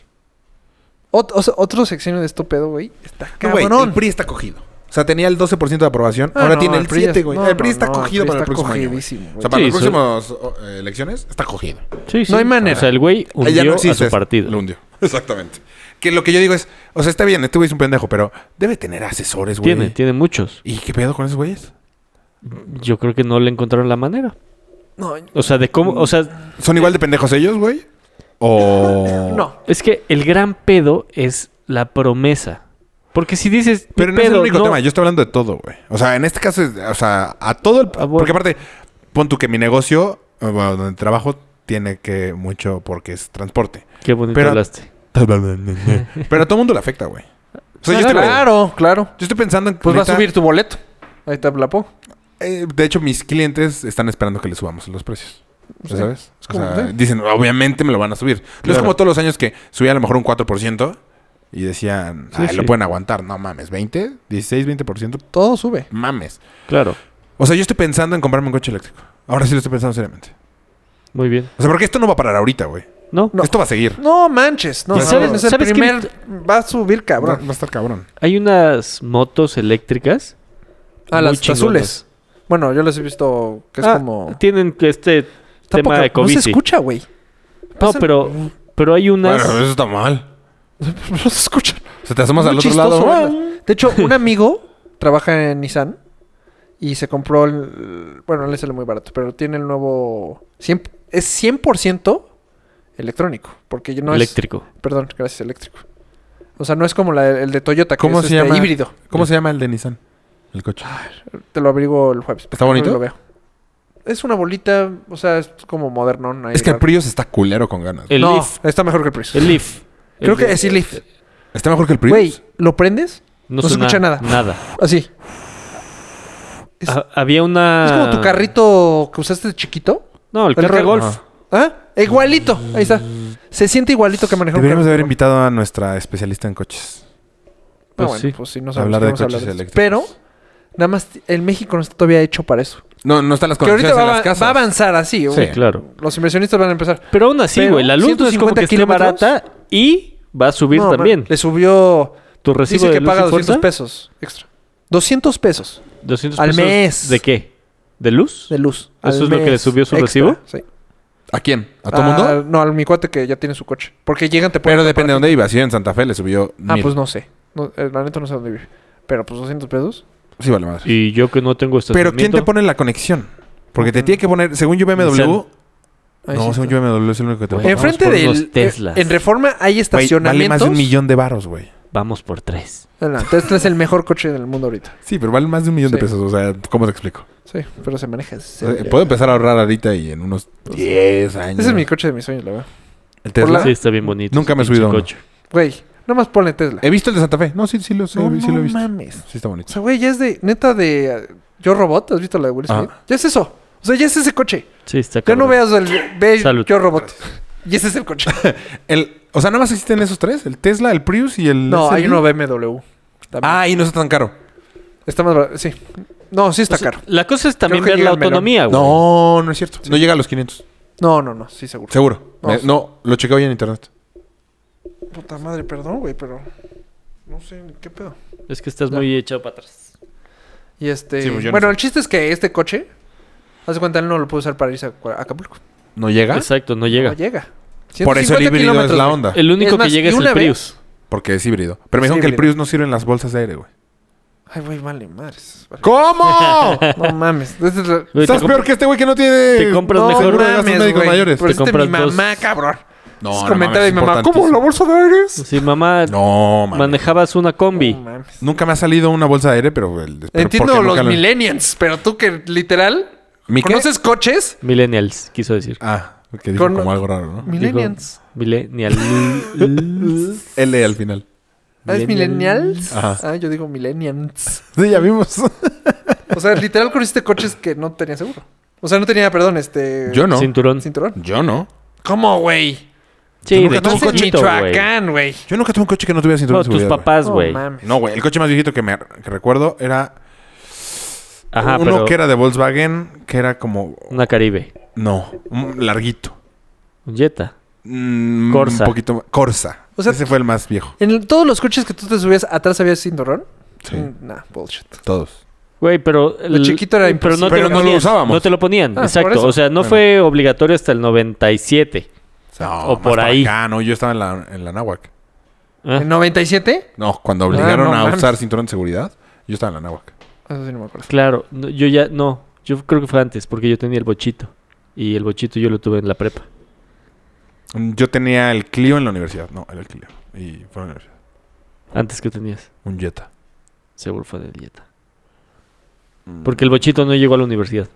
[SPEAKER 3] Ot- o sea, otro sexenio de esto pedo, güey. Está
[SPEAKER 2] No, güey,
[SPEAKER 3] cabrón.
[SPEAKER 2] el PRI está cogido. O sea, tenía el 12% de aprobación.
[SPEAKER 3] Ah,
[SPEAKER 2] ahora
[SPEAKER 3] no,
[SPEAKER 2] tiene el,
[SPEAKER 3] PRI es-
[SPEAKER 2] 7, güey.
[SPEAKER 3] no,
[SPEAKER 2] el PRI
[SPEAKER 3] no,
[SPEAKER 2] está
[SPEAKER 3] no,
[SPEAKER 2] cogido
[SPEAKER 3] el PRI
[SPEAKER 2] para el
[SPEAKER 3] está
[SPEAKER 2] próximo año, güey.
[SPEAKER 3] cogidísimo,
[SPEAKER 2] O
[SPEAKER 3] güey.
[SPEAKER 2] sea, para
[SPEAKER 1] Sí,
[SPEAKER 2] las
[SPEAKER 1] eso-
[SPEAKER 2] próximas oh, eh, elecciones está cogido.
[SPEAKER 3] sí. hay manera.
[SPEAKER 1] O sea, el güey
[SPEAKER 2] Ahí
[SPEAKER 1] hundió a su
[SPEAKER 2] es- Lo
[SPEAKER 1] partido.
[SPEAKER 2] hundió. Exactamente. Que lo que yo digo es... O sea, está bien, este güey es un pendejo, pero debe tener asesores, güey.
[SPEAKER 1] Tiene, tiene muchos.
[SPEAKER 2] ¿Y qué pedo con esos güeyes?
[SPEAKER 1] Yo creo que no le encontraron la manera.
[SPEAKER 3] No,
[SPEAKER 1] O sea, de cómo, o sea,
[SPEAKER 2] ¿Son igual de pendejos ellos, güey? O...
[SPEAKER 3] no.
[SPEAKER 1] es que el gran pedo es la promesa. Porque si dices, mi
[SPEAKER 2] Pero no es el
[SPEAKER 1] pedo,
[SPEAKER 2] único
[SPEAKER 1] no-
[SPEAKER 2] tema, yo estoy hablando de todo, güey. O sea, en este caso, es- o sea, a todo el...
[SPEAKER 1] Ah, bueno.
[SPEAKER 2] Porque aparte, pon tú que mi negocio, eh, bueno, donde trabajo, tiene que mucho porque es transporte.
[SPEAKER 1] Qué bonito
[SPEAKER 2] Pero-
[SPEAKER 1] hablaste.
[SPEAKER 2] Pero a todo mundo le afecta, güey. O sea, Pues yo, estoy,
[SPEAKER 3] claro, claro.
[SPEAKER 2] yo estoy pensando en...
[SPEAKER 3] Pues va a
[SPEAKER 2] neta,
[SPEAKER 3] subir tu boleto. Ahí te aplapó.
[SPEAKER 2] eh, de hecho, mis clientes están esperando que le subamos los precios.
[SPEAKER 3] Sí.
[SPEAKER 2] ¿Sabes?
[SPEAKER 3] Es
[SPEAKER 2] O
[SPEAKER 3] como-
[SPEAKER 2] sea,
[SPEAKER 3] sí.
[SPEAKER 2] dicen, obviamente me lo van a subir. No es
[SPEAKER 1] Claro.
[SPEAKER 2] como todos los años que subía a lo mejor un 4% y decían,
[SPEAKER 1] Sí,
[SPEAKER 2] "Ay, lo
[SPEAKER 1] sí.
[SPEAKER 2] pueden aguantar. No mames, 20, 16, 20%,
[SPEAKER 3] Todo sube.
[SPEAKER 2] mames.
[SPEAKER 1] Claro,
[SPEAKER 2] O sea, yo estoy pensando en comprarme un coche eléctrico. Ahora sí lo estoy pensando seriamente.
[SPEAKER 1] muy bien.
[SPEAKER 2] O sea, porque esto no va a parar ahorita, güey.
[SPEAKER 1] No,
[SPEAKER 3] No.
[SPEAKER 2] Esto va a seguir.
[SPEAKER 3] No manches. No,
[SPEAKER 2] ¿Y
[SPEAKER 3] no,
[SPEAKER 2] sabes-
[SPEAKER 3] no, es el
[SPEAKER 1] sabes que
[SPEAKER 3] primer. Va a subir,
[SPEAKER 2] Va,
[SPEAKER 3] cabrón.
[SPEAKER 2] va a estar cabrón.
[SPEAKER 1] hay unas motos eléctricas.
[SPEAKER 3] Ah,
[SPEAKER 1] muy
[SPEAKER 3] las
[SPEAKER 1] chingonas.
[SPEAKER 3] azules. Bueno, yo las he visto que es
[SPEAKER 1] Ah,
[SPEAKER 3] como.
[SPEAKER 1] Tienen que este
[SPEAKER 3] Está
[SPEAKER 1] tema
[SPEAKER 3] poca-
[SPEAKER 1] de
[SPEAKER 3] No
[SPEAKER 1] COVID.
[SPEAKER 3] se escucha, güey.
[SPEAKER 1] No, pero, pero hay unas.
[SPEAKER 2] Bueno, eso está mal.
[SPEAKER 3] No se escucha.
[SPEAKER 2] O sea, te asomas
[SPEAKER 3] Muy
[SPEAKER 2] al otro lado.
[SPEAKER 3] chistoso, ¿verdad? De hecho, un amigo trabaja en Nissan y se compró el. Bueno, le sale muy barato, pero tiene el nuevo. 100 es 100% electrónico. Porque no es.
[SPEAKER 1] eléctrico.
[SPEAKER 3] Perdón, gracias, eléctrico. O sea, no es como la- el de Toyota, que
[SPEAKER 2] ¿Cómo
[SPEAKER 3] es
[SPEAKER 2] se
[SPEAKER 3] este,
[SPEAKER 2] llama?
[SPEAKER 3] híbrido.
[SPEAKER 2] ¿Cómo se llama el de Nissan? El coche.
[SPEAKER 3] Te lo averiguo el jueves.
[SPEAKER 2] ¿Está bonito?
[SPEAKER 3] Lo veo. Es una bolita, o sea, es como modernón. ahí
[SPEAKER 2] es que el
[SPEAKER 3] raro.
[SPEAKER 2] Prius está culero con ganas.
[SPEAKER 1] El
[SPEAKER 3] no,
[SPEAKER 1] Leaf.
[SPEAKER 3] está mejor que el Prius.
[SPEAKER 1] El Leaf.
[SPEAKER 3] Creo
[SPEAKER 1] El
[SPEAKER 3] que
[SPEAKER 1] de-
[SPEAKER 3] es el Leaf.
[SPEAKER 2] Está mejor que el Prius.
[SPEAKER 3] Güey, ¿lo prendes?
[SPEAKER 1] No,
[SPEAKER 3] No se
[SPEAKER 1] suena
[SPEAKER 3] escucha nada.
[SPEAKER 1] Nada.
[SPEAKER 3] Así. Es-
[SPEAKER 1] Ha- había una.
[SPEAKER 3] Es como tu carrito que usaste de chiquito.
[SPEAKER 1] No, Ah. el,
[SPEAKER 3] el
[SPEAKER 1] carro de
[SPEAKER 3] carro-
[SPEAKER 1] golf.
[SPEAKER 2] Ajá.
[SPEAKER 3] ¿Ah? Igualito. Ahí está. Se siente igualito que manejar un
[SPEAKER 2] Deberíamos de
[SPEAKER 3] carro.
[SPEAKER 2] haber invitado a nuestra especialista en coches.
[SPEAKER 3] Ah,
[SPEAKER 1] Pues
[SPEAKER 3] bueno,
[SPEAKER 1] sí.
[SPEAKER 3] pues sí, no
[SPEAKER 2] A
[SPEAKER 3] sabemos
[SPEAKER 2] hablar
[SPEAKER 3] qué
[SPEAKER 2] de
[SPEAKER 3] vamos a
[SPEAKER 2] coches
[SPEAKER 3] hablar de eso.
[SPEAKER 2] eléctricos.
[SPEAKER 3] Pero, nada más, el México no está todavía hecho para eso.
[SPEAKER 2] No, no están las
[SPEAKER 3] Que ahorita
[SPEAKER 2] conexiones en
[SPEAKER 3] va,
[SPEAKER 2] las casas.
[SPEAKER 3] va a avanzar así.
[SPEAKER 2] Sí.
[SPEAKER 3] güey.
[SPEAKER 1] Claro.
[SPEAKER 3] Los inversionistas van a empezar.
[SPEAKER 1] Pero aún así,
[SPEAKER 3] Pero,
[SPEAKER 1] güey, la luz no es como
[SPEAKER 3] 150
[SPEAKER 1] que esté
[SPEAKER 3] kilómetros.
[SPEAKER 1] barata y va a subir
[SPEAKER 3] No, man,
[SPEAKER 1] también.
[SPEAKER 3] Le subió.
[SPEAKER 1] Tu recibo
[SPEAKER 3] Dice
[SPEAKER 1] de
[SPEAKER 3] que
[SPEAKER 1] luz
[SPEAKER 3] paga
[SPEAKER 1] y
[SPEAKER 3] 200
[SPEAKER 1] fuerza,
[SPEAKER 3] pesos extra. 200 pesos
[SPEAKER 1] 200
[SPEAKER 3] al
[SPEAKER 1] pesos
[SPEAKER 3] mes.
[SPEAKER 1] ¿De qué? ¿De luz?
[SPEAKER 3] de luz.
[SPEAKER 1] ¿Eso
[SPEAKER 3] al
[SPEAKER 1] es lo que le
[SPEAKER 3] mes
[SPEAKER 1] subió su
[SPEAKER 3] extra,
[SPEAKER 1] recibo?
[SPEAKER 3] Sí.
[SPEAKER 2] ¿A quién? ¿A todo el
[SPEAKER 3] Ah,
[SPEAKER 2] mundo?
[SPEAKER 3] No, al mi cuate que ya tiene su coche. Porque llegan, te pueden.
[SPEAKER 2] Pero depende de dónde iba. Si iba en Santa Fe le subió
[SPEAKER 3] Ah,
[SPEAKER 2] mil.
[SPEAKER 3] pues no sé. No, eh, la neta no sé dónde vive. Pero pues 200 pesos.
[SPEAKER 2] Sí, vale madre.
[SPEAKER 1] Y yo que no tengo
[SPEAKER 2] Pero ¿quién te
[SPEAKER 1] estacionamiento,
[SPEAKER 2] pone la conexión? Porque te tiene que poner, según yo
[SPEAKER 1] Nissan.
[SPEAKER 2] BMW,
[SPEAKER 3] Ahí
[SPEAKER 2] no,
[SPEAKER 3] sí
[SPEAKER 2] según
[SPEAKER 3] está.
[SPEAKER 2] yo BMW es el único que te
[SPEAKER 1] Güey,
[SPEAKER 2] pone.
[SPEAKER 1] vamos
[SPEAKER 3] Enfrente
[SPEAKER 1] por unos
[SPEAKER 3] del. eh,
[SPEAKER 1] Teslas.
[SPEAKER 3] En Reforma hay
[SPEAKER 2] Güey,
[SPEAKER 3] estacionamientos.
[SPEAKER 2] Vale más de un millón de baros, güey.
[SPEAKER 1] Vamos por tres.
[SPEAKER 3] No, Tesla es el mejor coche del mundo ahorita.
[SPEAKER 2] Sí, pero vale más de un millón
[SPEAKER 3] Sí.
[SPEAKER 2] de pesos. O sea, ¿cómo te explico?
[SPEAKER 3] Sí, pero se maneja.
[SPEAKER 2] O sea, Eh, puedo empezar a ahorrar ahorita y en unos 10 años.
[SPEAKER 3] Ese es mi coche de mis sueños, la verdad.
[SPEAKER 2] ¿El Tesla?
[SPEAKER 3] Ah.
[SPEAKER 1] Sí, está bien bonito.
[SPEAKER 2] Nunca me he
[SPEAKER 1] ese
[SPEAKER 2] subido
[SPEAKER 1] pinche
[SPEAKER 2] a uno.
[SPEAKER 1] coche.
[SPEAKER 3] Güey, nada más ponle Tesla.
[SPEAKER 2] He visto el de Santa Fe. No, sí, sí lo, sí,
[SPEAKER 3] No
[SPEAKER 2] sí lo he visto.
[SPEAKER 3] mames.
[SPEAKER 2] Sí está
[SPEAKER 3] O
[SPEAKER 2] bonito.
[SPEAKER 3] sea, güey, ya es de, neta de eh, Yo Robot, ¿has visto la de Will Smith?
[SPEAKER 2] Ah.
[SPEAKER 3] Ya es eso. O sea, ya es ese coche.
[SPEAKER 1] Sí, está
[SPEAKER 3] Ya no
[SPEAKER 1] cabrón.
[SPEAKER 3] veas el ve
[SPEAKER 1] Salud.
[SPEAKER 3] Yo Robot. Y ese es el coche.
[SPEAKER 2] El, o sea, nada más existen esos tres. El Tesla, el Prius y el...
[SPEAKER 3] No, hay
[SPEAKER 2] SUV.
[SPEAKER 3] uno BMW. También.
[SPEAKER 2] Ah, y no está tan caro.
[SPEAKER 3] Está más barato. Sí. No, Pues sí está
[SPEAKER 1] O sea,
[SPEAKER 3] caro.
[SPEAKER 1] La cosa es también
[SPEAKER 3] Creo que
[SPEAKER 1] ver la
[SPEAKER 3] llega el melón.
[SPEAKER 2] Ah,
[SPEAKER 1] autonomía, güey.
[SPEAKER 2] No, no es cierto. No llega a los 500.
[SPEAKER 3] No, no, no. Sí, seguro.
[SPEAKER 2] Seguro.
[SPEAKER 3] No,
[SPEAKER 2] Me-
[SPEAKER 3] sí.
[SPEAKER 2] no, lo chequé hoy en internet.
[SPEAKER 3] Puta madre, perdón, güey, pero... No sé, ¿qué pedo?
[SPEAKER 1] Es que estás
[SPEAKER 3] No.
[SPEAKER 1] muy echado para atrás.
[SPEAKER 3] Y este...
[SPEAKER 2] Sí, pues yo no
[SPEAKER 3] bueno,
[SPEAKER 2] sé.
[SPEAKER 3] el chiste es que este coche... Haz de cuenta, él no lo puede usar para irse a Cua- a Acapulco.
[SPEAKER 2] ¿No llega?
[SPEAKER 1] Exacto, no llega.
[SPEAKER 3] No llega.
[SPEAKER 2] Por eso el
[SPEAKER 3] 150
[SPEAKER 2] híbrido es
[SPEAKER 3] kilómetros,
[SPEAKER 2] la
[SPEAKER 3] güey.
[SPEAKER 2] onda.
[SPEAKER 1] El único
[SPEAKER 3] Es más,
[SPEAKER 1] que llega
[SPEAKER 3] y
[SPEAKER 1] es
[SPEAKER 3] una
[SPEAKER 1] el
[SPEAKER 3] vez-
[SPEAKER 1] Prius.
[SPEAKER 2] Porque es híbrido. Pero me
[SPEAKER 3] Es
[SPEAKER 2] dijeron que el
[SPEAKER 3] híbrido.
[SPEAKER 2] Prius no sirve en las bolsas de aire, güey.
[SPEAKER 3] Ay, güey, vale, madres. Vale.
[SPEAKER 2] ¿Cómo?
[SPEAKER 3] No mames. Esta es la-
[SPEAKER 1] Güey, te
[SPEAKER 2] Estás
[SPEAKER 1] comp-
[SPEAKER 2] peor que este güey que no tiene...
[SPEAKER 1] Te compras
[SPEAKER 3] no
[SPEAKER 1] mejor.
[SPEAKER 2] seguro de gastos médicos
[SPEAKER 3] güey.
[SPEAKER 2] mayores.
[SPEAKER 3] Pero
[SPEAKER 1] Te
[SPEAKER 3] este mi
[SPEAKER 1] compras dos.
[SPEAKER 3] mamá, cabrón.
[SPEAKER 2] No,
[SPEAKER 3] es
[SPEAKER 2] no
[SPEAKER 3] comentario de
[SPEAKER 2] mames,
[SPEAKER 3] mi mamá.
[SPEAKER 2] es
[SPEAKER 3] ¿Cómo la bolsa de aires?
[SPEAKER 1] Sí, mamá,
[SPEAKER 2] No, mames.
[SPEAKER 1] manejabas una
[SPEAKER 2] Pues,
[SPEAKER 1] combi.
[SPEAKER 3] No mames.
[SPEAKER 2] Nunca me ha salido una bolsa de aire, pero... El, pero
[SPEAKER 3] Entiendo
[SPEAKER 2] porque
[SPEAKER 3] los
[SPEAKER 2] nunca lo-
[SPEAKER 3] millennials, pero tú que literal
[SPEAKER 2] ¿Mi qué?
[SPEAKER 3] conoces coches.
[SPEAKER 1] Millennials, quiso decir.
[SPEAKER 2] Ah, que dijo
[SPEAKER 3] Con-
[SPEAKER 2] como algo raro, ¿no?
[SPEAKER 3] Millennials.
[SPEAKER 1] Millennial.
[SPEAKER 2] L al final.
[SPEAKER 3] Ah, ¿Es millennials?
[SPEAKER 2] Ajá.
[SPEAKER 3] Ah, yo digo millennials.
[SPEAKER 2] Sí, ya vimos.
[SPEAKER 3] O sea, literal conociste coches que no tenía seguro. O sea, no tenía, perdón, este...
[SPEAKER 2] Yo no.
[SPEAKER 1] Cinturón.
[SPEAKER 3] Cinturón.
[SPEAKER 2] Yo no.
[SPEAKER 3] ¿Cómo, güey?
[SPEAKER 1] Sí,
[SPEAKER 2] Nunca
[SPEAKER 1] de
[SPEAKER 2] tuve
[SPEAKER 1] tu
[SPEAKER 3] Más en
[SPEAKER 1] cochito, güey.
[SPEAKER 3] Michoacán, güey.
[SPEAKER 2] Yo nunca tuve un coche que no tuviera cinturón
[SPEAKER 1] No,
[SPEAKER 2] de
[SPEAKER 1] tus
[SPEAKER 2] seguridad, güey.
[SPEAKER 1] papás,
[SPEAKER 3] No
[SPEAKER 1] güey.
[SPEAKER 3] mames.
[SPEAKER 2] No, güey. El coche más viejito que me que recuerdo era
[SPEAKER 1] Ajá,
[SPEAKER 2] uno
[SPEAKER 1] pero
[SPEAKER 2] que era de Volkswagen, que era como...
[SPEAKER 1] una Caribe.
[SPEAKER 2] No, un larguito.
[SPEAKER 1] Un Jetta.
[SPEAKER 2] Mm,
[SPEAKER 1] Corsa.
[SPEAKER 2] Un poquito más. Corsa.
[SPEAKER 3] O sea-
[SPEAKER 2] Ese fue el más viejo.
[SPEAKER 3] En el- todos los coches que tú te subías, ¿atrás había cinturón?
[SPEAKER 2] Sí.
[SPEAKER 3] Mm, Nah, bullshit.
[SPEAKER 2] Todos.
[SPEAKER 1] Güey, pero... el-
[SPEAKER 3] chiquito era
[SPEAKER 1] pero no,
[SPEAKER 3] imposible.
[SPEAKER 1] te
[SPEAKER 2] Pero no lo
[SPEAKER 1] ponían,
[SPEAKER 2] usábamos.
[SPEAKER 1] No te lo ponían,
[SPEAKER 3] Ah, por
[SPEAKER 1] exacto.
[SPEAKER 3] eso.
[SPEAKER 1] O sea, no
[SPEAKER 2] Bueno.
[SPEAKER 1] fue obligatorio hasta el 97.
[SPEAKER 2] No,
[SPEAKER 1] O
[SPEAKER 2] más
[SPEAKER 1] por
[SPEAKER 2] para
[SPEAKER 1] ahí.
[SPEAKER 2] acá, no, yo estaba en la, en la Náhuac.
[SPEAKER 1] Ah,
[SPEAKER 3] ¿En 97?
[SPEAKER 2] Ah, No, cuando obligaron
[SPEAKER 3] no
[SPEAKER 2] a
[SPEAKER 3] mames.
[SPEAKER 2] usar cinturón de seguridad, yo estaba en la Náhuac.
[SPEAKER 3] Eso sí no me acuerdo.
[SPEAKER 1] Claro, no, yo ya... No, yo creo que fue antes, porque yo tenía el bochito. Y el bochito yo lo tuve en la prepa.
[SPEAKER 2] Mm, Yo tenía el Clio en la universidad. No, era el Clio. Y fue a la universidad.
[SPEAKER 1] Antes que tenías.
[SPEAKER 2] Un Jetta.
[SPEAKER 1] Seguro fue del Jetta. Porque el bochito no llegó a la universidad.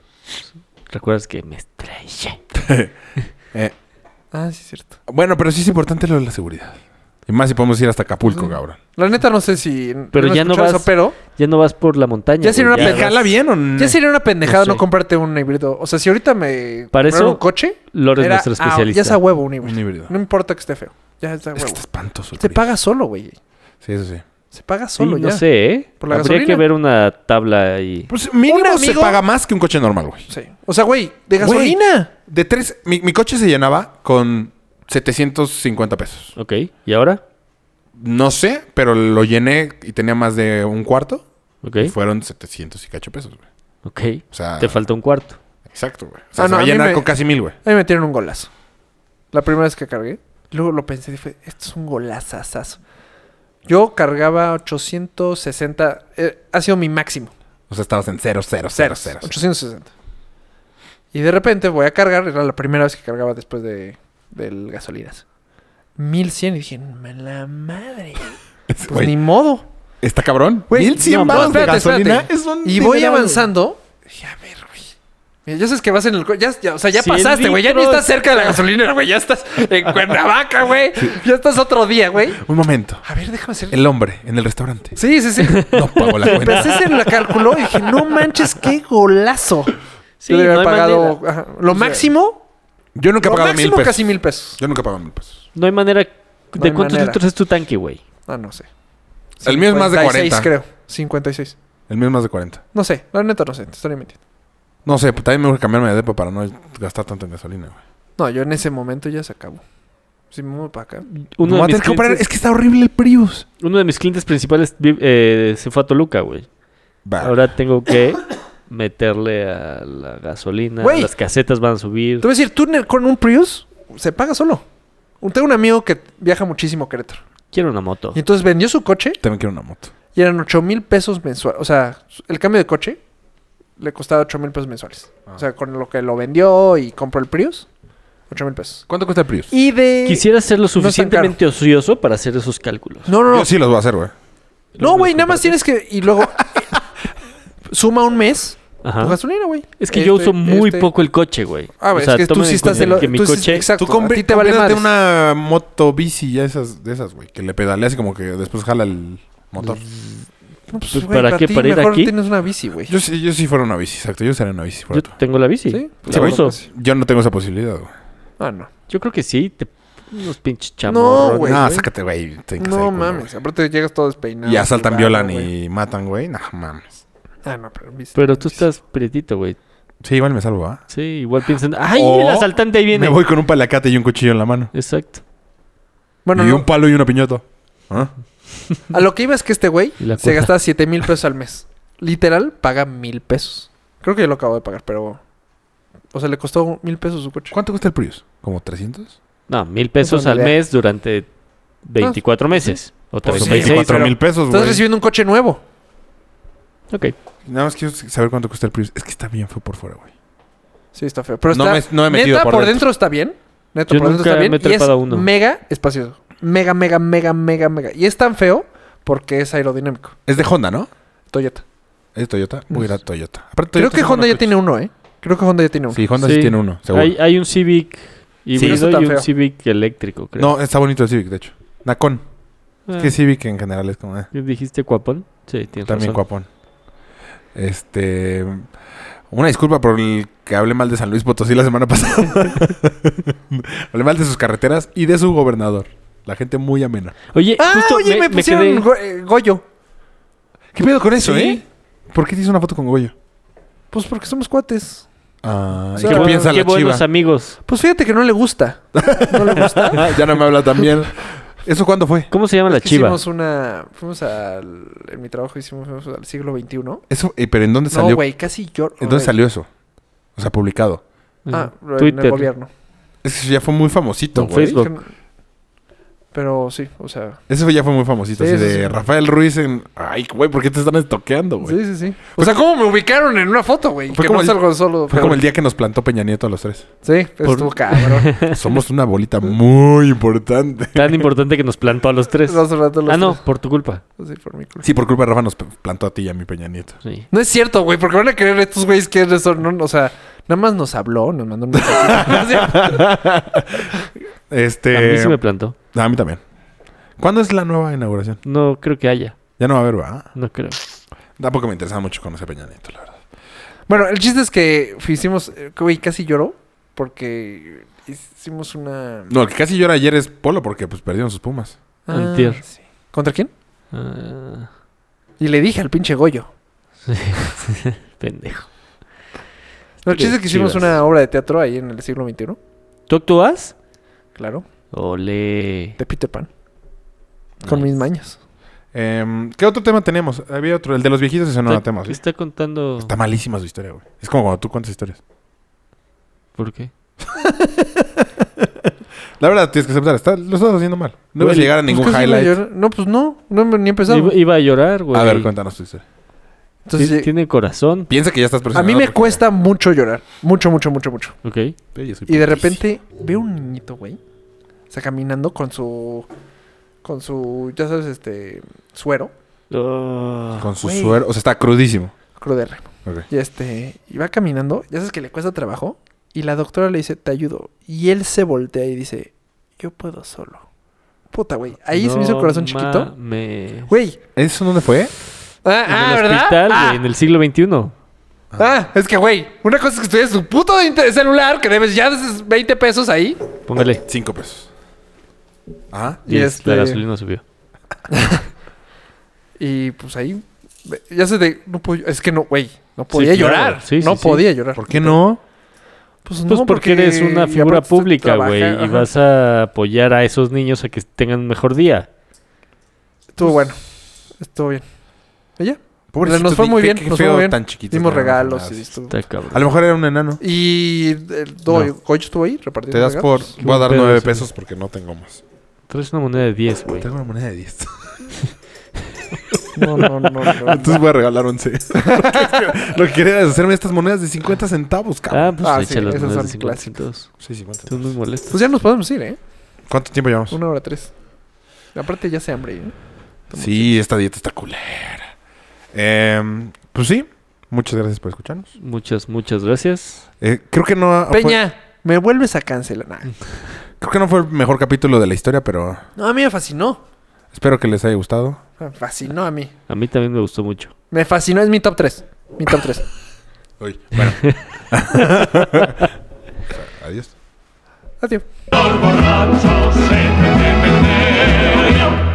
[SPEAKER 1] ¿Recuerdas que me estrellé?
[SPEAKER 3] Ah, sí, es cierto.
[SPEAKER 2] Bueno, pero sí es importante lo de la seguridad. Y más si podemos ir hasta Acapulco, cabrón.
[SPEAKER 3] La neta no sé si...
[SPEAKER 1] Pero ya no
[SPEAKER 3] escuchaba
[SPEAKER 1] vas-
[SPEAKER 3] pero
[SPEAKER 1] Ya no vas por la montaña.
[SPEAKER 3] Ya sería
[SPEAKER 1] güey,
[SPEAKER 3] una
[SPEAKER 1] vas-
[SPEAKER 3] pegada
[SPEAKER 2] bien o no?
[SPEAKER 3] ya sería una pendejada
[SPEAKER 1] Mm, No
[SPEAKER 3] no,
[SPEAKER 1] sé.
[SPEAKER 3] comprarte un híbrido. O sea, si ahorita me...
[SPEAKER 1] Para
[SPEAKER 3] compraron
[SPEAKER 1] eso,
[SPEAKER 3] un coche...
[SPEAKER 1] Lore es
[SPEAKER 3] era,
[SPEAKER 1] nuestro
[SPEAKER 3] ah,
[SPEAKER 1] especialista.
[SPEAKER 3] ya es a huevo un
[SPEAKER 2] Un
[SPEAKER 3] híbrido.
[SPEAKER 2] híbrido.
[SPEAKER 3] No importa que esté feo. Ya es a
[SPEAKER 2] Es que
[SPEAKER 3] huevo.
[SPEAKER 2] Está espantoso. el
[SPEAKER 3] Se
[SPEAKER 2] Prius.
[SPEAKER 3] paga solo, güey.
[SPEAKER 2] Sí, eso sí.
[SPEAKER 3] Se paga
[SPEAKER 1] Sí,
[SPEAKER 3] solo
[SPEAKER 1] no
[SPEAKER 3] ya.
[SPEAKER 1] sé, ¿eh?
[SPEAKER 3] Por la
[SPEAKER 1] Habría
[SPEAKER 3] gasolina.
[SPEAKER 1] que ver una tabla ahí.
[SPEAKER 2] Pues mínimo
[SPEAKER 3] Un
[SPEAKER 2] se
[SPEAKER 3] amigo-
[SPEAKER 2] paga más que un coche normal, güey.
[SPEAKER 3] Sí. O sea, güey, de
[SPEAKER 2] Güey.
[SPEAKER 3] gasolina.
[SPEAKER 2] De tres... Mi, mi coche se llenaba con 750 pesos.
[SPEAKER 1] Ok, ¿y ahora?
[SPEAKER 2] No sé, pero lo llené y tenía más de un cuarto.
[SPEAKER 1] Ok,
[SPEAKER 2] Y fueron 700 y cacho pesos, güey.
[SPEAKER 1] ok.
[SPEAKER 2] O sea...
[SPEAKER 1] Te falta un cuarto.
[SPEAKER 2] Exacto, güey. O sea,
[SPEAKER 3] Ah,
[SPEAKER 2] se
[SPEAKER 3] no,
[SPEAKER 2] va a
[SPEAKER 3] a mí
[SPEAKER 2] llenar
[SPEAKER 3] me-
[SPEAKER 2] con casi mil, güey.
[SPEAKER 3] A mí me metieron un golazo. La primera vez que cargué. Luego lo pensé y dije, esto es un golazazazo. Yo cargaba 860. eh, ha sido mi máximo.
[SPEAKER 2] O sea, estabas en cero, cero, cero, cero.
[SPEAKER 3] 860. Y de repente voy a cargar, era la primera vez que cargaba después de del gasolinas. 1100 y dije, "Me la madre. Pues
[SPEAKER 2] Güey,
[SPEAKER 3] ni modo.
[SPEAKER 2] ¿Está cabrón?
[SPEAKER 3] Güey,
[SPEAKER 2] 1100
[SPEAKER 3] no,
[SPEAKER 2] baros de
[SPEAKER 3] espérate, espérate.
[SPEAKER 2] gasolina es un
[SPEAKER 3] Y voy
[SPEAKER 2] dineral, güey.
[SPEAKER 3] avanzando. Dije, a ver, güey. Mira, ya sabes que vas en el... co- Ya, ya- o sea, ya
[SPEAKER 1] Cien
[SPEAKER 3] pasaste, güey. Ya ni
[SPEAKER 1] litros.
[SPEAKER 3] estás cerca de la gasolinera, güey. Ya estás en Cuernavaca, güey. Ya estás otro día, güey.
[SPEAKER 2] Un momento.
[SPEAKER 3] A ver, déjame hacer...
[SPEAKER 2] El hombre en el restaurante.
[SPEAKER 3] Sí, sí, sí.
[SPEAKER 2] No pagó la cuenta.
[SPEAKER 3] Empecé a hacer el cálculo y dije, no manches, qué golazo. Yo debía
[SPEAKER 1] no hay
[SPEAKER 3] haber pagado
[SPEAKER 1] manera.
[SPEAKER 3] ajá, lo máximo.
[SPEAKER 2] Yo nunca he
[SPEAKER 3] Lo
[SPEAKER 2] pagado mil
[SPEAKER 3] máximo
[SPEAKER 2] pesos.
[SPEAKER 3] casi mil pesos.
[SPEAKER 2] Yo nunca he pagado mil pesos.
[SPEAKER 1] No hay manera.
[SPEAKER 3] No
[SPEAKER 1] ¿De
[SPEAKER 3] hay
[SPEAKER 1] cuántos
[SPEAKER 3] manera.
[SPEAKER 1] litros es tu tanque, güey?
[SPEAKER 3] Ah, no sé.
[SPEAKER 2] El mío es más de 40.
[SPEAKER 3] 56, creo. 56.
[SPEAKER 2] El mío es más de 40.
[SPEAKER 3] No sé. La neta no sé. Te estaría mintiendo.
[SPEAKER 2] No sé, pues, también me voy a cambiarme de depo para no gastar tanto en gasolina, güey.
[SPEAKER 3] No, yo en ese momento ya se acabó. Si me muevo para acá.
[SPEAKER 1] Uno, de
[SPEAKER 2] Me voy a
[SPEAKER 1] mis
[SPEAKER 2] tener que comprar-
[SPEAKER 1] clientes,
[SPEAKER 2] Es que está horrible el Prius.
[SPEAKER 1] uno de mis clientes principales vi- eh, se fue a Toluca, güey.
[SPEAKER 3] Ah.
[SPEAKER 2] Va.
[SPEAKER 1] Ahora tengo que meterle a la gasolina.
[SPEAKER 3] Güey.
[SPEAKER 1] Las casetas van a subir.
[SPEAKER 3] Te voy a decir, tú en el- con un Prius se paga solo. Un- Tengo un amigo que viaja muchísimo a Querétaro.
[SPEAKER 1] Quiero una moto.
[SPEAKER 3] Y entonces vendió su coche
[SPEAKER 2] También quiero una moto.
[SPEAKER 3] y eran 8 mil pesos mensuales. O sea, su- el cambio de coche le costaba 8 mil pesos mensuales.
[SPEAKER 2] Ah.
[SPEAKER 3] O sea, con lo que lo vendió y compró el Prius, 8 mil pesos.
[SPEAKER 2] ¿Cuánto cuesta el Prius?
[SPEAKER 3] Y de...
[SPEAKER 1] Quisiera ser lo
[SPEAKER 3] tan caro.
[SPEAKER 1] suficientemente ocioso para hacer esos cálculos.
[SPEAKER 3] No, no, no.
[SPEAKER 2] Yo sí los voy a hacer, güey.
[SPEAKER 3] No, güey, nada más tienes que... Y luego... suma un mes
[SPEAKER 1] Ajá.
[SPEAKER 3] Tu gasolina, güey.
[SPEAKER 1] Es que
[SPEAKER 3] Este,
[SPEAKER 1] yo uso muy
[SPEAKER 3] este-
[SPEAKER 1] poco el coche, güey.
[SPEAKER 3] Ah,
[SPEAKER 1] o
[SPEAKER 3] güey,
[SPEAKER 1] sea,
[SPEAKER 3] es que tú
[SPEAKER 1] tomen
[SPEAKER 3] sí
[SPEAKER 1] en
[SPEAKER 3] estás...
[SPEAKER 1] cuenta
[SPEAKER 3] de lo-
[SPEAKER 1] que mi
[SPEAKER 3] tú sí-
[SPEAKER 1] coche...
[SPEAKER 3] exacto,
[SPEAKER 2] Tú compri-
[SPEAKER 3] a ti te vale
[SPEAKER 2] cómprate
[SPEAKER 3] madres.
[SPEAKER 2] una moto bici ya esas, de esas, güey, que le pedaleas y como que después jala el motor.
[SPEAKER 3] No, pues,
[SPEAKER 1] Pues,
[SPEAKER 3] güey,
[SPEAKER 1] ¿para qué?
[SPEAKER 3] ti
[SPEAKER 1] ¿Para ir
[SPEAKER 3] mejor
[SPEAKER 1] aquí?
[SPEAKER 3] tienes una bici, güey.
[SPEAKER 2] Yo sí, yo sí fuera una bici, exacto. Yo usaría una bici.
[SPEAKER 1] Yo
[SPEAKER 2] Fuera tú.
[SPEAKER 1] tengo la bici.
[SPEAKER 2] Sí,
[SPEAKER 1] La
[SPEAKER 2] güey.
[SPEAKER 3] pues
[SPEAKER 1] uso.
[SPEAKER 2] Yo no tengo esa posibilidad, güey.
[SPEAKER 3] Ah, no.
[SPEAKER 1] Yo creo que sí. Te... Unos pinches chamorros.
[SPEAKER 3] No, güey.
[SPEAKER 2] no,
[SPEAKER 3] güey.
[SPEAKER 2] sácate, güey. te encasé,
[SPEAKER 3] No
[SPEAKER 2] culo,
[SPEAKER 3] mames, aparte llegas todo despeinado.
[SPEAKER 2] güey. Y asaltan,
[SPEAKER 3] sudado,
[SPEAKER 2] violan
[SPEAKER 3] güey.
[SPEAKER 2] y matan, güey. No mames.
[SPEAKER 3] Ah, no, pero viste.
[SPEAKER 1] Pero tú estás prietito, güey.
[SPEAKER 2] Sí, igual me salvo, ¿ah?
[SPEAKER 1] Sí, igual piensan... ¡Ay,
[SPEAKER 2] O
[SPEAKER 1] el asaltante ahí viene!
[SPEAKER 2] Me voy con un palacate y un cuchillo en la mano.
[SPEAKER 1] Exacto.
[SPEAKER 3] Bueno,
[SPEAKER 2] y
[SPEAKER 3] no,
[SPEAKER 2] un palo y una piñata. ¿Ah?
[SPEAKER 3] a lo que iba es que este güey
[SPEAKER 1] Y la
[SPEAKER 3] se
[SPEAKER 1] cuota.
[SPEAKER 3] gastaba 7 mil pesos al mes. Literal, paga mil pesos. Creo que yo lo acabo de pagar, pero. O sea, le costó mil pesos su coche.
[SPEAKER 2] ¿Cuánto cuesta el Prius? ¿Como 300?
[SPEAKER 1] No, mil pesos
[SPEAKER 3] tengo
[SPEAKER 1] al
[SPEAKER 3] idea.
[SPEAKER 1] mes durante 24 meses. O
[SPEAKER 3] Pues
[SPEAKER 2] Son
[SPEAKER 3] sí,
[SPEAKER 1] 36.
[SPEAKER 3] pero-
[SPEAKER 2] mil pesos,
[SPEAKER 3] Estás
[SPEAKER 2] güey.
[SPEAKER 3] recibiendo un coche nuevo.
[SPEAKER 1] Ok.
[SPEAKER 2] Nada más quiero saber cuánto cuesta el Prius. Es que está bien fue por fuera, güey.
[SPEAKER 3] Sí, está feo. Pero
[SPEAKER 2] No
[SPEAKER 3] está.
[SPEAKER 2] me- no he metido
[SPEAKER 3] neta,
[SPEAKER 2] por
[SPEAKER 3] por,
[SPEAKER 2] dentro.
[SPEAKER 3] dentro. está bien. Neta,
[SPEAKER 1] Yo
[SPEAKER 3] por dentro
[SPEAKER 1] nunca
[SPEAKER 3] está bien.
[SPEAKER 1] me he
[SPEAKER 3] y es
[SPEAKER 1] trepado uno.
[SPEAKER 3] mega espacioso. Mega, mega, mega, mega, mega. Y es tan feo porque es aerodinámico.
[SPEAKER 2] Es de Honda, ¿no?
[SPEAKER 3] Toyota.
[SPEAKER 2] ¿Es de Toyota? Voy a ir a Toyota. Aparte, Toyota
[SPEAKER 3] Creo que
[SPEAKER 2] tiene
[SPEAKER 3] Honda ya
[SPEAKER 2] buenos
[SPEAKER 3] tiene uno, ¿eh? Creo que Honda ya tiene uno.
[SPEAKER 2] coches. Sí, Honda sí,
[SPEAKER 1] Sí.
[SPEAKER 2] tiene uno, seguro.
[SPEAKER 1] Hay, hay un Civic híbrido
[SPEAKER 3] está tan
[SPEAKER 1] y un
[SPEAKER 3] feo.
[SPEAKER 1] Civic eléctrico, creo.
[SPEAKER 2] No, está bonito el Civic, de hecho. Nacón.
[SPEAKER 1] Ah,
[SPEAKER 2] Es que Civic en general es como... eh,
[SPEAKER 1] ¿Dijiste cuapón? Sí, tienes
[SPEAKER 2] también
[SPEAKER 1] razón.
[SPEAKER 2] guapón. Este... Una disculpa por el que hablé mal de San Luis Potosí la semana pasada. hablé mal de sus carreteras y de su gobernador. La gente muy amena.
[SPEAKER 1] Oye,
[SPEAKER 3] Ah,
[SPEAKER 1] justo
[SPEAKER 3] oye, me,
[SPEAKER 1] me,
[SPEAKER 3] pusieron
[SPEAKER 1] quedé...
[SPEAKER 3] go- eh, Goyo.
[SPEAKER 2] ¿Qué pedo con eso,
[SPEAKER 3] Sí.
[SPEAKER 2] eh? ¿Por qué te hizo una foto con Goyo?
[SPEAKER 3] Pues porque somos cuates.
[SPEAKER 2] Ah, ¿y
[SPEAKER 3] Qué
[SPEAKER 2] ¿Qué
[SPEAKER 3] bueno-
[SPEAKER 2] piensa
[SPEAKER 1] qué
[SPEAKER 2] la chiva?
[SPEAKER 1] buenos amigos.
[SPEAKER 3] Pues fíjate que no le gusta. No le gusta.
[SPEAKER 2] ya no me habla tan bien. ¿Eso cuándo fue?
[SPEAKER 1] ¿Cómo se llama la
[SPEAKER 3] Es que
[SPEAKER 1] chiva?
[SPEAKER 3] Hicimos una. Fuimos al. En mi trabajo hicimos fuimos al siglo XXI. No,
[SPEAKER 2] Eso, eh, ¿Pero en dónde salió?
[SPEAKER 3] güey, casi lloro.
[SPEAKER 2] ¿En dónde
[SPEAKER 3] güey.
[SPEAKER 2] salió eso? O sea, publicado.
[SPEAKER 3] Ah,
[SPEAKER 1] Ajá.
[SPEAKER 3] en
[SPEAKER 1] Twitter.
[SPEAKER 3] el gobierno. Pues
[SPEAKER 2] Es que eso ya fue muy famosito,
[SPEAKER 1] En
[SPEAKER 2] güey.
[SPEAKER 1] Facebook.
[SPEAKER 3] Pero sí, o sea.
[SPEAKER 2] Eso ya fue muy famosito.
[SPEAKER 3] Sí,
[SPEAKER 2] así
[SPEAKER 3] sí,
[SPEAKER 2] de
[SPEAKER 3] sí.
[SPEAKER 2] Rafael Ruiz en... Ay, güey, ¿por qué te están estoqueando, güey?
[SPEAKER 3] Sí, sí, sí. O sea, ¿cómo me ubicaron en una foto, güey?
[SPEAKER 2] Fue
[SPEAKER 3] Que
[SPEAKER 2] como
[SPEAKER 3] no
[SPEAKER 2] el-
[SPEAKER 3] salgo solo.
[SPEAKER 2] Fue
[SPEAKER 3] pero-
[SPEAKER 2] como el día que nos plantó Peña Nieto a los tres.
[SPEAKER 3] Sí, pues,
[SPEAKER 1] Por-
[SPEAKER 3] estuvo cabrón.
[SPEAKER 2] Somos una bolita muy importante.
[SPEAKER 1] Tan importante que nos plantó a los tres.
[SPEAKER 3] Los ratos, los
[SPEAKER 1] ah, no,
[SPEAKER 3] tres.
[SPEAKER 1] por tu culpa.
[SPEAKER 3] Sí, por mi culpa.
[SPEAKER 2] Sí, por culpa de Rafa nos p- plantó a ti y a mi Peña Nieto.
[SPEAKER 1] Sí.
[SPEAKER 3] No es cierto, güey, porque van a creer estos güeyes que eres son, no, o sea, nada más nos habló, nos mandó un mensaje. No es cierto.
[SPEAKER 2] Este...
[SPEAKER 1] A mí sí me plantó.
[SPEAKER 2] a mí también. ¿Cuándo es la nueva inauguración?
[SPEAKER 1] No creo que haya.
[SPEAKER 2] Ya no va a haber, ¿verdad?
[SPEAKER 1] No creo.
[SPEAKER 2] Tampoco me interesaba mucho conocer a Peña Nieto, la verdad.
[SPEAKER 3] Bueno, el chiste es que hicimos, eh, güey, casi lloró porque hicimos una...
[SPEAKER 2] No, el que casi llora ayer es Polo porque pues perdieron sus pumas.
[SPEAKER 1] antier.
[SPEAKER 3] Ah, sí. ¿Contra quién?
[SPEAKER 1] Ah,
[SPEAKER 3] Y le dije al pinche Goyo.
[SPEAKER 1] pendejo.
[SPEAKER 3] No, el chiste es que hicimos
[SPEAKER 1] Chivas.
[SPEAKER 3] una obra de teatro ahí en el siglo XXI,
[SPEAKER 1] ¿Tú actúas?
[SPEAKER 3] claro,
[SPEAKER 1] Ole.
[SPEAKER 3] de Peter Pan, con mis mañas.
[SPEAKER 2] Em, ¿Qué otro tema tenemos? Había otro, el de los viejitos ese no era
[SPEAKER 1] está,
[SPEAKER 2] tema. ¿sí?
[SPEAKER 1] está contando.
[SPEAKER 2] Está malísima su historia, güey. Es como cuando tú cuentas historias.
[SPEAKER 1] ¿Por qué?
[SPEAKER 2] La verdad, tienes que aceptar, está, lo estás haciendo mal. No vas a
[SPEAKER 1] Güey,
[SPEAKER 2] llegar a ningún
[SPEAKER 3] Pues casi iba a
[SPEAKER 2] highlight.
[SPEAKER 3] llorar. No, pues no, no me- ni empezamos.
[SPEAKER 1] Iba, iba a llorar, güey.
[SPEAKER 2] A ver, cuéntanos tu historia.
[SPEAKER 3] Entonces,
[SPEAKER 1] Ti-
[SPEAKER 3] eh,
[SPEAKER 1] Tiene corazón.
[SPEAKER 2] Piensa que ya estás
[SPEAKER 3] a
[SPEAKER 2] presionado.
[SPEAKER 3] mí me
[SPEAKER 2] porque-
[SPEAKER 3] cuesta mucho llorar, mucho, mucho, mucho, mucho.
[SPEAKER 1] Ok.
[SPEAKER 2] Yo ya soy
[SPEAKER 3] Y de
[SPEAKER 2] putísimo.
[SPEAKER 3] repente veo un niñito, güey. O sea, caminando con su. Con su. Ya sabes, este. Suero.
[SPEAKER 1] Ah,
[SPEAKER 2] Con su
[SPEAKER 3] güey.
[SPEAKER 2] suero. O sea, está crudísimo.
[SPEAKER 3] Cruz de remo.
[SPEAKER 2] Ok.
[SPEAKER 3] Y este. Y va caminando. Ya sabes que le cuesta trabajo. Y la doctora le dice, te ayudo. Y él se voltea y dice, yo puedo solo. Puta, güey. Ahí se me hizo el
[SPEAKER 1] no
[SPEAKER 3] corazón chiquito.
[SPEAKER 1] mames.
[SPEAKER 3] Güey.
[SPEAKER 2] ¿Eso dónde fue?
[SPEAKER 3] Ah,
[SPEAKER 1] en
[SPEAKER 3] ah,
[SPEAKER 1] el
[SPEAKER 3] ¿verdad?
[SPEAKER 1] hospital,
[SPEAKER 3] ah,
[SPEAKER 1] güey, en el siglo XXI.
[SPEAKER 3] ah, es que, güey. Una cosa es que estudias tu puto inter- celular. Que debes ya des- 20 pesos ahí.
[SPEAKER 1] Póngale.
[SPEAKER 2] Cinco pesos. Ah,
[SPEAKER 1] Y
[SPEAKER 3] Y
[SPEAKER 1] La
[SPEAKER 3] este-
[SPEAKER 1] gasolina subió.
[SPEAKER 3] Y pues ahí. ve- Ya se te. No puedo, es que no, güey. No podía
[SPEAKER 1] claro.
[SPEAKER 3] llorar.
[SPEAKER 1] Sí, sí,
[SPEAKER 3] no
[SPEAKER 1] sí.
[SPEAKER 3] podía llorar.
[SPEAKER 2] ¿por qué no?
[SPEAKER 3] Pues,
[SPEAKER 1] Pues porque eres una figura pública, güey, y vas a apoyar a esos niños a que tengan un mejor día.
[SPEAKER 3] Estuvo
[SPEAKER 1] pues,
[SPEAKER 3] bueno. Estuvo bien. ¿Ella?
[SPEAKER 2] Pobrecitos,
[SPEAKER 3] Nos fue
[SPEAKER 2] di-
[SPEAKER 3] muy
[SPEAKER 2] qué-
[SPEAKER 3] bien,
[SPEAKER 2] qué
[SPEAKER 3] nos fue
[SPEAKER 2] feo
[SPEAKER 3] muy bien.
[SPEAKER 2] tan chiquitos,
[SPEAKER 3] Dimos
[SPEAKER 2] ¿no?
[SPEAKER 3] regalos
[SPEAKER 2] Ah,
[SPEAKER 3] y
[SPEAKER 2] sí.
[SPEAKER 3] estuvo.
[SPEAKER 1] Está
[SPEAKER 2] A
[SPEAKER 1] cabrón.
[SPEAKER 2] lo mejor era un enano.
[SPEAKER 3] Y el doy,
[SPEAKER 1] No.
[SPEAKER 3] Goyo estuvo ahí repartiendo
[SPEAKER 2] Te das por...
[SPEAKER 3] regalos.
[SPEAKER 2] Voy a dar
[SPEAKER 1] Pero
[SPEAKER 2] nueve
[SPEAKER 1] sí.
[SPEAKER 2] pesos porque no tengo más.
[SPEAKER 1] Traes una moneda de 10, güey.
[SPEAKER 2] Tengo una moneda de 10.
[SPEAKER 3] No, no, no. no, no.
[SPEAKER 2] Entonces voy a regalar 11. Lo que quería es hacerme estas monedas de 50 centavos,
[SPEAKER 1] Ah,
[SPEAKER 2] cabrón.
[SPEAKER 1] pues
[SPEAKER 3] Ah,
[SPEAKER 1] echa
[SPEAKER 3] sí,
[SPEAKER 1] las monedas
[SPEAKER 3] esas
[SPEAKER 1] de
[SPEAKER 3] son
[SPEAKER 1] 50
[SPEAKER 3] clásicas.
[SPEAKER 1] centavos.
[SPEAKER 2] Sí, 50
[SPEAKER 1] Tú muy molesto.
[SPEAKER 3] Pues ya nos podemos ir, ¿eh?
[SPEAKER 2] ¿Cuánto tiempo llevamos?
[SPEAKER 3] Una hora tres. Aparte ya se
[SPEAKER 2] Ah,
[SPEAKER 3] hambre, ¿eh?
[SPEAKER 2] Sí, esta dieta está culera. Em, pues sí, Muchas gracias por escucharnos.
[SPEAKER 1] Muchas, muchas gracias.
[SPEAKER 2] Eh, creo que no. fue-
[SPEAKER 3] Peña, me vuelves a cancelar.
[SPEAKER 2] Mm.
[SPEAKER 3] Nah.
[SPEAKER 2] creo que no fue el mejor capítulo de la historia, pero
[SPEAKER 3] No, a mí me fascinó.
[SPEAKER 2] espero que les haya gustado.
[SPEAKER 3] Me fascinó a mí.
[SPEAKER 1] A mí también me gustó mucho.
[SPEAKER 3] Me fascinó, es mi top 3. Mi top 3.
[SPEAKER 2] Uy, bueno. Adiós.
[SPEAKER 3] Adiós.
[SPEAKER 5] Los borrachos se deben de meter.